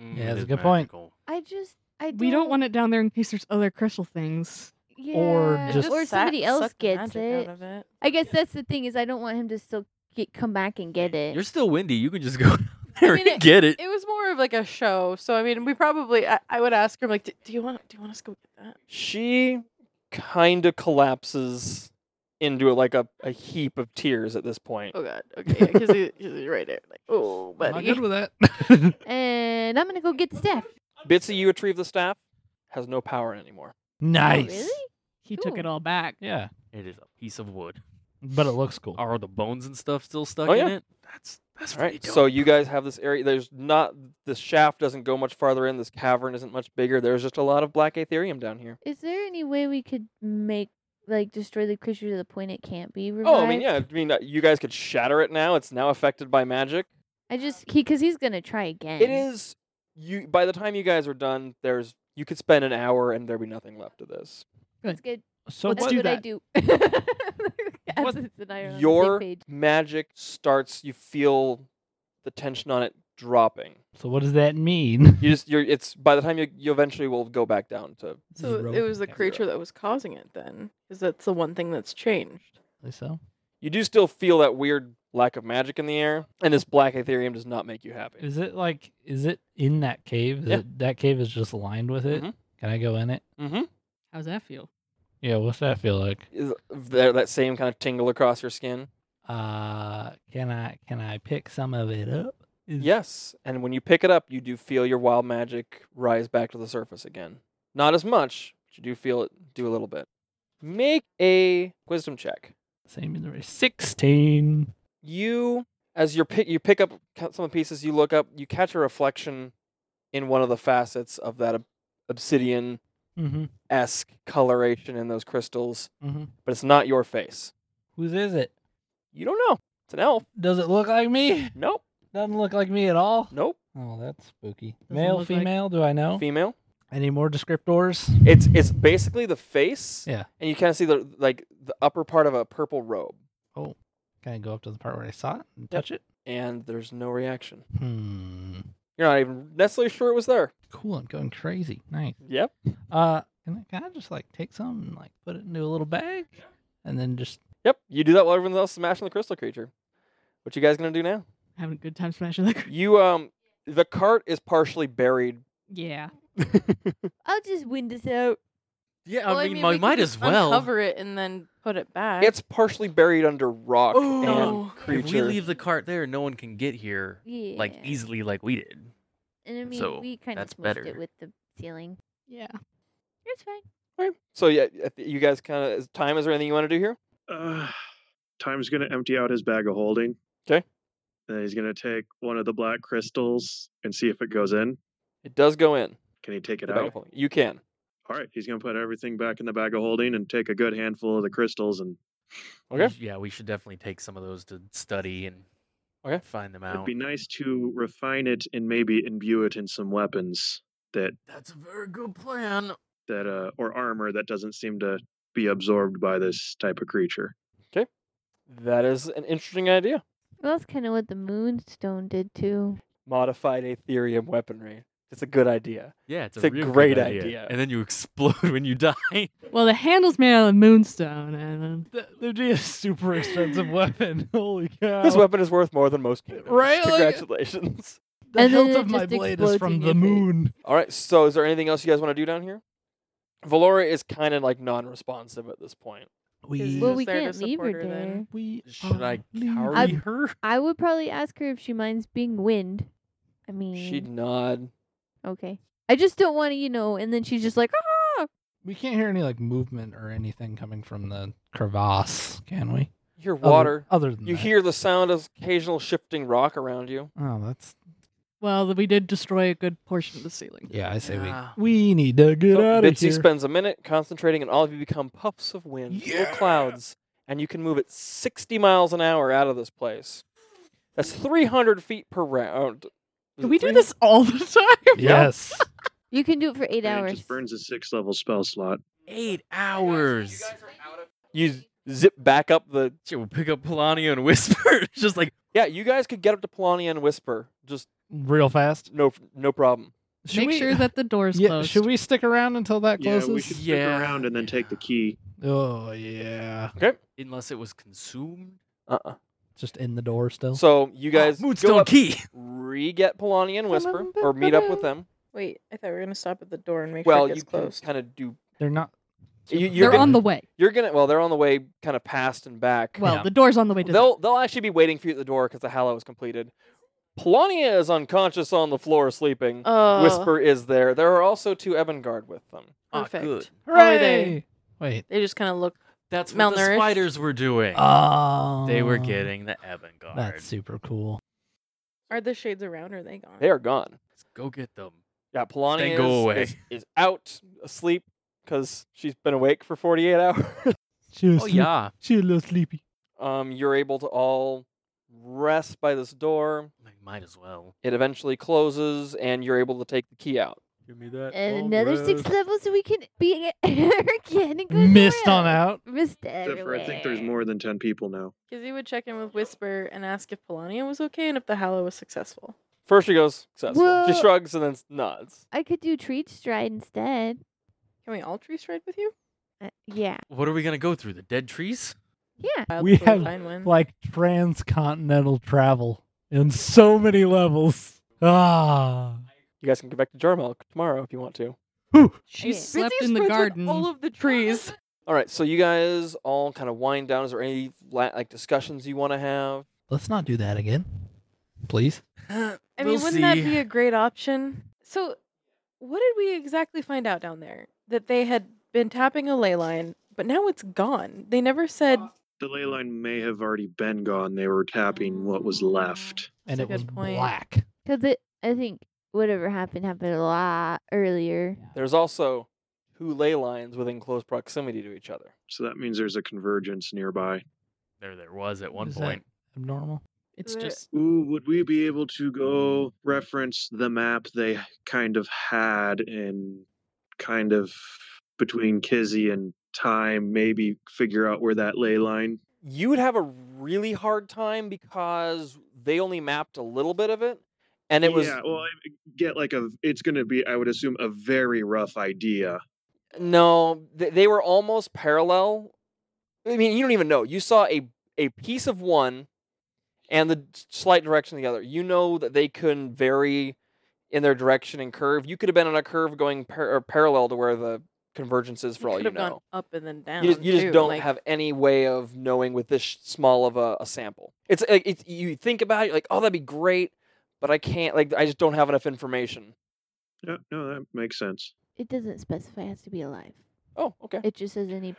Speaker 3: Mm,
Speaker 4: Yeah,
Speaker 3: it
Speaker 4: that's a
Speaker 3: is
Speaker 4: good point.
Speaker 3: magical.
Speaker 8: I just I
Speaker 9: We don't want it down there in case there's other crystal things.
Speaker 8: yeah.
Speaker 4: or just-
Speaker 8: or somebody else gets it.
Speaker 2: it.
Speaker 8: I guess that's the thing is I don't want him to still get come back and get it.
Speaker 3: You're still windy. You can just go down there
Speaker 2: mean,
Speaker 3: and get it.
Speaker 2: It was more of like a show, so I mean, we probably I, I would ask her like, "Do do you want do you want us to go get that?"
Speaker 1: She kind of collapses into a, like a, a heap of tears at this point.
Speaker 2: Oh god, okay, yeah, because he, 'cause he's right there, like, oh
Speaker 4: I'm not
Speaker 2: buddy.
Speaker 4: good with that.
Speaker 8: Oh, and I'm gonna go get the staff.
Speaker 1: Bitsy, you retrieve the staff, has no power anymore.
Speaker 4: nice.
Speaker 8: Oh, really?
Speaker 9: He took it
Speaker 8: Cool.
Speaker 9: all back.
Speaker 4: Yeah,
Speaker 3: It is a piece of wood.
Speaker 4: but it looks cool.
Speaker 3: Are the bones and stuff still stuck
Speaker 1: Oh,
Speaker 3: in
Speaker 1: yeah.
Speaker 3: it? That's that's
Speaker 1: All right,
Speaker 3: pretty
Speaker 1: so
Speaker 3: dope.
Speaker 1: you guys have this area. There's not, this shaft doesn't go much farther in. This cavern isn't much bigger. There's just a lot of black aetherium down here.
Speaker 8: Is there any way we could make like destroy the creature to the point it can't be revived?
Speaker 1: Oh, I mean, yeah. I mean, uh, you guys could shatter it now. It's now affected by magic.
Speaker 8: I just he because he's gonna try again.
Speaker 1: It is you. By the time you guys are done, there's you could spend an hour and there'd be nothing left of this.
Speaker 8: That's good.
Speaker 4: So
Speaker 8: That's
Speaker 4: what?
Speaker 8: what I do. Absence and I are on the same
Speaker 1: Your
Speaker 8: page.
Speaker 1: magic starts. You feel the tension on it dropping.
Speaker 4: So what does that mean?
Speaker 1: You just you're. It's by the time you you eventually will go back down to.
Speaker 2: So
Speaker 4: Zero.
Speaker 2: it was the
Speaker 1: Yeah.
Speaker 2: creature that was causing it then, because that's the one thing that's changed.
Speaker 4: so
Speaker 1: You do still feel that weird lack of magic in the air, and this black aetherium does not make you happy.
Speaker 4: is it like is it in that cave? Is
Speaker 1: Yeah.
Speaker 4: it, that cave is just aligned with it.
Speaker 1: Mhm.
Speaker 4: Can I go in it?
Speaker 1: Mm-hmm.
Speaker 9: How's that feel?
Speaker 4: Yeah, what's that feel like?
Speaker 1: Is there that same kind of tingle across your skin?
Speaker 4: Uh, can I can I pick some of it up? Is-
Speaker 1: Yes, and when you pick it up, you do feel your wild magic rise back to the surface again. Not as much, but you do feel it do a little bit. Make a wisdom check.
Speaker 4: Same in the race. Sixteen.
Speaker 1: You, as you're pick, you pick up ca- some of the pieces. You look up, you catch a reflection in one of the facets of that ob- obsidian
Speaker 4: Mm-hmm.
Speaker 1: esque coloration in those crystals,
Speaker 4: Mm-hmm.
Speaker 1: but it's not your face.
Speaker 4: Whose is it?
Speaker 1: You don't know. It's an elf.
Speaker 4: Does it look like me?
Speaker 1: Nope.
Speaker 4: Doesn't look like me at all.
Speaker 1: Nope.
Speaker 4: Oh, that's spooky.
Speaker 9: Doesn't
Speaker 4: Male,
Speaker 9: look like-
Speaker 4: female? Do I know?
Speaker 1: Female.
Speaker 4: Any more descriptors?
Speaker 1: It's it's basically the face.
Speaker 4: Yeah.
Speaker 1: And you kind of see the like the upper part of a purple robe,
Speaker 4: Oh, can I go up to the part where I saw it and touch it?
Speaker 1: and there's no reaction.
Speaker 4: Hmm.
Speaker 1: You're not even necessarily sure it was there.
Speaker 4: Cool. I'm going crazy. Nice.
Speaker 1: Yep.
Speaker 4: Uh, can I, can I just like take some and like put it into a little bag, and then just
Speaker 1: Yep. You do that while everyone else is smashing the crystal creature. What you guys gonna do now?
Speaker 9: Having a good time smashing the. cr-
Speaker 1: You um, the cart is partially buried.
Speaker 9: Yeah.
Speaker 8: I'll just wind this out.
Speaker 3: Yeah,
Speaker 2: Well,
Speaker 3: I mean,
Speaker 2: we
Speaker 3: I might
Speaker 2: could
Speaker 3: as well.
Speaker 2: uncover it and then put it back.
Speaker 1: It's partially buried under rock
Speaker 2: Oh.
Speaker 1: and
Speaker 3: If we
Speaker 1: creature.
Speaker 3: leave the cart there, no one can get here like
Speaker 8: Yeah.
Speaker 3: easily like we did.
Speaker 8: And I mean,
Speaker 3: So,
Speaker 8: we kind of
Speaker 3: that's
Speaker 8: smushed
Speaker 3: better.
Speaker 8: it with the ceiling.
Speaker 9: Yeah.
Speaker 8: It's fine.
Speaker 1: so yeah, I thi- you guys kind of time. Is there anything you want to do here?
Speaker 7: Uh, Time's gonna empty out his bag of holding.
Speaker 1: 'Kay.
Speaker 7: And he's gonna take one of the black crystals and see if it goes in.
Speaker 1: It does go in.
Speaker 7: Can he take it
Speaker 1: the bag
Speaker 7: out?
Speaker 1: of holding. You can.
Speaker 7: All right, he's gonna put everything back in the bag of holding and take a good handful of the crystals and
Speaker 1: Okay.
Speaker 3: We sh- Yeah, we should definitely take some of those to study and
Speaker 1: Okay.
Speaker 3: find them
Speaker 7: it'd
Speaker 3: out.
Speaker 7: be nice to refine it and maybe imbue it in some weapons that
Speaker 3: That's a very good plan.
Speaker 7: that uh or armor that doesn't seem to be absorbed by this type of creature.
Speaker 1: That is an interesting idea.
Speaker 8: Well, that's kind of what the moonstone did too.
Speaker 1: Modified Aetherium weaponry. It's a good idea.
Speaker 3: Yeah, it's,
Speaker 1: It's a
Speaker 3: real good
Speaker 1: great idea.
Speaker 3: And then you explode when you die.
Speaker 9: Well, the handle's made out of moonstone, and
Speaker 4: that would be a super expensive weapon. Holy cow!
Speaker 1: This weapon is worth more than most cannons.
Speaker 4: Right, like-
Speaker 1: Congratulations.
Speaker 4: The
Speaker 8: And then
Speaker 4: hilt
Speaker 8: it
Speaker 4: of my
Speaker 8: just
Speaker 4: blade is
Speaker 8: explodes
Speaker 4: from
Speaker 8: in
Speaker 4: the
Speaker 8: your face.
Speaker 4: moon.
Speaker 1: All right. So, is there anything else you guys want to do down here? Valora is kind of like non-responsive at this point.
Speaker 2: Is
Speaker 4: We
Speaker 2: it
Speaker 8: Well,
Speaker 2: just
Speaker 8: we
Speaker 2: there to
Speaker 8: can't leave
Speaker 2: support
Speaker 8: her
Speaker 2: her then?
Speaker 8: there.
Speaker 4: we
Speaker 1: Should I
Speaker 4: are leaving.
Speaker 1: carry
Speaker 8: I-
Speaker 3: her?
Speaker 8: I would probably ask her if she minds being wind. I mean,
Speaker 1: She'd nod.
Speaker 8: okay. I just don't want to, you know. And then she's just like, ah.
Speaker 4: We can't hear any like movement or anything coming from the crevasse, can we?
Speaker 1: You hear
Speaker 4: Other-
Speaker 1: water.
Speaker 4: Other, than
Speaker 1: you
Speaker 4: that.
Speaker 1: hear the sound of occasional shifting rock around you.
Speaker 4: Oh, that's
Speaker 9: well, we did destroy a good portion of the ceiling.
Speaker 4: yeah. I say
Speaker 3: Yeah.
Speaker 4: we we need to get
Speaker 1: So
Speaker 4: out of
Speaker 1: Bitsy
Speaker 4: here.
Speaker 1: spends a minute concentrating, and all of you become puffs of wind, little clouds, and you can move at 60 miles an hour out of this place. That's 300 feet per round. Is
Speaker 9: Do
Speaker 1: it
Speaker 9: we do
Speaker 1: 300?
Speaker 9: this all the time?
Speaker 4: yes.
Speaker 8: You can do it for eight
Speaker 7: And It
Speaker 8: hours.
Speaker 7: just burns a six level spell slot.
Speaker 3: Eight hours.
Speaker 1: You z- zip back up the.
Speaker 3: Shit, we'll pick up Polania and whisper. It's just like,
Speaker 1: Yeah, you guys could get up to Polania and whisper. Just
Speaker 4: Real fast.
Speaker 1: no, no problem.
Speaker 4: Should
Speaker 9: Make
Speaker 4: we,
Speaker 9: sure that the door's
Speaker 4: yeah,
Speaker 9: closed.
Speaker 4: Should we stick around until that closes?
Speaker 7: Yeah, we should stick
Speaker 3: Yeah,
Speaker 7: around and then take the
Speaker 3: yeah.
Speaker 7: key.
Speaker 4: Oh yeah.
Speaker 3: unless it was consumed.
Speaker 1: Uh uh
Speaker 4: Just in the door still.
Speaker 1: So you
Speaker 2: Ah,
Speaker 1: guys
Speaker 3: oh,
Speaker 1: go
Speaker 3: Moonstone
Speaker 1: up,
Speaker 3: Key.
Speaker 1: re get Polania and whisper, or meet up with them.
Speaker 2: Wait, I thought we were gonna stop at the door and make
Speaker 1: Well,
Speaker 2: sure it
Speaker 1: you
Speaker 2: gets closed.
Speaker 1: kind of do.
Speaker 4: They're not.
Speaker 1: You, you're
Speaker 9: They're
Speaker 1: gonna,
Speaker 9: on the way.
Speaker 1: You're gonna. Well, they're on the way, kind of past and back.
Speaker 9: Well,
Speaker 4: Yeah.
Speaker 9: the door's on the way to.
Speaker 1: They'll they'll actually be waiting for you at the door because the hallow is completed. Polania is unconscious on the floor sleeping.
Speaker 2: Oh,
Speaker 1: Whisper is there. There are also two Ebengard with them.
Speaker 3: Ah,
Speaker 2: Perfect.
Speaker 3: good.
Speaker 2: Hooray!
Speaker 4: Hooray! Wait.
Speaker 2: They just kind of look.
Speaker 3: That's what the
Speaker 2: Malnourished.
Speaker 3: spiders were doing.
Speaker 9: Um,
Speaker 4: Oh.
Speaker 3: they
Speaker 1: Um,
Speaker 3: were getting the Evangard.
Speaker 4: That's super cool.
Speaker 2: Are the shades around? Or are they gone?
Speaker 1: They are gone.
Speaker 3: Let's go get them.
Speaker 1: Yeah, Polania
Speaker 3: Then go
Speaker 1: is,
Speaker 3: away.
Speaker 1: is, is out asleep because she's been awake for 48 hours.
Speaker 4: She was
Speaker 3: Oh, yeah.
Speaker 4: She was a little sleepy.
Speaker 1: um, you're able to all rest by this door.
Speaker 3: Like, Might as well.
Speaker 1: It eventually closes, and you're able to take the key out.
Speaker 3: Give me that.
Speaker 8: And another six levels, so we can be again and go
Speaker 4: Missed on
Speaker 8: somewhere else.
Speaker 4: out.
Speaker 8: Missed
Speaker 7: Except for
Speaker 8: everywhere.
Speaker 7: I think there's more than ten people now.
Speaker 2: Because he would check in with Whisper and ask if Polania was okay and if the hallow was successful.
Speaker 1: First, she goes successful. She
Speaker 8: Well-
Speaker 1: shrugs and then s- nods.
Speaker 8: I could do treat stride instead.
Speaker 2: Can we all tree stride with you?
Speaker 8: Uh, yeah.
Speaker 3: What are we going to go through? The dead trees?
Speaker 8: Yeah.
Speaker 2: I'll
Speaker 4: We
Speaker 2: go
Speaker 4: have,
Speaker 2: find one.
Speaker 4: Like transcontinental travel in so many levels. Ah.
Speaker 1: You guys can go back to Jarmel tomorrow if you want to.
Speaker 9: She
Speaker 8: Okay.
Speaker 9: slept
Speaker 2: Ritzy
Speaker 9: in the
Speaker 2: spreads with
Speaker 9: garden.
Speaker 2: All of the trees.
Speaker 1: All right, so you guys all kind of wind down. Is there any la- like discussions you want to have?
Speaker 4: Let's not do that again, please.
Speaker 2: I mean, wouldn't that be a great option? So, what did we exactly find out down there? That they had been tapping a ley line, but now it's gone. They never said.
Speaker 7: The ley line may have already been gone. They were tapping what was left.
Speaker 4: And
Speaker 2: That's
Speaker 4: it
Speaker 2: a
Speaker 4: was
Speaker 2: good point.
Speaker 4: black.
Speaker 8: Because it, I think whatever happened happened a lot earlier.
Speaker 1: There's also two ley lines within close proximity to each other.
Speaker 7: So that means there's a convergence nearby.
Speaker 3: There, there was at one
Speaker 4: Is that
Speaker 3: point.
Speaker 4: abnormal?
Speaker 9: It's
Speaker 2: Uh,
Speaker 9: just
Speaker 7: Ooh, would we be able to go reference the map they kind of had in kind of between Kizzy and time, maybe figure out where that ley line?
Speaker 1: You would have a really hard time because they only mapped a little bit of it, and it was
Speaker 7: yeah, well, I get like a. It's going to be, I would assume, a very rough idea.
Speaker 1: No, they, they were almost parallel. I mean, you don't even know. You saw a a piece of one, and the s- slight direction of the other. You know that they can vary in their direction and curve. You could have been on a curve going par- or parallel to where the convergence is. For all
Speaker 2: could
Speaker 1: you
Speaker 2: have
Speaker 1: know,
Speaker 2: gone up and then down.
Speaker 1: you just, you just
Speaker 2: too,
Speaker 1: don't
Speaker 2: like-
Speaker 1: have any way of knowing with this sh- small of a, a sample. It's like it's, you think about it, like, oh, that'd be great, but I can't. Like, I just don't have enough information.
Speaker 7: Yeah, no, that makes sense.
Speaker 8: It doesn't specify it has to be alive.
Speaker 1: Oh, okay.
Speaker 8: It just says any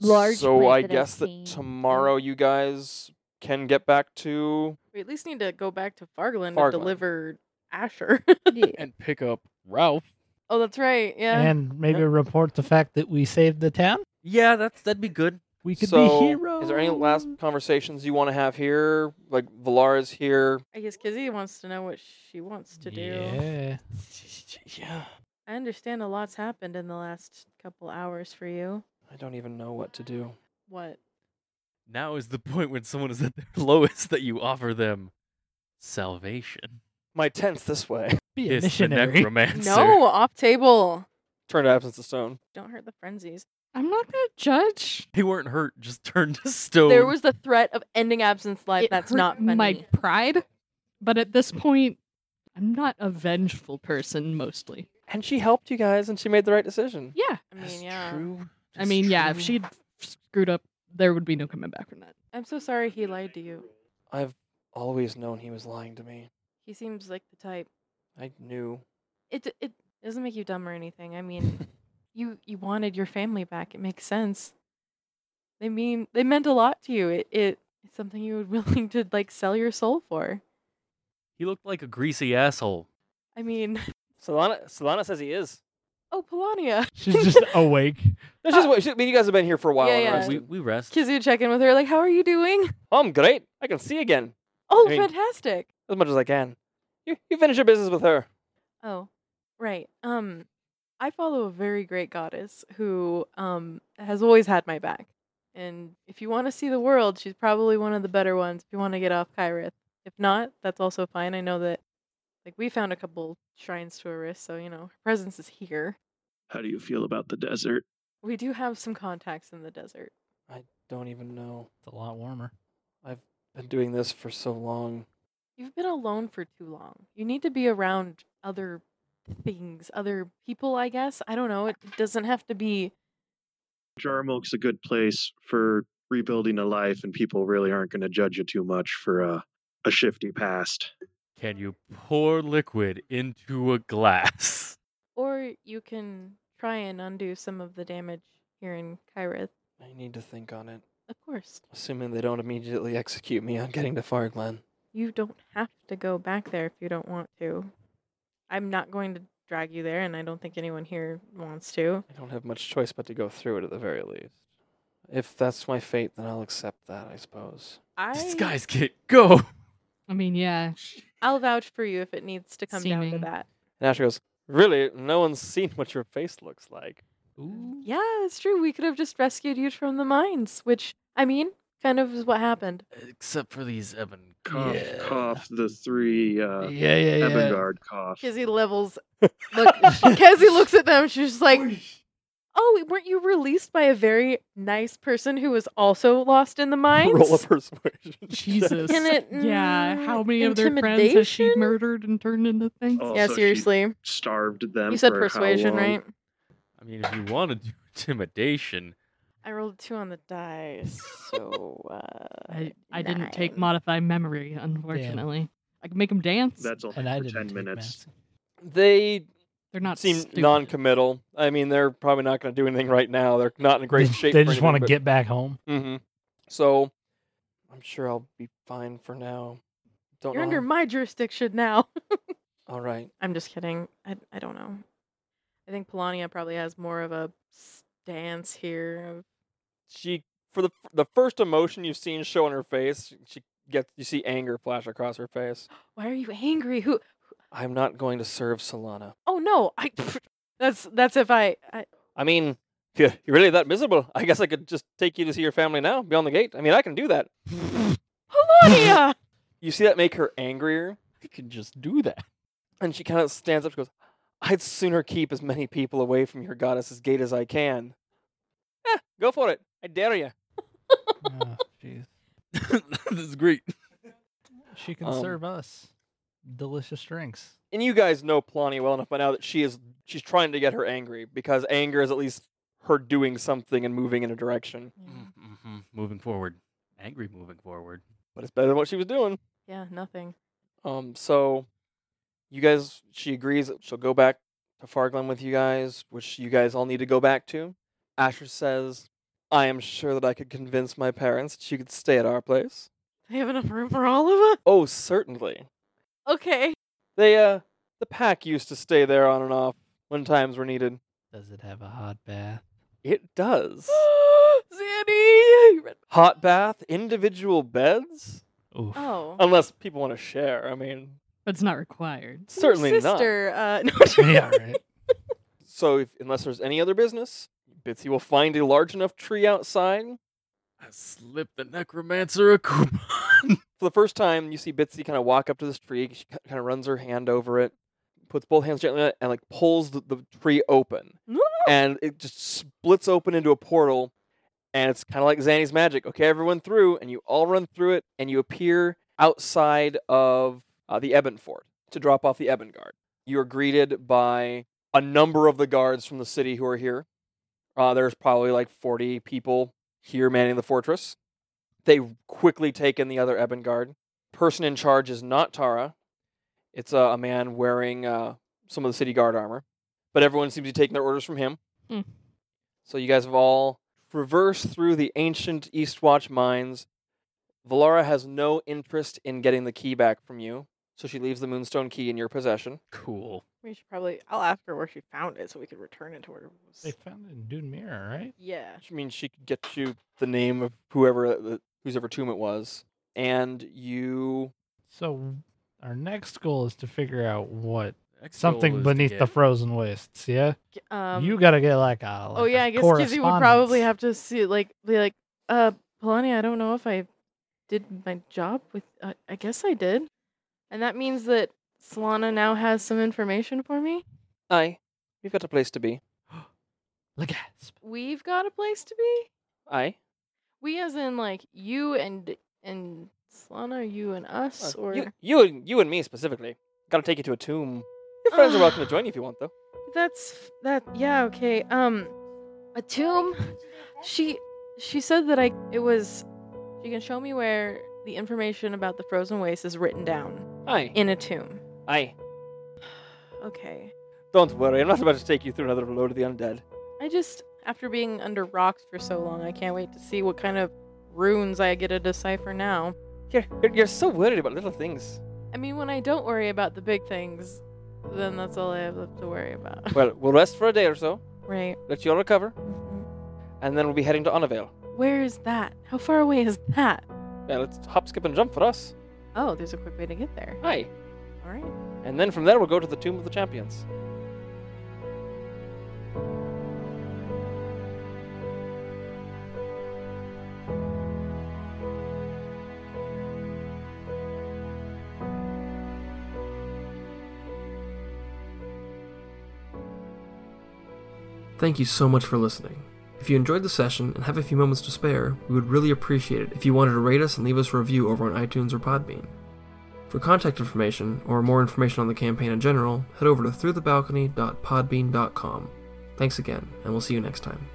Speaker 8: large.
Speaker 1: So
Speaker 8: place
Speaker 1: I
Speaker 8: that I've
Speaker 1: guess
Speaker 8: seen.
Speaker 1: that tomorrow you guys can get back to
Speaker 2: We at least need to go back to Fargland,
Speaker 1: Fargland.
Speaker 2: and deliver Asher.
Speaker 8: Yeah.
Speaker 3: And pick up Ralph.
Speaker 2: oh, that's right. Yeah.
Speaker 4: And maybe report the fact that we saved the town.
Speaker 3: Yeah, that's that'd be good.
Speaker 4: We could
Speaker 1: so
Speaker 4: be heroes.
Speaker 1: Is there any last conversations you want to have here? Like Valar is here.
Speaker 2: I guess Kizzy wants to know what she wants to do.
Speaker 4: Yeah.
Speaker 1: Yeah.
Speaker 2: I understand a lot's happened in the last couple hours for you.
Speaker 1: I don't even know what to do.
Speaker 2: What?
Speaker 3: Now is the point when someone is at their lowest that you offer them salvation.
Speaker 1: My tent's this way.
Speaker 4: Be a
Speaker 3: It's the
Speaker 4: missionary.
Speaker 3: necromancer.
Speaker 2: No, off table.
Speaker 1: Turn to absence to stone.
Speaker 2: Don't hurt the frenzies.
Speaker 9: I'm not gonna judge.
Speaker 3: They weren't hurt, just turned to stone.
Speaker 2: There was the threat of ending Absinthe's life.
Speaker 9: Oh. It
Speaker 2: That's
Speaker 9: hurt
Speaker 2: not funny.
Speaker 9: my pride, but at this point, I'm not a vengeful person mostly.
Speaker 1: And she helped you guys, and she made the right decision.
Speaker 9: Yeah,
Speaker 2: I mean, yeah.
Speaker 9: I mean, yeah. If she'd screwed up, there would be no coming back from that.
Speaker 2: I'm so sorry he lied to you.
Speaker 1: I've always known he was lying to me.
Speaker 2: He seems like the type.
Speaker 1: I knew.
Speaker 2: It d- it doesn't make you dumb or anything. I mean, you you wanted your family back. It makes sense. They mean they meant a lot to you. It it it's something you were willing to like sell your soul for.
Speaker 3: He looked like a greasy asshole.
Speaker 2: I mean,
Speaker 1: Solana, Solana says he is.
Speaker 2: oh Polania.
Speaker 4: She's just awake.
Speaker 1: No,
Speaker 8: Ah.
Speaker 1: she's, wa- she- I mean, you guys have been here for a while.
Speaker 2: Yeah,
Speaker 1: and
Speaker 2: yeah.
Speaker 1: rested.
Speaker 3: We we rest.
Speaker 2: Kizzy check in with her like, how are you doing?
Speaker 1: Oh, I'm great. I can see again
Speaker 2: Oh,
Speaker 1: mean-
Speaker 2: fantastic.
Speaker 1: as much as I can. You, you finish your business with her.
Speaker 2: Oh, right. Um, I follow a very great goddess who um has always had my back. And if you want to see the world, she's probably one of the better ones. If you want to get off Kyrith, if not, that's also fine. I know that, like, we found a couple shrines to Eris, so you know her presence is here.
Speaker 7: How do you feel about the desert?
Speaker 2: We do have some contacts in the desert.
Speaker 1: I don't even know.
Speaker 4: It's a lot warmer.
Speaker 1: I've been doing this for so long.
Speaker 2: You've been alone for too long. You need to be around other things, other people. I guess I don't know. It doesn't have to be
Speaker 7: Jarmulk's a good place for rebuilding a life, and people really aren't going to judge you too much for a, a shifty past.
Speaker 3: Can you pour liquid into a glass?
Speaker 2: Or you can try and undo some of the damage here in Kyrith.
Speaker 1: I need to think on it.
Speaker 2: Of course,
Speaker 1: Assuming they don't immediately execute me on getting to Farglen.
Speaker 2: you don't have to go back there if you don't want to. I'm not going to drag you there, and I don't think anyone here wants to.
Speaker 1: I don't have much choice but to go through it at the very least. If that's my fate, then I'll accept that, I suppose.
Speaker 2: I,
Speaker 3: This guy's kid, go.
Speaker 9: I mean, yeah.
Speaker 2: I'll vouch for you if it needs to come down
Speaker 9: Seeming.
Speaker 2: to that.
Speaker 1: And Asher goes, Really? No one's seen what your face looks like.
Speaker 4: Ooh.
Speaker 2: Yeah, it's true. We could have just rescued you from the mines, which, I mean, kind of is what happened.
Speaker 3: Except for these Evan.
Speaker 7: Cough,
Speaker 3: Yeah.
Speaker 7: cough, the three uh,
Speaker 4: Yeah, yeah, yeah.
Speaker 7: Evangard cough.
Speaker 2: Kizzy levels. Look, Kizzy looks at them. She's just like, "Oh, weren't you released by a very nice person who was also lost in the mines?"
Speaker 1: Roll a persuasion.
Speaker 9: Jesus.
Speaker 2: Can it,
Speaker 9: yeah.
Speaker 2: mm,
Speaker 9: How many of their friends has she
Speaker 2: intimidation?
Speaker 9: murdered and turned into things?
Speaker 7: Oh,
Speaker 2: yeah,
Speaker 7: so she
Speaker 2: seriously.
Speaker 7: starved them.
Speaker 2: You said
Speaker 7: for how
Speaker 2: persuasion,
Speaker 7: long?
Speaker 2: right?
Speaker 3: I mean, if you want to do intimidation,
Speaker 2: I rolled a two on the dice, so uh,
Speaker 9: I, I didn't take
Speaker 2: nine.
Speaker 9: modify memory, unfortunately. I can make them dance.
Speaker 7: That's all
Speaker 4: And I
Speaker 7: for
Speaker 4: didn't
Speaker 7: ten
Speaker 4: take
Speaker 7: minutes.
Speaker 1: They
Speaker 9: They're not
Speaker 1: seem
Speaker 9: stupid.
Speaker 1: non-committal. I mean, they're probably not going to do anything right now. They're not in great shape.
Speaker 4: they just want to get back home.
Speaker 1: hmm So, I'm sure I'll be fine for now. Don't
Speaker 2: You're
Speaker 1: know.
Speaker 2: under my jurisdiction now.
Speaker 1: All right.
Speaker 2: I'm just kidding. I, I don't know. I think Polania probably has more of a stance here. Of,
Speaker 1: She for the the first emotion you've seen show on her face, she gets you see anger flash across her face.
Speaker 2: Why are you angry? Who?
Speaker 1: I'm not going to serve Solana.
Speaker 2: Oh no! I. That's that's if I. I
Speaker 1: I mean, if you- you're really that miserable. I guess I could just take you to see your family now, beyond the gate. I mean, I can do that.
Speaker 2: Polania.
Speaker 1: You see that make her angrier,
Speaker 3: You can just do that.
Speaker 1: and she kind of stands up. She goes, "I'd sooner keep as many people away from your goddess's gate as I can." Eh, go for it. I dare you.
Speaker 4: Oh, jeez.
Speaker 3: this is great.
Speaker 4: She can
Speaker 1: Um,
Speaker 4: serve us delicious drinks.
Speaker 1: and you guys know Plani well enough by now that she is she's trying to get her angry because anger is at least her doing something and moving in a direction.
Speaker 3: Mm-hmm. Moving forward. Angry moving forward.
Speaker 1: But it's better than what she was doing.
Speaker 2: Yeah. Nothing.
Speaker 1: Um, so you guys, she agrees that she'll go back to Farglen with you guys, which you guys all need to go back to. Asher says, "I am sure that I could convince my parents that you could stay at our place."
Speaker 2: They have enough room for all of us.
Speaker 1: Oh, certainly.
Speaker 2: Okay.
Speaker 1: They uh, the pack used to stay there on and off when times were needed.
Speaker 4: Does it have a hot bath?
Speaker 1: It does.
Speaker 2: Zanny.
Speaker 1: Hot bath, individual beds.
Speaker 4: Oof.
Speaker 2: Oh.
Speaker 1: Unless people want to share. I mean,
Speaker 9: But it's not required.
Speaker 1: certainly
Speaker 2: Your
Speaker 1: not.
Speaker 2: sister, Uh, no.
Speaker 4: yeah, right.
Speaker 1: So, if, unless there's any other business, Bitsy will find a large enough tree outside.
Speaker 3: I slipped the necromancer a coupon.
Speaker 1: For the first time, you see Bitsy kind of walk up to this tree. She kind of runs her hand over it, puts both hands gently on it, and like pulls the, the tree open. and it just splits open into a portal. And it's kind of like Zanny's magic. Okay, everyone through, and you all run through it, and you appear outside of uh, the Ebon Fort to drop off the Ebon Guard. You are greeted by a number of the guards from the city who are here. Uh, there's probably like 40 people here manning the fortress. They quickly take in the other Ebon Guard. Person in charge is not Tara. It's uh, a man wearing uh, some of the city guard armor, but everyone seems to be taking their orders from him.
Speaker 9: Hmm.
Speaker 1: So you guys have all traversed through the ancient Eastwatch mines. Valara has no interest in getting the key back from you, so she leaves the Moonstone key in your possession.
Speaker 3: cool.
Speaker 2: We should probably. I'll ask her where she found it so we could return it to her.
Speaker 4: They found it in Dune Mirror, right?
Speaker 2: Yeah.
Speaker 1: which means she could get you the name of whoever the, whose ever tomb it was, and you
Speaker 4: So our next goal is to figure out what
Speaker 3: Next goal
Speaker 4: something
Speaker 3: is to
Speaker 4: beneath the
Speaker 3: get-
Speaker 4: frozen wastes. Yeah,
Speaker 2: G- Um,
Speaker 4: you gotta get like a.
Speaker 2: Oh
Speaker 4: like a
Speaker 2: yeah, I guess Kizzy would probably
Speaker 4: correspondence.
Speaker 2: have to see like be like, uh, Polania, I don't know if I did my job with. Uh, I guess I did, and that means that Solana now has some information for me.
Speaker 1: aye, we've got a place to be.
Speaker 4: The gasp.
Speaker 2: We've got a place to be.
Speaker 1: Aye,
Speaker 2: We, as in like you and and Solana, you and us,
Speaker 1: Uh,
Speaker 2: or
Speaker 1: you, you and you and me specifically. Got to take you to a tomb. Your friends are welcome to join you if you want, though.
Speaker 2: That's f- that. Yeah. Okay. Um, a tomb. She she said that I it was. She can show me where the information about the frozen waste is written down
Speaker 1: Aye,
Speaker 2: in a tomb.
Speaker 1: aye.
Speaker 2: Okay.
Speaker 1: Don't worry, I'm not about to take you through another load of the undead.
Speaker 2: I just after being under rocks for so long, I can't wait to see what kind of runes I get to decipher now.
Speaker 1: You're, you're, you're so worried about little things.
Speaker 2: I mean, when I don't worry about the big things, then that's all I have left to worry about.
Speaker 1: Well, we'll rest for a day or so,
Speaker 2: right.
Speaker 1: let you all recover,
Speaker 2: Mhm.
Speaker 1: and then we'll be heading to Onavale.
Speaker 2: Where is that? How far away is that?
Speaker 1: Yeah, let's hop, skip, and jump for us.
Speaker 2: Oh, there's a quick way to get there.
Speaker 1: Aye.
Speaker 2: All right.
Speaker 1: And then from there, we'll go to the Tomb of the Champions.
Speaker 15: Thank you so much for listening. If you enjoyed the session and have a few moments to spare, we would really appreciate it if you wanted to rate us and leave us a review over on iTunes or Podbean. For contact information or more information on the campaign in general, head over to throughthebalcony.podbean.com. Thanks again, and we'll see you next time.